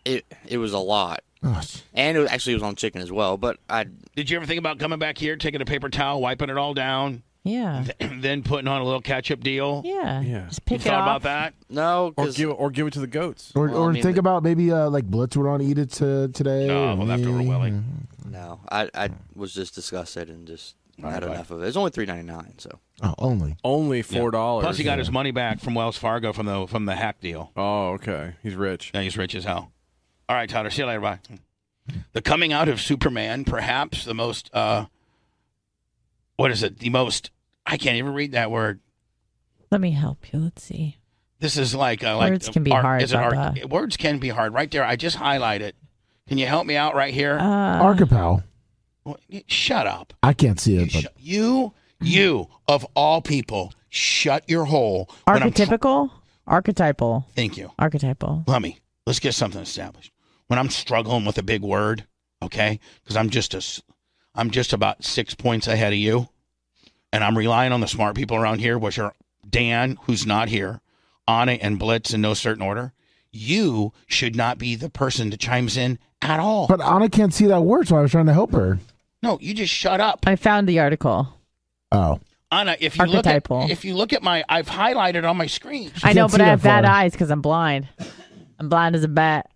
it it was a lot,
Oh,
and it was, actually it was on chicken as well. But I
Did you ever think about coming back here, taking a paper towel, wiping it all down,
Yeah.
then putting on a little ketchup deal?
Yeah.
Yeah.
Just
you thought about that?
No,
or give it, or give it to the goats.
Or, or think about maybe uh, like Blitz would want to eat it to today.
No,
or
well, leftover
me.
Willie. no, I I was just disgusted and just had enough of it. It's only three ninety nine, so
Oh, only.
Only
Yeah.
four dollars.
Plus, he got his money back from Wells Fargo from the from the hack deal.
Oh, okay. He's rich.
Yeah, he's rich as hell. All right, Tyler. See you later. Bye. The coming out of Superman, perhaps the most uh, what is it? The most I can't even read that word.
Let me help you. Let's see.
This is like uh, like
Words can be hard,
Is it
Bubba.
art? Words can be hard. Right there, I just highlight it. Can you help me out right here?
Uh,
Archipel.
Shut up.
I can't see it. But
You, you of all people, shut your hole. when I'm tr-
Archetypical? Archetypal.
Thank you.
Archetypal.
Lummy, let's get something established. When I'm struggling with a big word, okay, because I'm just a, s- I'm just about six points ahead of you, and I'm relying on the smart people around here, which are Dan, who's not here, Anna, and Blitz in no certain order. You should not be the person to chimes in at all.
but Anna can't see that word, so I was trying to help her.
no, you just shut up.
I found the article.
Oh,
Anna, if you look at,
Archetypal.
if you look at my, I've highlighted on my screen.
I know, but I have bad eyes because I'm blind. I'm blind as a bat.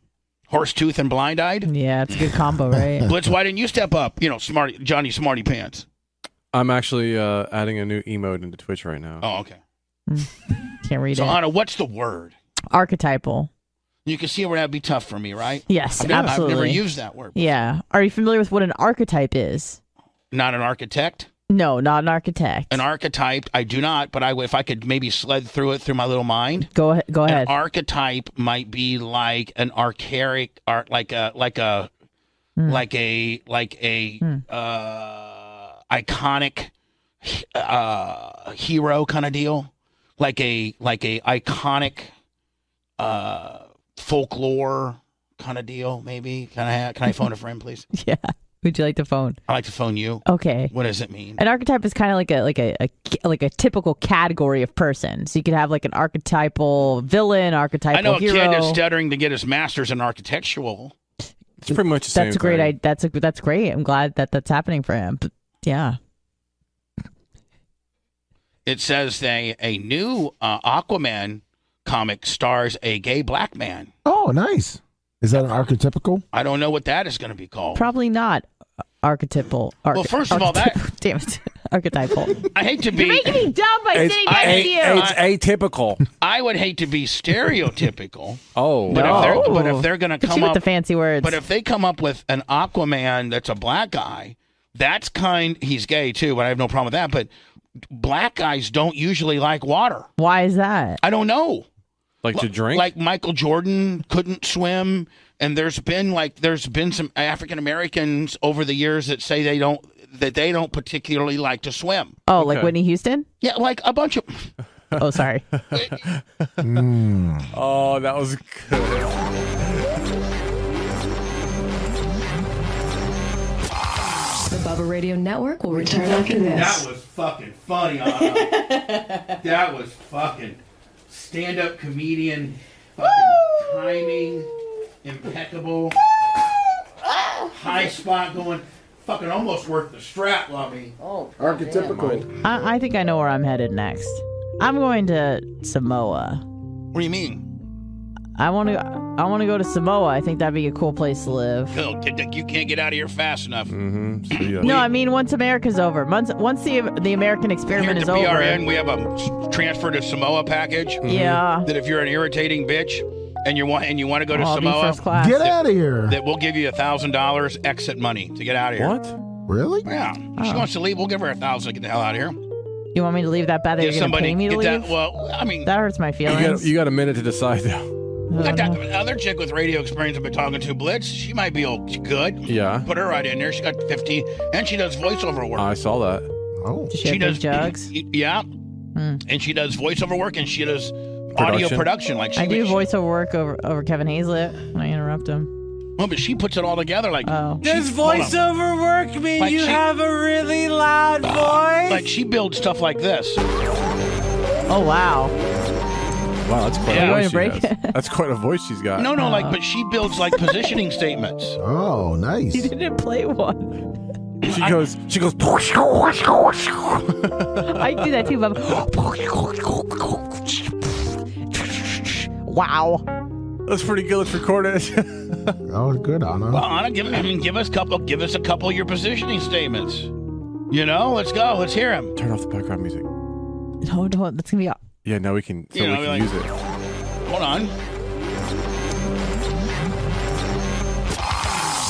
Horse tooth and blind eyed.
Yeah, it's a good combo, right?
Blitz, why didn't you step up? You know, smarty Johnny Smarty Pants.
I'm actually uh, adding a new emote into Twitch right now.
Oh, okay.
Can't read
So
it.
Anna, what's the word?
Archetypal.
You can see where that'd be tough for me, right?
Yes,
I've never,
absolutely.
I've never used that word.
Yeah. Are you familiar with what an archetype is?
Not an architect.
No, not an architect.
An archetype, I do not, but I, if I could maybe sled through it through my little mind.
Go ahead. Go
An
ahead.
archetype might be like an archaic art, like a like a
Hmm.
like a like a uh, iconic uh, hero kind of deal, like a like a iconic uh, folklore kind of deal. Maybe can I can I phone a friend, please?
yeah. Would you like the phone?
I like to phone you.
Okay.
What does it mean?
An archetype is kind of like a like a, a like a typical category of person. So you could have like an archetypal villain, archetypal
I know a
hero.
kid is stuttering to get his master's in architectural.
It's pretty much the same
That's a great.
thing.
I, that's a, that's great. I'm glad that that's happening for him. But yeah,
It says they a new uh, Aquaman comic stars a gay black man.
Oh, nice. Is that an archetypical?
I don't know what that is going to be called.
probably not archetypal. Arch-
Well, first of all, that-
archetypal. damn it, archetypal.
I hate to be.
You're making me dumb by saying that to you.
it's atypical.
I would hate to be stereotypical.
oh,
but if they're but if they're going to
Look at
come
you with
up
the fancy words.
But if they come up with an Aquaman that's a black guy, that's kind. He's gay too, but I have no problem with that. But black guys don't usually like water.
Why is that?
I don't know.
Like to drink?
Like Michael Jordan couldn't swim, and there's been like there's been some African Americans over the years that say they don't that they don't particularly like to swim.
Oh, like Whitney Houston?
Yeah, like a bunch of.
Oh, sorry.
Oh, that was good.
The Bubba Radio Network will return after this.
was fucking funny, Anna. that was fucking stand-up comedian fucking timing impeccable.
Ah!
High spot going fucking almost worth the strap, Lummy.
Oh,
I, I think I know where I'm headed next. I'm going to Samoa.
What do you mean?
I want to. I want to go to Samoa. I think that'd be a cool place to live.
No, d- d- you can't get out of here fast enough. Mm-hmm.
No, I mean once America's over, once once the the American
Here
experiment
at
is
the
over.
BRN, we have a s- transfer to Samoa package.
Yeah.
That if you're an irritating bitch and you want and you want to go to
I'll be
Samoa,
first class.
Get
that-
out of here.
That we'll give you a thousand dollars exit money to get out of here.
Really?
Yeah. If She
Oh.
wants to leave. We'll give her a thousand to get the hell out of here.
You want me to leave that bad? That
Yeah,
you're gonna
somebody
pay me to
get that-
leave?
well, I mean,
that hurts my
You got,
feelings.
you got a minute to decide, though.
That, that other chick with radio experience I've been talking to, Blitz, she might be all good.
Yeah.
Put her right in there. She got 15, and she does voiceover work.
I saw that.
Oh,
she does Yeah.
Hmm.
And she does voiceover work, and she does audio
Production.
production. Like she,
I do
she-
voiceover work over over Kevin Hazlett when I interrupt him.
Well, but she puts it all together. Like
Oh.
she-
Does
hold on.
voiceover work mean
Like
you
she-
have a really loud voice?
Like she builds stuff like this.
Oh wow.
Wow, that's quite
Yeah.
a
Wanna
voice she
break?
has. That's quite a voice she's got.
No, no,
Uh.
like, but she builds like positioning statements.
Oh, nice.
You didn't play one.
she goes, she goes.
I do that too, Bob. wow.
That's pretty good. Let's record it.
Oh, good, Anna.
Well, Anna, give, I mean, give us couple, give us a couple of your positioning statements. You know, let's go. Let's hear him.
Turn off the background music.
No, no, that's gonna be.
Yeah, now we can. So
You know,
we can
like-
use it.
Hold on.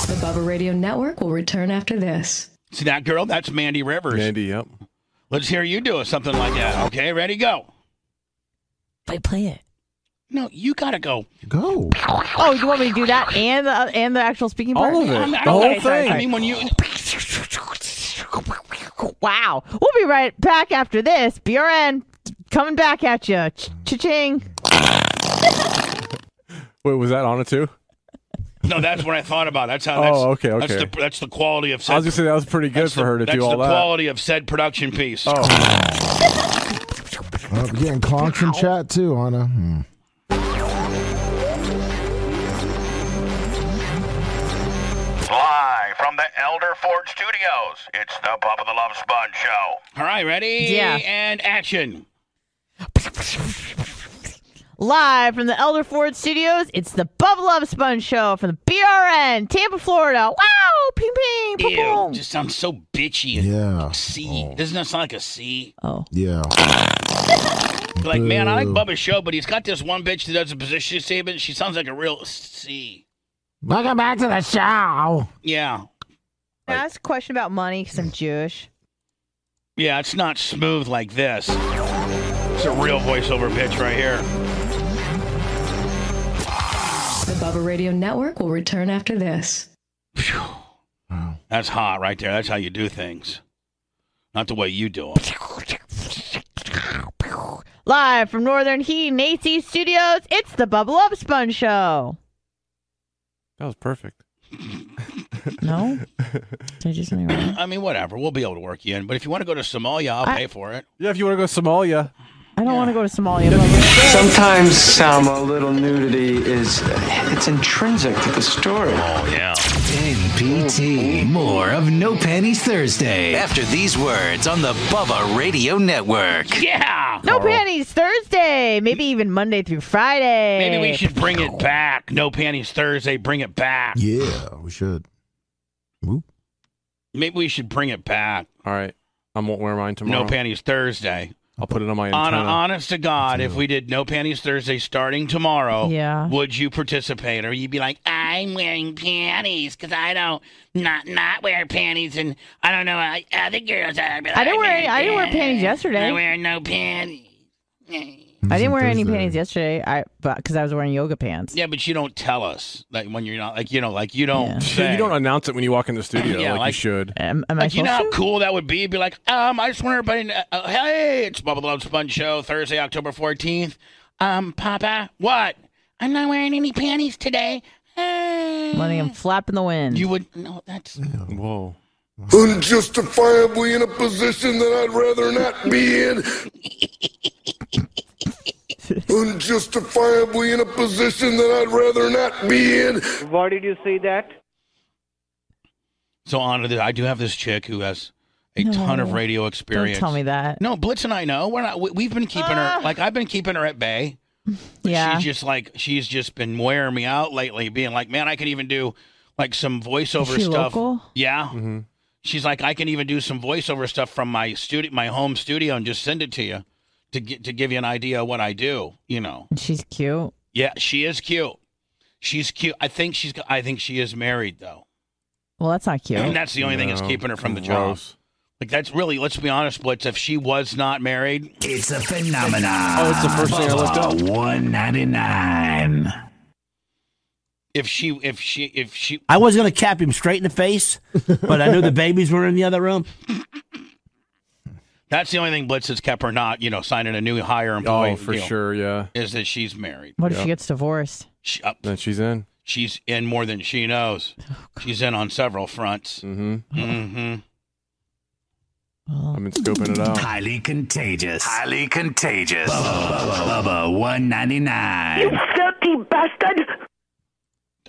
The Bubba Radio Network will return after this.
See that girl? That's Mandy Rivers.
Mandy, yep.
Let's hear you do something like that. Okay, ready, go.
Play, play it.
No, you gotta go.
Go.
Oh, you want me to do that and the uh, and the actual speaking part?
I'm- I don't- I- I mean, when you
Wow. We'll be right back after this. BRN coming back at you. Cha-ching.
Wait, was that on it too?
no, that's what I thought about. That's how.
Oh,
That's,
okay, okay.
That's the, that's the quality of. Said,
I was gonna say that was pretty good
that's
for her to
the, that's
do all
the
that.
quality of said production piece.
Oh,
Oh, we're getting clonks in chat too, Anna. Hmm.
Live from the Elder Ford Studios, it's the Bubba the Love Sponge Show.
All right, ready?
Yeah.
And action.
Live from the Elder Ford Studios, it's the Bubble Love Sponge Show from the BRN, Tampa, Florida. Wow! Ping, ping, ping,
Ew,
ping.
just sounds so bitchy. And
Yeah.
C.
Oh.
Doesn't that sound like a C?
Oh.
Yeah.
Like, man, I like
Boo.
Bubba's show, but he's got this one bitch that does a position statement. She sounds like a real C.
Welcome back to the show.
Yeah.
Can I ask a question about money because I'm Jewish?
Yeah, it's not smooth like this. It's a real voiceover bitch right here.
The Bubba Radio Network will return after this.
That's hot right there. That's how you do things. Not the way you do it.
Live from Northern Heat and AC Studios, it's the Bubble Love Sponge Show.
that was perfect.
No? Did I do something wrong?
I mean, whatever. We'll be able to work you in. But if you want to go to Somalia, I'll pay for it.
Yeah, if you want to go to Somalia,
I don't want to go to Somalia.
Sometimes, Sam, a little nudity is it's intrinsic to the story.
Oh yeah. NPT. More of No Panties Thursday after these words on the Bubba Radio Network.
Yeah.
No panties Thursday. Maybe even Monday through Friday.
Maybe we should bring it back. No panties Thursday. Bring it back.
Yeah, we should.
Maybe we should bring it back.
All right. I won't wear mine tomorrow.
No panties Thursday.
I'll put it on my
On
antenna.
honest to God, if we did no panties Thursday starting tomorrow,
Yeah.
would you participate, or you'd be like, I'm wearing panties because I don't not not wear panties, and I don't know I, other girls. Are, but
I didn't wear
wear
I didn't wear panties
I
yesterday.
wear no panties.
I didn't wear any panties yesterday. I but because I was wearing yoga pants.
Yeah, but you don't tell us like when you're not like you know like you don't. say.
you don't announce it when you walk in the studio
Yeah,
like, you
like-
should.
am
like, you know how cool that would be? Be like, um, I just want everybody to, uh, hey, it's Bubba the Love Sponge Show, Thursday, October 14th. Um, Papa, what? I'm not wearing any panties today.
Letting them flap in the wind.
mm, You would no, that's
Whoa.
Unjustifiably in a position that I'd rather not be in. Unjustifiably in a position that I'd rather not be in.
Why did you say that?
So honored that I do have this chick who has a ton of
No.
radio experience.
Don't tell me that. Ah.
No, Blitz and I know we're not. We, we've been keeping her like I've been keeping her at bay.
Yeah.
She's just like she's just been wearing me out lately, being like, man, I could even do like some voiceover
Is she
stuff.
local?
Yeah. She's like, I can even do some voiceover stuff from my studio, my home studio, and just send it to you to get to give you an idea of what I do. You know.
She's cute.
Yeah, she is cute. She's cute. I think she's. I think she is married though.
Well, that's not cute.
And that's the only thing that's keeping her from the job. Like that's really, let's be honest, Blitz. If she was not married,
it's a phenomenon.
Oh, it's the first thing I looked up.
One ninety nine.
If she, if she, if she,
I was going to cap him straight in the face, but I knew the babies were in the other room.
that's the only thing Blitz has kept her not, you know, signing a new higher employee.
Oh, for
deal,
sure, yeah.
Is that she's married?
What if she gets divorced?
She- uh,
Then she's in.
she's in more than she knows.
Oh,
She's in on several fronts.
Mm-hmm.
Mm-hmm.
I've been scoping it out.
Highly contagious. Highly contagious. Bubba, Bubba, Bubba 199. You
filthy bastard!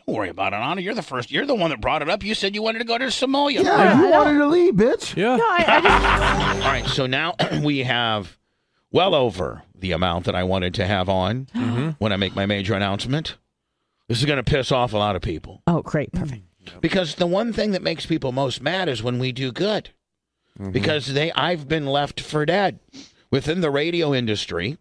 Don't worry about it, Anna. You're the first. You're the one that brought it up. You said you wanted to go to Somalia.
Yeah, you wanted to leave, bitch.
Yeah.
No, I, I
All right, so now we have well over the amount that I wanted to have on when I make my major announcement. This is going to piss off a lot of people
Oh, great, perfect.
Mm. because the one thing that makes people most mad is when we do good. Because they I've been left for dead within the radio industry.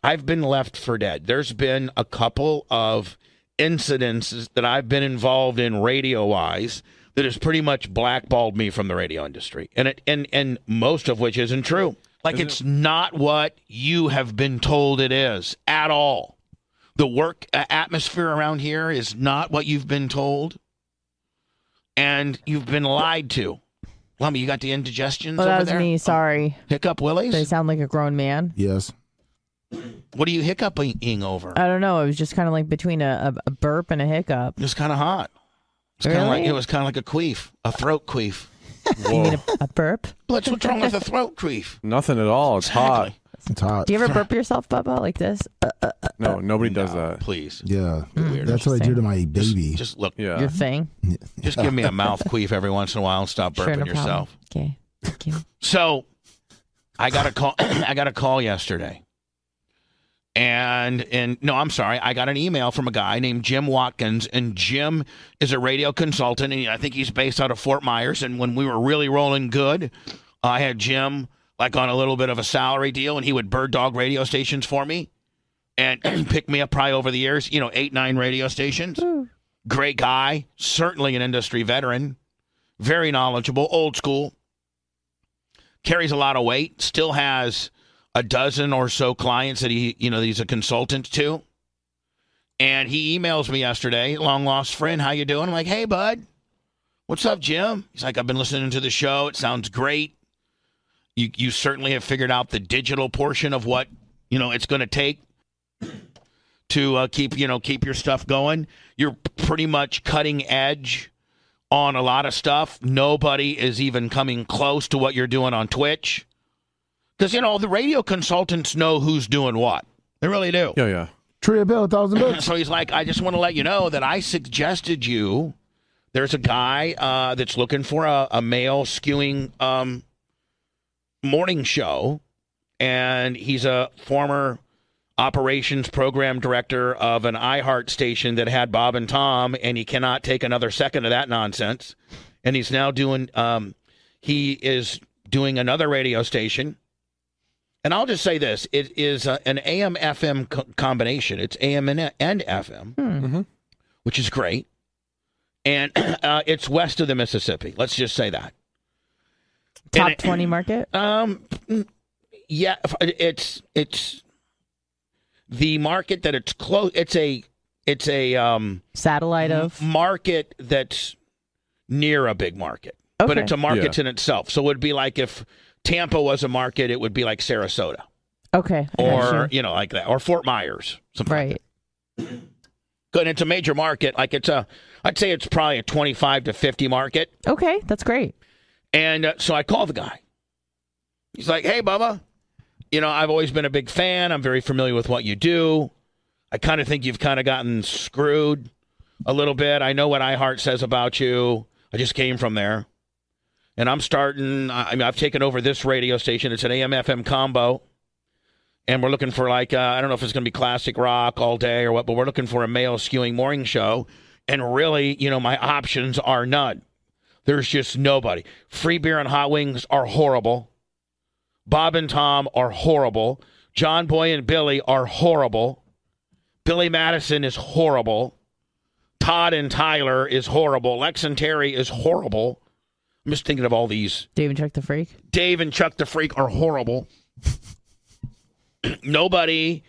I've been left for dead. There's been a couple of incidences that I've been involved in radio wise that has pretty much blackballed me from the radio industry. And it and and most of which isn't true. Like it's not what you have been told it is at all. The work uh, atmosphere around here is not what you've been told and you've been lied to. Lummy, you got the indigestions
Oh,
over
that was
there?
me. Sorry.
Hiccup willies?
They sound like a grown man.
Yes.
What are you hiccuping over?
I don't know. It was just kind of like between a, a, a burp and a hiccup.
It was kind of hot. It's
really?
kinda like, it was kind of like a queef, a throat queef.
You mean a, a burp?
Blitz, what's wrong with a throat queef?
Nothing at all. It's hot.
It's hot.
Do you ever burp yourself, Bubba, like this? Uh, uh, uh,
No, nobody does that.
Please.
Yeah. That's what I do to my baby.
Just look.
Yeah.
Hmm, Your thing.
Just give me a mouth queef every once in a while and stop burping
Sure, no problem.
yourself.
Oh, Okay. Thank you.
So I got a call I got a call yesterday. And and no, I'm sorry. I got an email from a guy named Jim Watkins and Jim is a radio consultant and I think he's based out of Fort Myers and when we were really rolling good, I had Jim like on a little bit of a salary deal and he would bird dog radio stations for me and pick me up probably over the years, you know, 8 9 radio stations. Great guy, certainly an industry veteran, very knowledgeable, old school carries a lot of weight, still has a dozen or so clients that he, you know, that he's a consultant to. And he emails me yesterday, long lost friend, how you doing? I'm like, hey, bud, what's up, Jim? He's like, I've been listening to the show. It sounds great. You you certainly have figured out the digital portion of what you know it's going to take to uh, keep you know keep your stuff going. You're pretty much cutting edge on a lot of stuff. Nobody is even coming close to what you're doing on Twitch. Because you know the radio consultants know who's doing what. They really do.
Yeah, yeah.
Tree a bill, a thousand bucks.
so he's like, I just want to let you know that I suggested you. There's a guy uh, that's looking for a, a male skewing um, morning show, and he's a former operations program director of an iHeart station that had Bob and Tom, and he cannot take another second of that nonsense. And he's now doing, um, he is doing another radio station. And I'll just say this: it is uh, an AM/FM co- combination. It's AM and, and FM,
Mm-hmm.
which is great, and uh, it's west of the Mississippi. Let's just say that.
Top
And it-
20 market?
Um, yeah, f- it's it's the market that it's close. It's a it's a um
satellite of
market that's near a big market, but
Okay.
it's a market
Yeah.
in itself. So it would be like if Tampa was a market, it would be like Sarasota
Okay. I got
or you know like that or Fort Myers something
right
good it's a major market like it's a I'd say it's probably a 25 to 50 market
okay that's great
and uh, so I call the guy he's like hey Bubba you know I've always been a big fan I'm very familiar with what you do I kind of think you've kind of gotten screwed a little bit I know what iHeart says about you I just came from there and I'm starting I I mean I've taken over this radio station it's an AM FM combo and we're looking for like uh, I don't know if it's going to be classic rock all day or what, but we're looking for a male skewing morning show. And really, you know, my options are none. There's just nobody. Free beer and hot wings are horrible. Bob and Tom are horrible. John Boy and Billy are horrible. Billy Madison is horrible. Todd and Tyler is horrible. Lex and Terry is horrible. I'm just thinking of all these
Dave and Chuck the Freak
Dave and Chuck the Freak are horrible. Nobody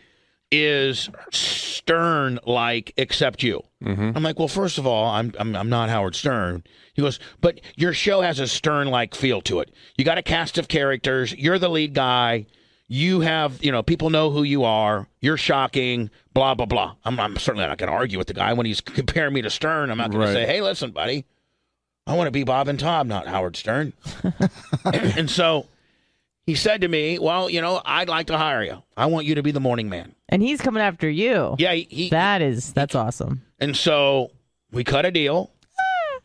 is stern like except you. I'm like, well, first of all, I'm, I'm I'm not Howard Stern. He goes, but your show has a stern like feel to it. You got a cast of characters. You're the lead guy. You have, you know, people know who you are. You're shocking. Blah blah blah. I'm, I'm certainly not going to argue with the guy when he's comparing me to Stern. I'm not going
Right.
to say, hey, listen, buddy, I want to be Bob and Tom, not Howard Stern. and so he said to me, well, you know, I'd like to hire you. I want you to be the morning man.
and he's coming after you
yeah he,
that is that's awesome
And so we cut a deal,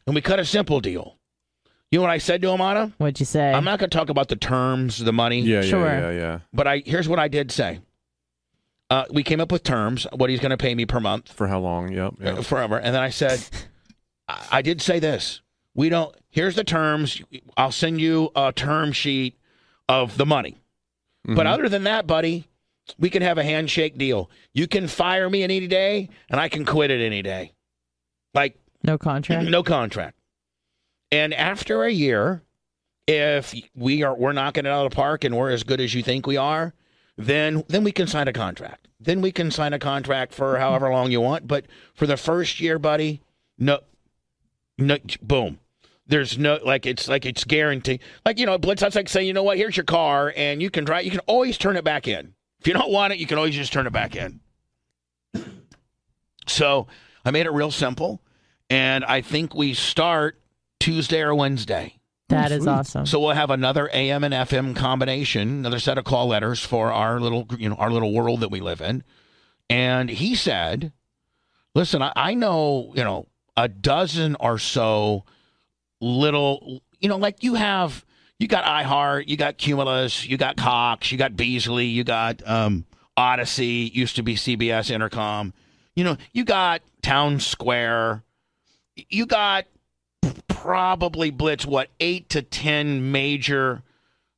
and we cut a simple deal. You know what I said to him, Anna?
What'd you say?
I'm not going to talk about the terms, the money.
Yeah, yeah, Sure. yeah, yeah.
But I here's what I did say. Uh, we came up with terms, what he's going to pay me per month.
For how long? Yep.
Uh, Forever. And then I said, I, I did say this. We don't, here's the terms. I'll send you a term sheet of the money. But other than that, buddy, we can have a handshake deal. You can fire me at any day, and I can quit at any day. Like,
no contract
no contract. And after a year, if we are we're knocking it out of the park and we're as good as you think we are, then then we can sign a contract. Then we can sign a contract
Mm-hmm.
for however long you want. But for the first year, buddy, no, no, boom. There's no like it's like it's guaranteed. Like you know, Blitz. That's like saying, you know what? Here's your car, and you can drive. You can always turn it back in. If you don't want it, you can always just turn it back in. So I made it real simple, and I think we start Tuesday or Wednesday.
That is awesome
So we'll have another AM and FM combination, another set of call letters for our little, you know, our little world that we live in. And he said, "Listen, I, I know, you know, a dozen or so little, you know, like you have, you got iHeart, you got Cumulus, you got Cox, you got Beasley, you got um, Odyssey, used to be CBS Intercom, you know, you got Town Square, you got." probably blitz what eight to ten major,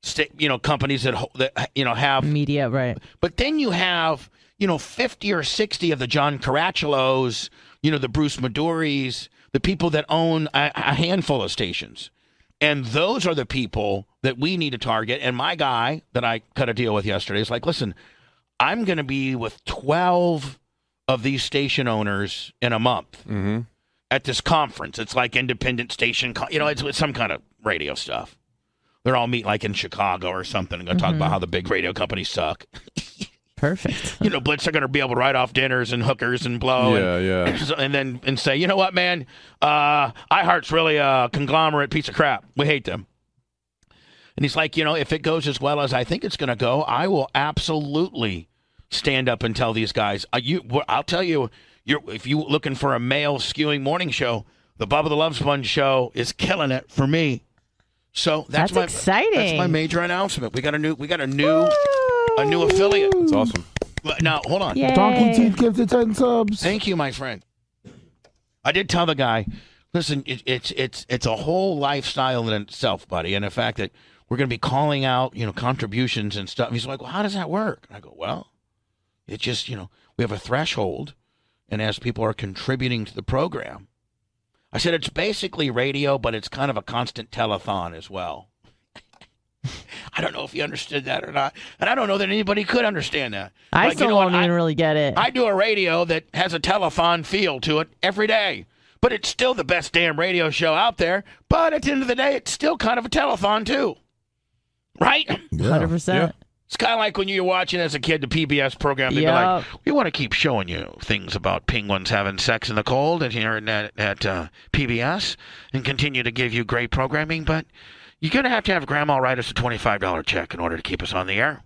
sta- you know, companies that ho- that you know have
media, right?
But then you have you know fifty or sixty of the John Caracciolos, you know, the Bruce Maduris, the people that own a, a handful of stations, and those are the people that we need to target. And my guy that I cut a deal with yesterday is like, listen, I'm going to be with twelve of these station owners in a month
Mm-hmm.
at this conference. It's like independent station, co- you know, it's, it's some kind of radio stuff. They're all meet like in Chicago or something and going to talk about how the big radio companies suck.
Perfect.
you know, Blitz are going to be able to write off dinners and hookers and blow. and,
Yeah, yeah.
so- And then and say, you know what, man, uh, iHeart's really a conglomerate piece of crap. We hate them. And he's like, you know, if it goes as well as I think it's going to go, I will absolutely stand up and tell these guys. Uh, you, wh- I'll tell you, you're, if you looking for a male skewing morning show, the Bubba the Love Sponge show is killing it for me. So that's,
That's
my That's
exciting.
my major announcement. We got a new, we got a new, a new affiliate. That's
awesome.
Now hold on.
Donkey Teeth gifted 10 subs.
Thank you, my friend. I did tell the guy, listen, it, it's it's it's a whole lifestyle in itself, buddy, and the fact that we're going to be calling out, you know, contributions and stuff. He's like, well, how does that work? And I go, well, it just, you know, we have a threshold, and as people are contributing to the program, I said it's basically radio, but it's kind of a constant telethon as well. I don't know if you understood that or not, and I don't know that anybody could understand that.
I
Like, you
still
know what?
don't even really get it.
I do a radio that has a telethon feel to it every day, but it's still the best damn radio show out there. But at the end of the day, it's still kind of a telethon too, right?
Hundred percent.
It's kind of like when you were watching as a kid the PBS program. They'd
Yeah.
be like, "We want to keep showing you things about penguins having sex in the cold and here and at, at uh, PBS, and continue to give you great programming, but." You're gonna have to have Grandma write us a twenty-five dollar check in order to keep us on the air.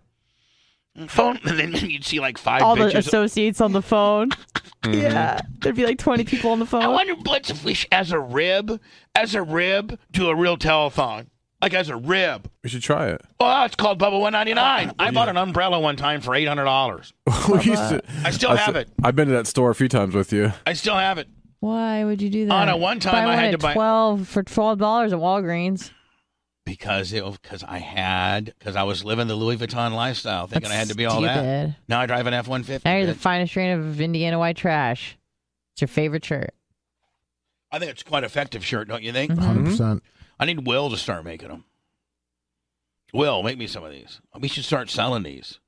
Phone, and then you'd see like five
All the
pictures.
associates on the phone. Yeah, there'd be like twenty people on the phone.
I wonder, Blitz, if we sh- as a rib, as a rib, do a real telethon, like as a rib.
We should try it.
Oh, it's called Bubba One Ninety Nine. I bought an umbrella one time for eight hundred dollars.
we used to.
I still
s-
have it.
I've been to that store a few times with you.
I still have it.
Why would you do that?
Anna, one time
buy
I
one
had
at
to buy-
twelve for twelve dollars at Walgreens.
Because it, because I had, because I was living the Louis Vuitton lifestyle, thinking
That's
I had to be all that.
stupid.
Now I drive an F one
Now you're
fifty.
the finest strain of Indiana white trash. It's your favorite shirt.
I think it's quite effective shirt, don't you
Mm-hmm.
think?
100%.
I need Will to start making them. Will, make me some of these. We should start selling these.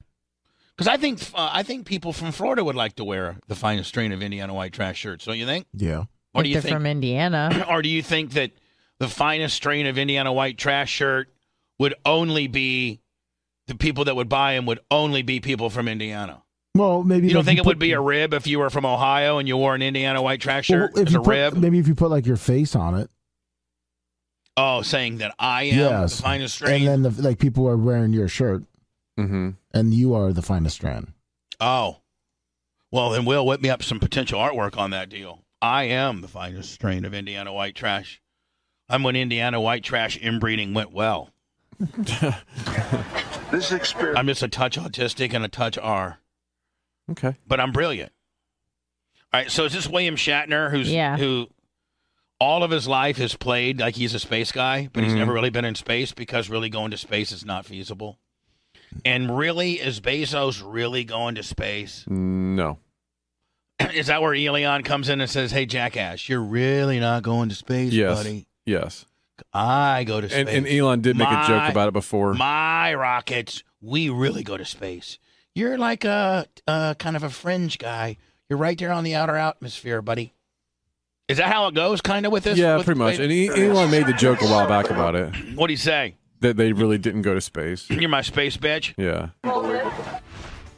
Because I think uh, I think people from Florida would like to wear the finest strain of Indiana white trash shirts. Don't you think?
Yeah.
Or
if
do you
they're
think?
from Indiana.
or do you think that the finest strain of Indiana white trash shirt would only be the people that would buy them would only be people from Indiana?
Well, maybe
You,
if
don't think it
put-
would be a rib if you were from Ohio and you wore an Indiana white trash
well,
shirt? as
if
a
you put-
rib?
Maybe if you put like your face on it.
Oh, saying that I am
yes.
the finest strain.
and then the, like people are wearing your shirt.
Mm-hmm.
And you are the finest strand.
Oh. Well, then Will whip me up some potential artwork on that deal. I am the finest strain of Indiana white trash. I'm when Indiana white trash inbreeding went well.
This experience.
I'm just a touch autistic and a touch R,
Okay.
but I'm brilliant. All right, so is this William Shatner who's
Yeah.
who all of his life has played like he's a space guy, but he's
Mhm.
never really been in space because really going to space is not feasible. And really, is Bezos really going to space?
No.
is that where Elon comes in and says, "Hey, jackass, you're really not going to space,
Yes.
buddy.
Yes.
I go to space."
And, and Elon did make a
My-
joke about it before.
My rockets, we really go to space. You're like a uh, kind of a fringe guy. You're right there on the outer atmosphere, buddy. Is that how it goes? Kind of with this?
yeah,
with-
pretty much. And e- Elon made the joke a while back about it
What do you say?
that they really didn't go to space.
You're my space bitch.
Yeah.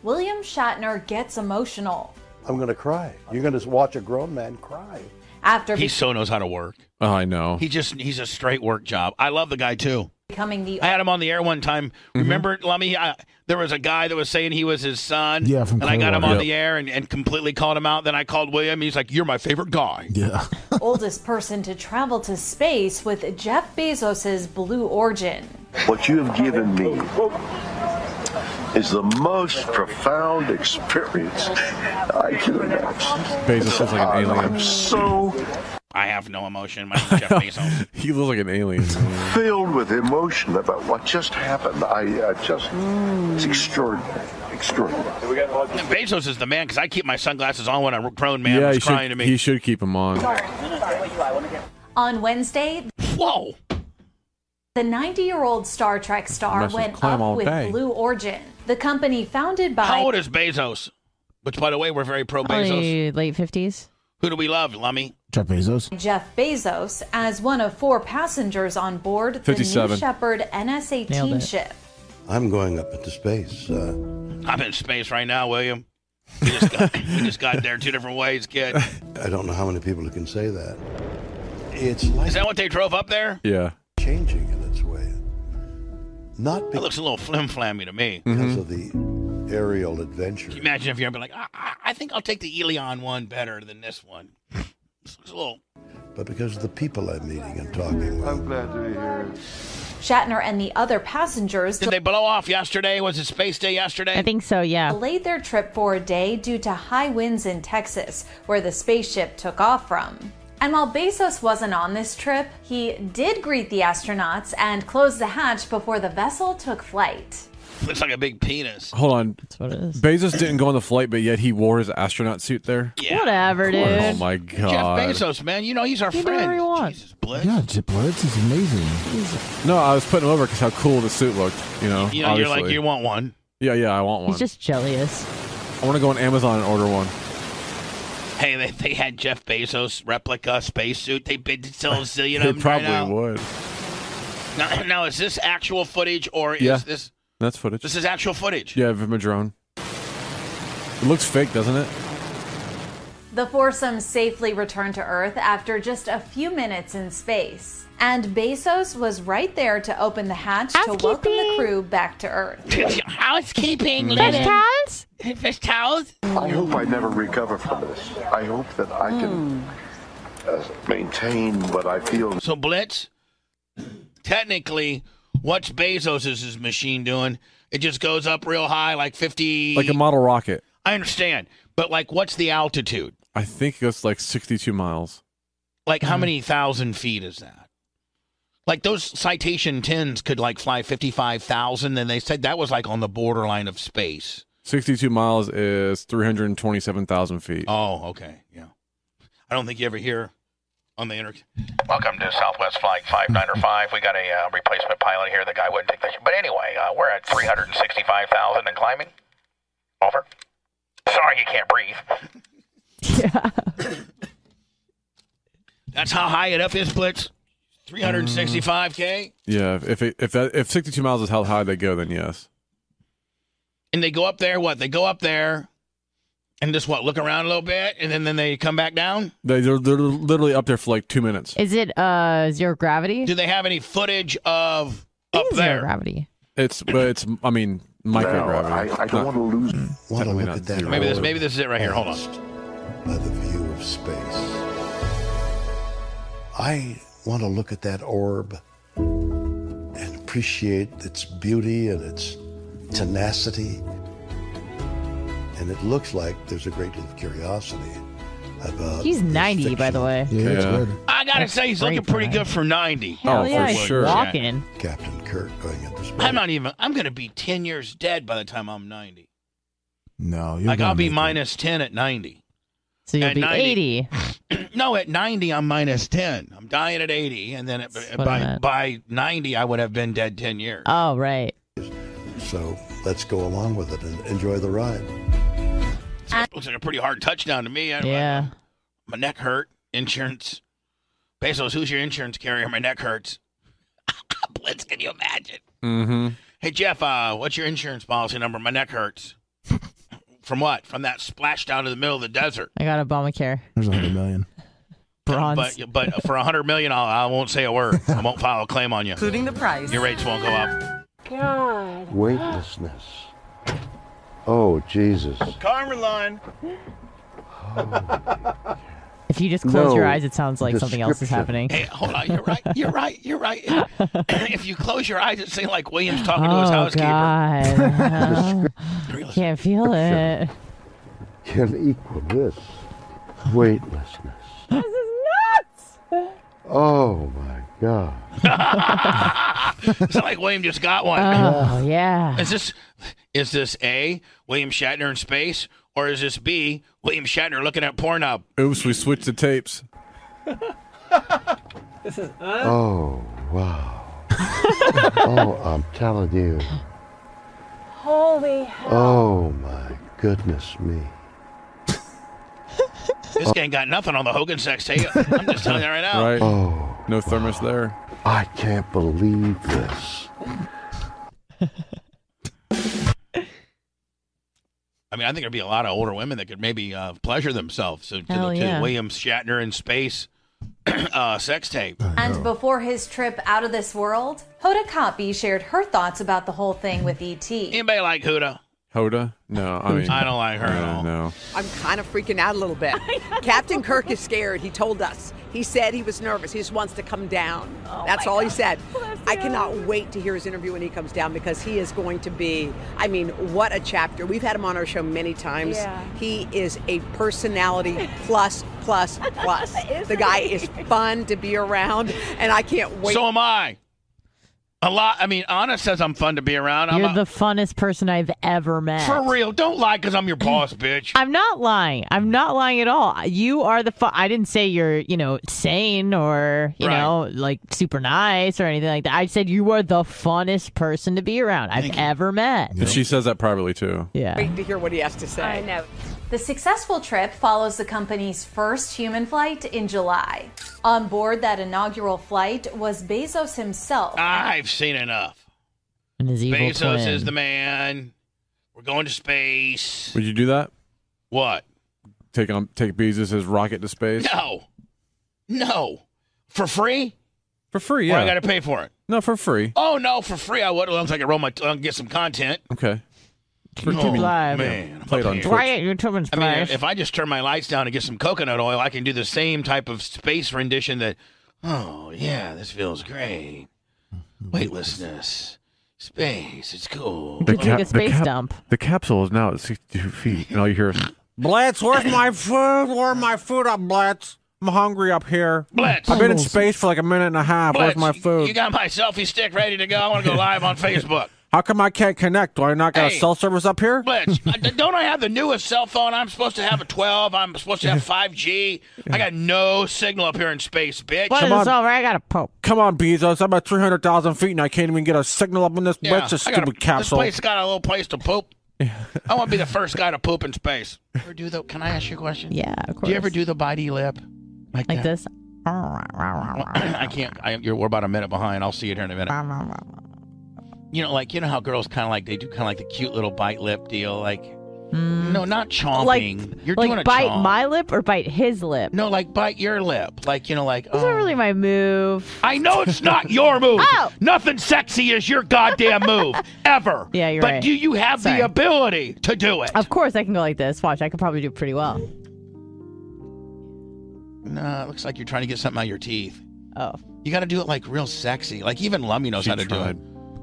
William Shatner gets emotional
I'm going to cry. You're going to watch a grown man cry.
after
He so knows how to work.
Oh, I know.
He just he's a straight work job. I love the guy too.
becoming the
I had him on the air one time.
Mm-hmm.
Remember, Lummy? I, there was a guy that was saying he was his son.
Yeah, from
And I got him on
Clearwater.
the air and, and completely called him out. Then I called William. He's like, "You're my favorite guy."
Yeah.
oldest person to travel to space with Jeff Bezos's Blue Origin.
What you have given me is the most profound experience I can imagine.
Bezos looks like an alien.
I'm so
I have no emotion. My name's Jeff Bezos.
he looks like an alien.
filled with emotion about what just happened. I, I just, it's extraordinary. Extraordinary.
And Bezos is the man because I keep my sunglasses on when a grown man
yeah,
was
he
crying
should,
to me.
he should keep him on.
On Wednesday,
whoa,
the 90-year-old Star Trek star
Must
went
climb all
up with
day.
Blue Origin, the company founded by
How old is Bezos? Which, by the way, we're very pro Bezos.
Probably late fifties.
Who do we love, Lummy?
Jeff Bezos.
Jeff Bezos as one of four passengers on board the
57.
New Shepard NS-18 ship.
I'm going up into space. Uh,
I'm in space right now, William. We just got, we just got there two different ways, kid.
I don't know how many people who can say that. It's like
Is that what they drove up there?
Yeah.
changing in its way.
Not
That looks a little flim flammy to me.
Mm-hmm.
because of the aerial adventure.
Can you imagine if you're ever like, I, I- I think I'll take the Elion one better than this one. This looks a little
but because of the people I'm meeting and talking with. I'm glad to be here.
Shatner and the other passengers
Did they blow oh, off yesterday? Was it space day yesterday?
I think so, yeah.
delayed their trip for a day due to high winds in Texas, where the spaceship took off from. And while Bezos wasn't on this trip, he did greet the astronauts and close the hatch before the vessel took flight.
looks like a big penis.
Hold on.
That's what it is.
Bezos didn't go on the flight, but yet he wore his astronaut suit there.
Whatever, dude.
Oh my god.
Jeff Bezos, man, you know he's our
He did
friend.
whatever he wants.
Yeah, Jip Blitz is amazing.
No, I was putting him over because how cool the suit looked. You know.
You know, you're like,
obviously.
you want one.
Yeah, yeah, I want one.
He's just jealous.
I want to go on Amazon and order one.
Hey, they, they had Jeff Bezos replica spacesuit. They bid to sell a zillion
they
of them
probably
right now.
would.
now. Now, is this actual footage or is
yeah.
this
That's footage.
this is actual footage?
Yeah, from a drone. It looks fake, doesn't it?
The foursome safely returned to Earth after just a few minutes in space. And Bezos was right there to open the hatch to welcome the crew back to Earth.
Housekeeping,
Fish
linen.
towels?
Fish towels?
I hope I never recover from this. I hope that I can uh, maintain what I feel.
So Blitz, technically, what's Bezos' machine doing? It just goes up real high, like fifty.
Like a model rocket.
I understand, but like, what's the altitude?
I think it goes like 62 miles.
Like,
Mm-hmm.
how many thousand feet is that? Like those Citation tens could like fly fifty-five thousand, and they said that was like on the borderline of space.
62 miles is 327,000 feet.
Oh, okay, yeah. I don't think you ever hear on the internet.
Welcome to Southwest Flight 595. We got a uh, replacement pilot here. The guy wouldn't take the. But anyway, uh, we're at 365,000 and climbing. Over. Sorry, you can't breathe.
That's how high it up is, Blitz. Three hundred sixty-five k,
Yeah, if it, if that, if 62 miles is how high they go, then yes.
and they go up there. What they go up there, and just what look around a little bit, and then then they come back down.
They, they're, they're literally up there for like two minutes.
Is it uh zero gravity?
Do they have any footage of up
zero
there?
gravity.
It's, but it's, I mean, microgravity.
I- I don't want
Not-
to lose.
What a look at that.
Maybe this maybe this is it right here. Hold on.
By the view of space. I want to look at that orb and appreciate its beauty and its tenacity. And it looks like there's a great deal of curiosity about.
He's 90, by the way.
Yeah, that's
that's
Yeah. good.
I gotta say he's looking pretty good Oh, for ninety.
Hell yeah, he's walking.
Captain Kirk going at this.
I'm not even. I'm gonna be ten years dead by the time I'm ninety.
No, you're
Like I'll
gonna
be
make it.
minus ten at ninety.
So you'll
At
be
90.
80.
no, at 90, I'm minus 10. I'm dying at 80, and then it,
what I
by,
meant.
by 90, I would have been dead 10 years.
Oh, right.
So let's go along with it and enjoy the ride.
So it looks like a pretty hard touchdown to me. I,
Yeah.
My neck hurt. Insurance. Bezos, who's your insurance carrier? My neck hurts. Blitz, can you imagine?
Mm-hmm.
Hey, Jeff, uh, what's your insurance policy number? My neck hurts. From what? From that splash down in the middle of the desert.
I got Obamacare.
There's a hundred million.
Bronze.
But but for a hundred million, I'll, I won't say a word. I won't file a claim on you.
Including the price.
Your rates won't go up.
God.
Weightlessness. Oh, Jesus.
Carmeline.
If you just close
No
your eyes, it sounds like something else is
description.
happening.
Hey, hold on. You're right. You're right. You're right. if you close your eyes, it seems like Williams talking to his
oh,
housekeeper.
God. Can't feel it.
Can equal this. Weightlessness.
This is nuts!
Oh, my God.
it's like William just got one.
Oh, yeah.
Is this is this A, William Shatner in space, or is this B, William Shatner looking at Pornhub?
Oops, we switched the tapes.
This is
Oh, wow. oh, I'm telling you.
Holy
Oh, my goodness me.
This guy ain't got nothing on the Hogan sex tape. I'm just telling you right now.
Right?
Oh,
no thermos there.
I can't believe this.
I mean, I think there'd be a lot of older women that could maybe uh, pleasure themselves. So to,
Hell
the, to
Oh, yeah.
William Shatner in space, uh, sex tape.
And before his trip out of this world, Hoda Kotb shared her thoughts about the whole thing with E E.T.
Anybody like Huda?
Hoda? No, I mean
I don't like her at all.
No.
I'm kind of freaking out a little bit. Captain Kirk is scared. He told us. He said he was nervous. He just wants to come down. That's all he said. I cannot wait to hear his interview when he comes down because he is going to be, I mean, what a chapter. We've had him on our show many times.
Yeah.
He is a personality plus, plus, plus. the guy is fun to be around, and I can't wait.
So am I. A lot. I mean, Anna says I'm fun to be around. I'm
You're
a-
the funnest person I've ever met.
for real. Don't lie, cause I'm your boss, bitch.
I'm not lying. I'm not lying at all. You are the fun. I didn't say you're, you know, sane or, you
Right.
know, like super nice or anything like that. I said you are the funnest person to be around I've ever met.
And she says that privately too.
Yeah.
to hear what he has to say.
I know. The successful trip follows the company's first human flight in July. On board that inaugural flight was Bezos himself.
I've seen enough.
And his evil
Bezos
twin.
is the man. We're going to space.
Would you do that?
What?
Take on take Bezos' rocket to space?
No, no, for free.
For free,
Or
yeah.
I got to pay for it.
No, for free.
Oh no, for free I would. As long as I can roll my tongue, get some content.
Okay.
For
Oh,
live. man, I'm
Play it
up
on
here.
Twitch.
Why-
Your twin's
I mean,
price.
if I just turn my lights down and get some coconut oil, I can do the same type of space rendition that. Oh yeah, this feels great. Weightlessness, space. It's cool.
The capsule is now at 62 feet, and all you hear is,
Blitz, where's my food? Where's my food up, Blitz? I'm hungry up here.
Blitz.
I've been in space for like a minute and a half. where's
Blitz,
my food?
You got my selfie stick ready to go. I want to go live on Facebook.
How come I can't connect? Do I not got
Hey.
a cell service up here?
Blitz, I- don't I have the newest cell phone? I'm supposed to have a 12. I'm supposed to have 5G. I got no signal up here in space, bitch.
Come on.
I got a pope.
Come on, Bezos. I'm at 300,000 feet and I can't even get a signal up in this
Yeah,
blitz of
I got a-
stupid
This
capsule.
place got a little place to poop. I want to be the first guy to poop in space. Ever do the, can I ask you a question?
Yeah, of course.
Do you ever do the bitey lip? Like,
Like this?
I can't. I, you're, we're about a minute behind. I'll see you here in a
Um,
minute. You know, like you know how girls kind of like they do kind of like the cute little bite lip deal. Like, no, not chomping. you're
Mm. like
doing a
bite
chomp.
my lip or bite his lip?
No, like bite your lip. Like you know, like um,
This isn't really my move.
I know it's not your move.
Oh.
Nothing sexy is your goddamn move ever.
Yeah, you're
but
right.
do you have
Sorry.
the ability to do it?
Of course, I can go like this. Watch, I could probably do pretty well.
No, it looks like you're trying to get something out of your teeth.
Oh.
You got to do it like real sexy. Like even Lummy knows
She
how to do it.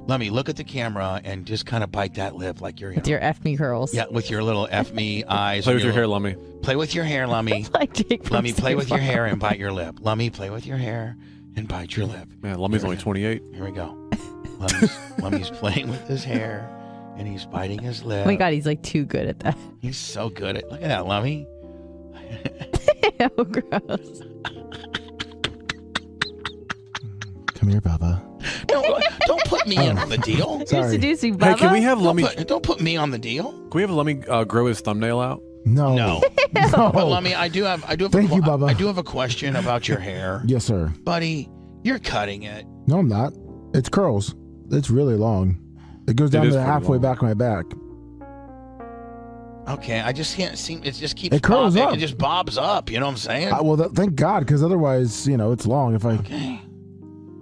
Lummy, look at the camera and just kind of bite that lip like you're. You
With
know,
your F me curls.
yeah, with your little f me eyes.
Play
and
with your hair,
little-
Lummy.
Play with your hair, Lummy.
like Jake from
Lummy, play
Steve
with your hair
Martin.
and bite your lip. Lummy, play with your hair and bite your lip.
Man, Lummy's only 28.
Here we go. Lummy's, Lummy's playing with his hair and he's biting his lip.
Oh my god, he's like too good at that.
He's so good at. Look at that, Lummy.
Ew, Oh, gross.
Come here, Baba.
Don't, don't put me in on the deal.
Sorry. You're seducing
Hey, can
Bubba?
we have
Don't
Lummy?
put- don't put me on the deal.
Can we have Lummy uh, grow his thumbnail out?
No.
No. But Lummy, I do have I do have
Thank
a,
you,
que-
Bubba.
I do have a question about your hair.
Yes, sir.
Buddy, you're cutting it.
No, I'm not. It's curls. It's really long. It goes
It
down
is
to the
pretty
halfway
long.
back of my back.
Okay, I just can't seem it just keeps
It curls
bob-
up.
It just bobs up, you know what I'm saying?
I, well, th- thank God, because otherwise, you know, it's long. If I,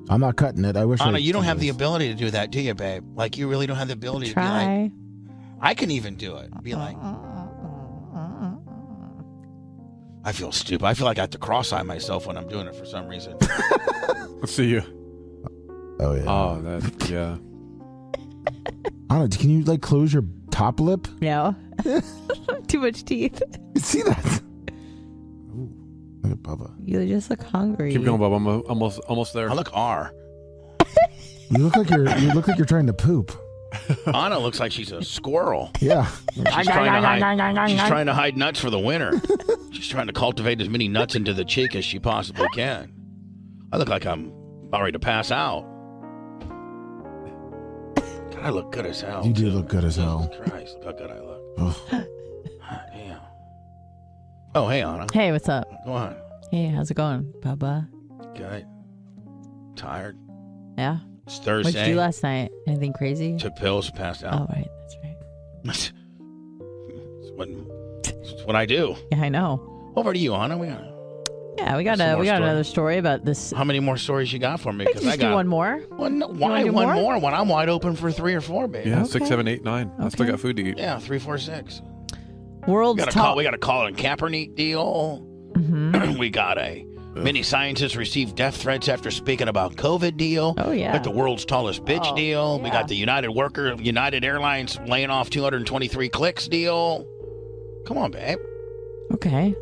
I'm not cutting it. I wish.
Anna,
I,
you don't have the ability to do that, do you, babe? Like you really don't have the ability to
Try.
be like I can even do it. Be like I feel stupid. I feel like I have to cross eye myself when I'm doing it for some reason.
Let's see you.
Oh yeah.
Oh, that yeah.
Anna, can you like close your top lip?
No. too much teeth.
See that? Look at Bubba.
You just look hungry.
Keep going, Bob. I'm uh, almost almost there. I
look R.
You look like you're. You look like you're trying to poop.
Anna looks like she's a squirrel.
Yeah.
She's trying, to hide, she's trying to hide nuts for the winter. she's trying to cultivate as many nuts into the cheek as she possibly can. I look like I'm about ready to pass out. God, I look good as hell.
You do look good as hell.
Oh, Christ, look how good I look.
Ugh.
Damn. Oh, hey, Anna.
Hey, what's up?
Go on.
Hey, how's it going, Bubba?
Good. Tired.
Yeah.
It's
What'd you
Thursday.
do last night? Anything crazy?
Took pills, passed
Oh,
out.
right. That's right.
it's, what, it's what I do.
Yeah, I know.
Over to you, Anna. We are.
Yeah, we got
Some
a
more
we got
story.
another story about this.
How many more stories you got for me?
We can
Because I
just
got
do one more.
One,
You
Why
wanna do
one more? when I'm wide open for three or four, baby?
Yeah, six, seven, eight, nine. I still got food to eat.
Yeah, three, four, six. We
World's
got a
top. Mm-hmm.
call. We got a call on Kaepernick deal. we got a. Many scientists received death threats after speaking about COVID deal. Oh
yeah.
Got the world's tallest bitch
Oh,
deal. We
yeah.
got the United worker, United Airlines laying off 223 clicks deal. Come on, babe.
Okay.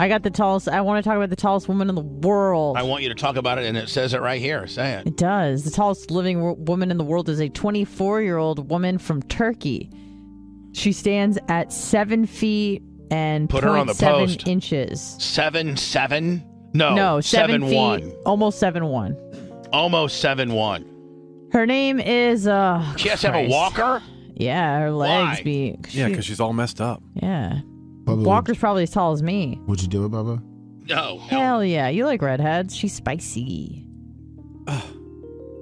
I got the tallest. I want to talk about the tallest woman in the world.
I want you to talk about it, and it says it right here. Say it.
It does. The tallest living wo- woman in the world is a 24 year old woman from Turkey. She stands at seven feet and
Put her on the
0.7
post.
inches.
Seven, seven. No,
no, seven,
seven
feet,
one.
almost seven one.
Almost seven one.
Her name is. Uh,
She has to have a
Christ.
walker.
Yeah, her legs
Why?
be.
Yeah, because she's all messed up.
Yeah. Walker's probably as tall as me.
Would you do it, Bubba?
Oh, No.
Hell yeah. You like redheads. She's spicy.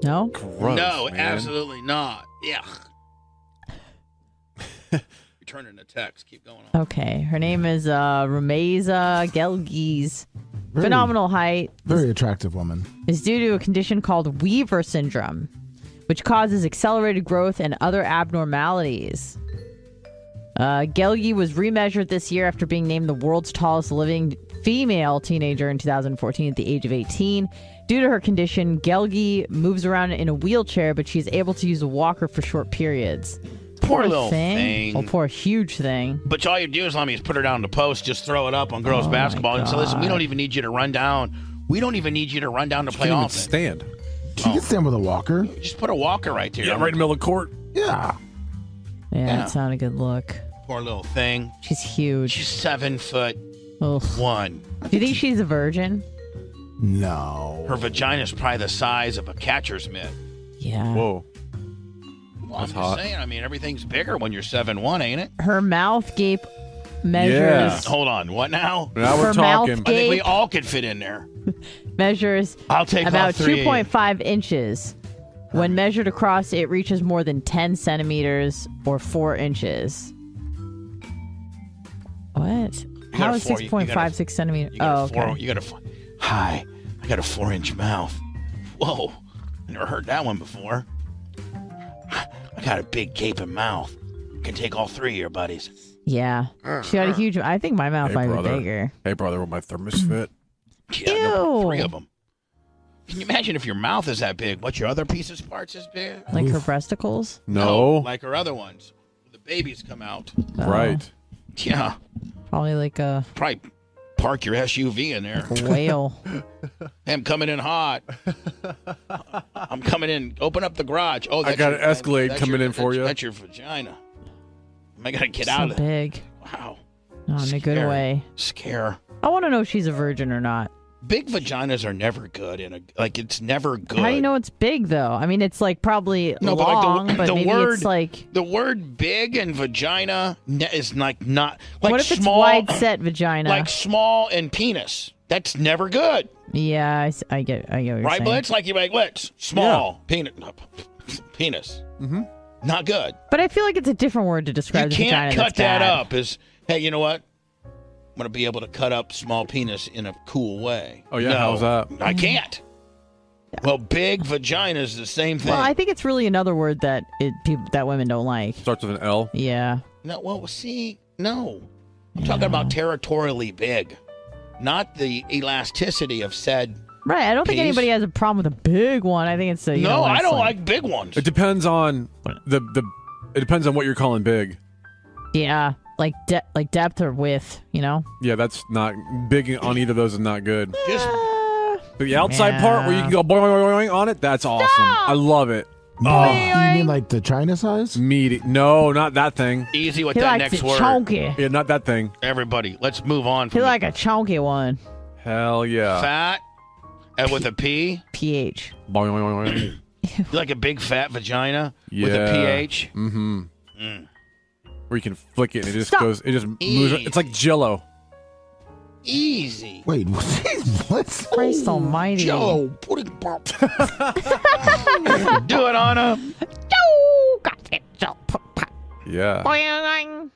no?
no, absolutely not. Yeah. Returning the text. Keep going.
Okay. Her name is uh Rameza Gelgies. Phenomenal height
Very attractive woman.
is due to a condition called Weaver syndrome, which causes accelerated growth and other abnormalities. Uh, Gelgi was remeasured this year after being named the world's tallest living female teenager in 2014 at the age of 18. Due to her condition, Gelgi moves around in a wheelchair, but she's able to use a walker for short periods.
Poor little thing.
Well, poor huge thing.
But all you do is let me is put her down to post, just throw it up on
Oh,
girls basketball, and say, "Listen, we don't even need you to run down. We don't even need you to run down to play
Can't even
offense.
stand.
She
Oh.
could stand with a walker.
Just put a walker right there.
Yeah, right in the middle of court.
Yeah.
Yeah,
Yeah.
that's not a good look.
Poor little thing.
She's huge.
She's seven foot
Ugh.
one.
Do you think she's a virgin?
No.
Her vagina's probably the size of a catcher's mitt.
Yeah.
Whoa.
Well, I'm
That's
just
hot.
saying. I mean, everything's bigger when you're seven one, ain't it?
Her mouth gape measures
Hold on. What now?
Now we're Her mouth talking.
I think we
gape.
all could fit in there.
measures
I'll take
about
off three.
2.5 inches. When measured across, it reaches more than 10 centimeters or 4 inches. What?
You got
How
a
is
four- you- you got a-
6.56 centimeters?
You got
Oh,
a four.
okay.
You got a four. Hi, I got a four-inch mouth. Whoa, I never heard that one before. I got a big gaping mouth. Can take all three of your buddies.
Yeah. She had a huge. I think my mouth
Hey,
might
brother.
be bigger.
Hey, brother, with my thermos fit.
Yeah, no, three of them. Can you imagine if your mouth is that big? What's your other pieces parts is big?
Like her breasticles?
No.
like her other ones. The babies come out.
Oh.
Right.
Yeah,
Probably like a
probably park your SUV in there.
whale.
Hey, I'm coming in hot. I'm coming in. Open up the garage. Oh,
I
that's
got
your-
an Escalade
that's
coming
your-
in for
that's-
you.
That's your vagina. I gotta get
so
out of there.
big.
Wow.
Not in a good
Scary.
way.
Scare.
I want to know if she's a virgin or not.
Big vaginas are never good. In a like, it's never good.
How do you know it's big though? I mean, it's like probably
No, but like the-
long, but,
the
maybe
word-
it's like.
The word "big" and vagina ne- is like not like
what if it's
small,
wide set vagina?
like small and penis. That's never good,
yeah, I, s- I get, I get what you're
right,
saying.
Blitz? Like you're like, let's small penis, penis, mm-hmm. not good.
But I feel like it's a different word to describe
you
the
can't
vagina.
cut that
that's bad.
up as hey you know what i'm gonna be able to cut up small penis in a cool way
Oh, yeah,
No,
how's that?
i can't well big vagina is the same thing
Well, I think it's really another word that it people, that women don't like.
Starts with an L.
Yeah,
no well see no i'm talking about territorially big not the elasticity of said
right. I don't think
Penis?
anybody has a problem with a big one. I think it's a you
no
know,
i
it's
don't like big ones
It depends on the the. It depends on what you're calling big.
yeah, like de- like depth or width. You know,
Yeah, that's not big on either of those is not good.
just
But the outside part where you can go boing, boing, boing, boing on it, that's awesome. I love it.
Oh, you mean like the China size?
Meaty. No, Oh, not that thing.
easy with
He
that next
likes it
word
chunky.
Yeah, not that thing.
everybody let's move on
he
from
like a chunky one.
Hell yeah.
fat and with a p
Ph.
Boing, boing, boing, boing.
you like a big fat vagina with
Yeah.
a ph
Mm-hmm.
Mm.
Where you can flick it and it just
Stop.
goes, it just moves.
Easy.
It's like Jello.
easy
Wait, what?
Christ Almighty.
Jello pudding pop. Do it, Anna.
Oh, got it. Jello.
Yeah.
Boing.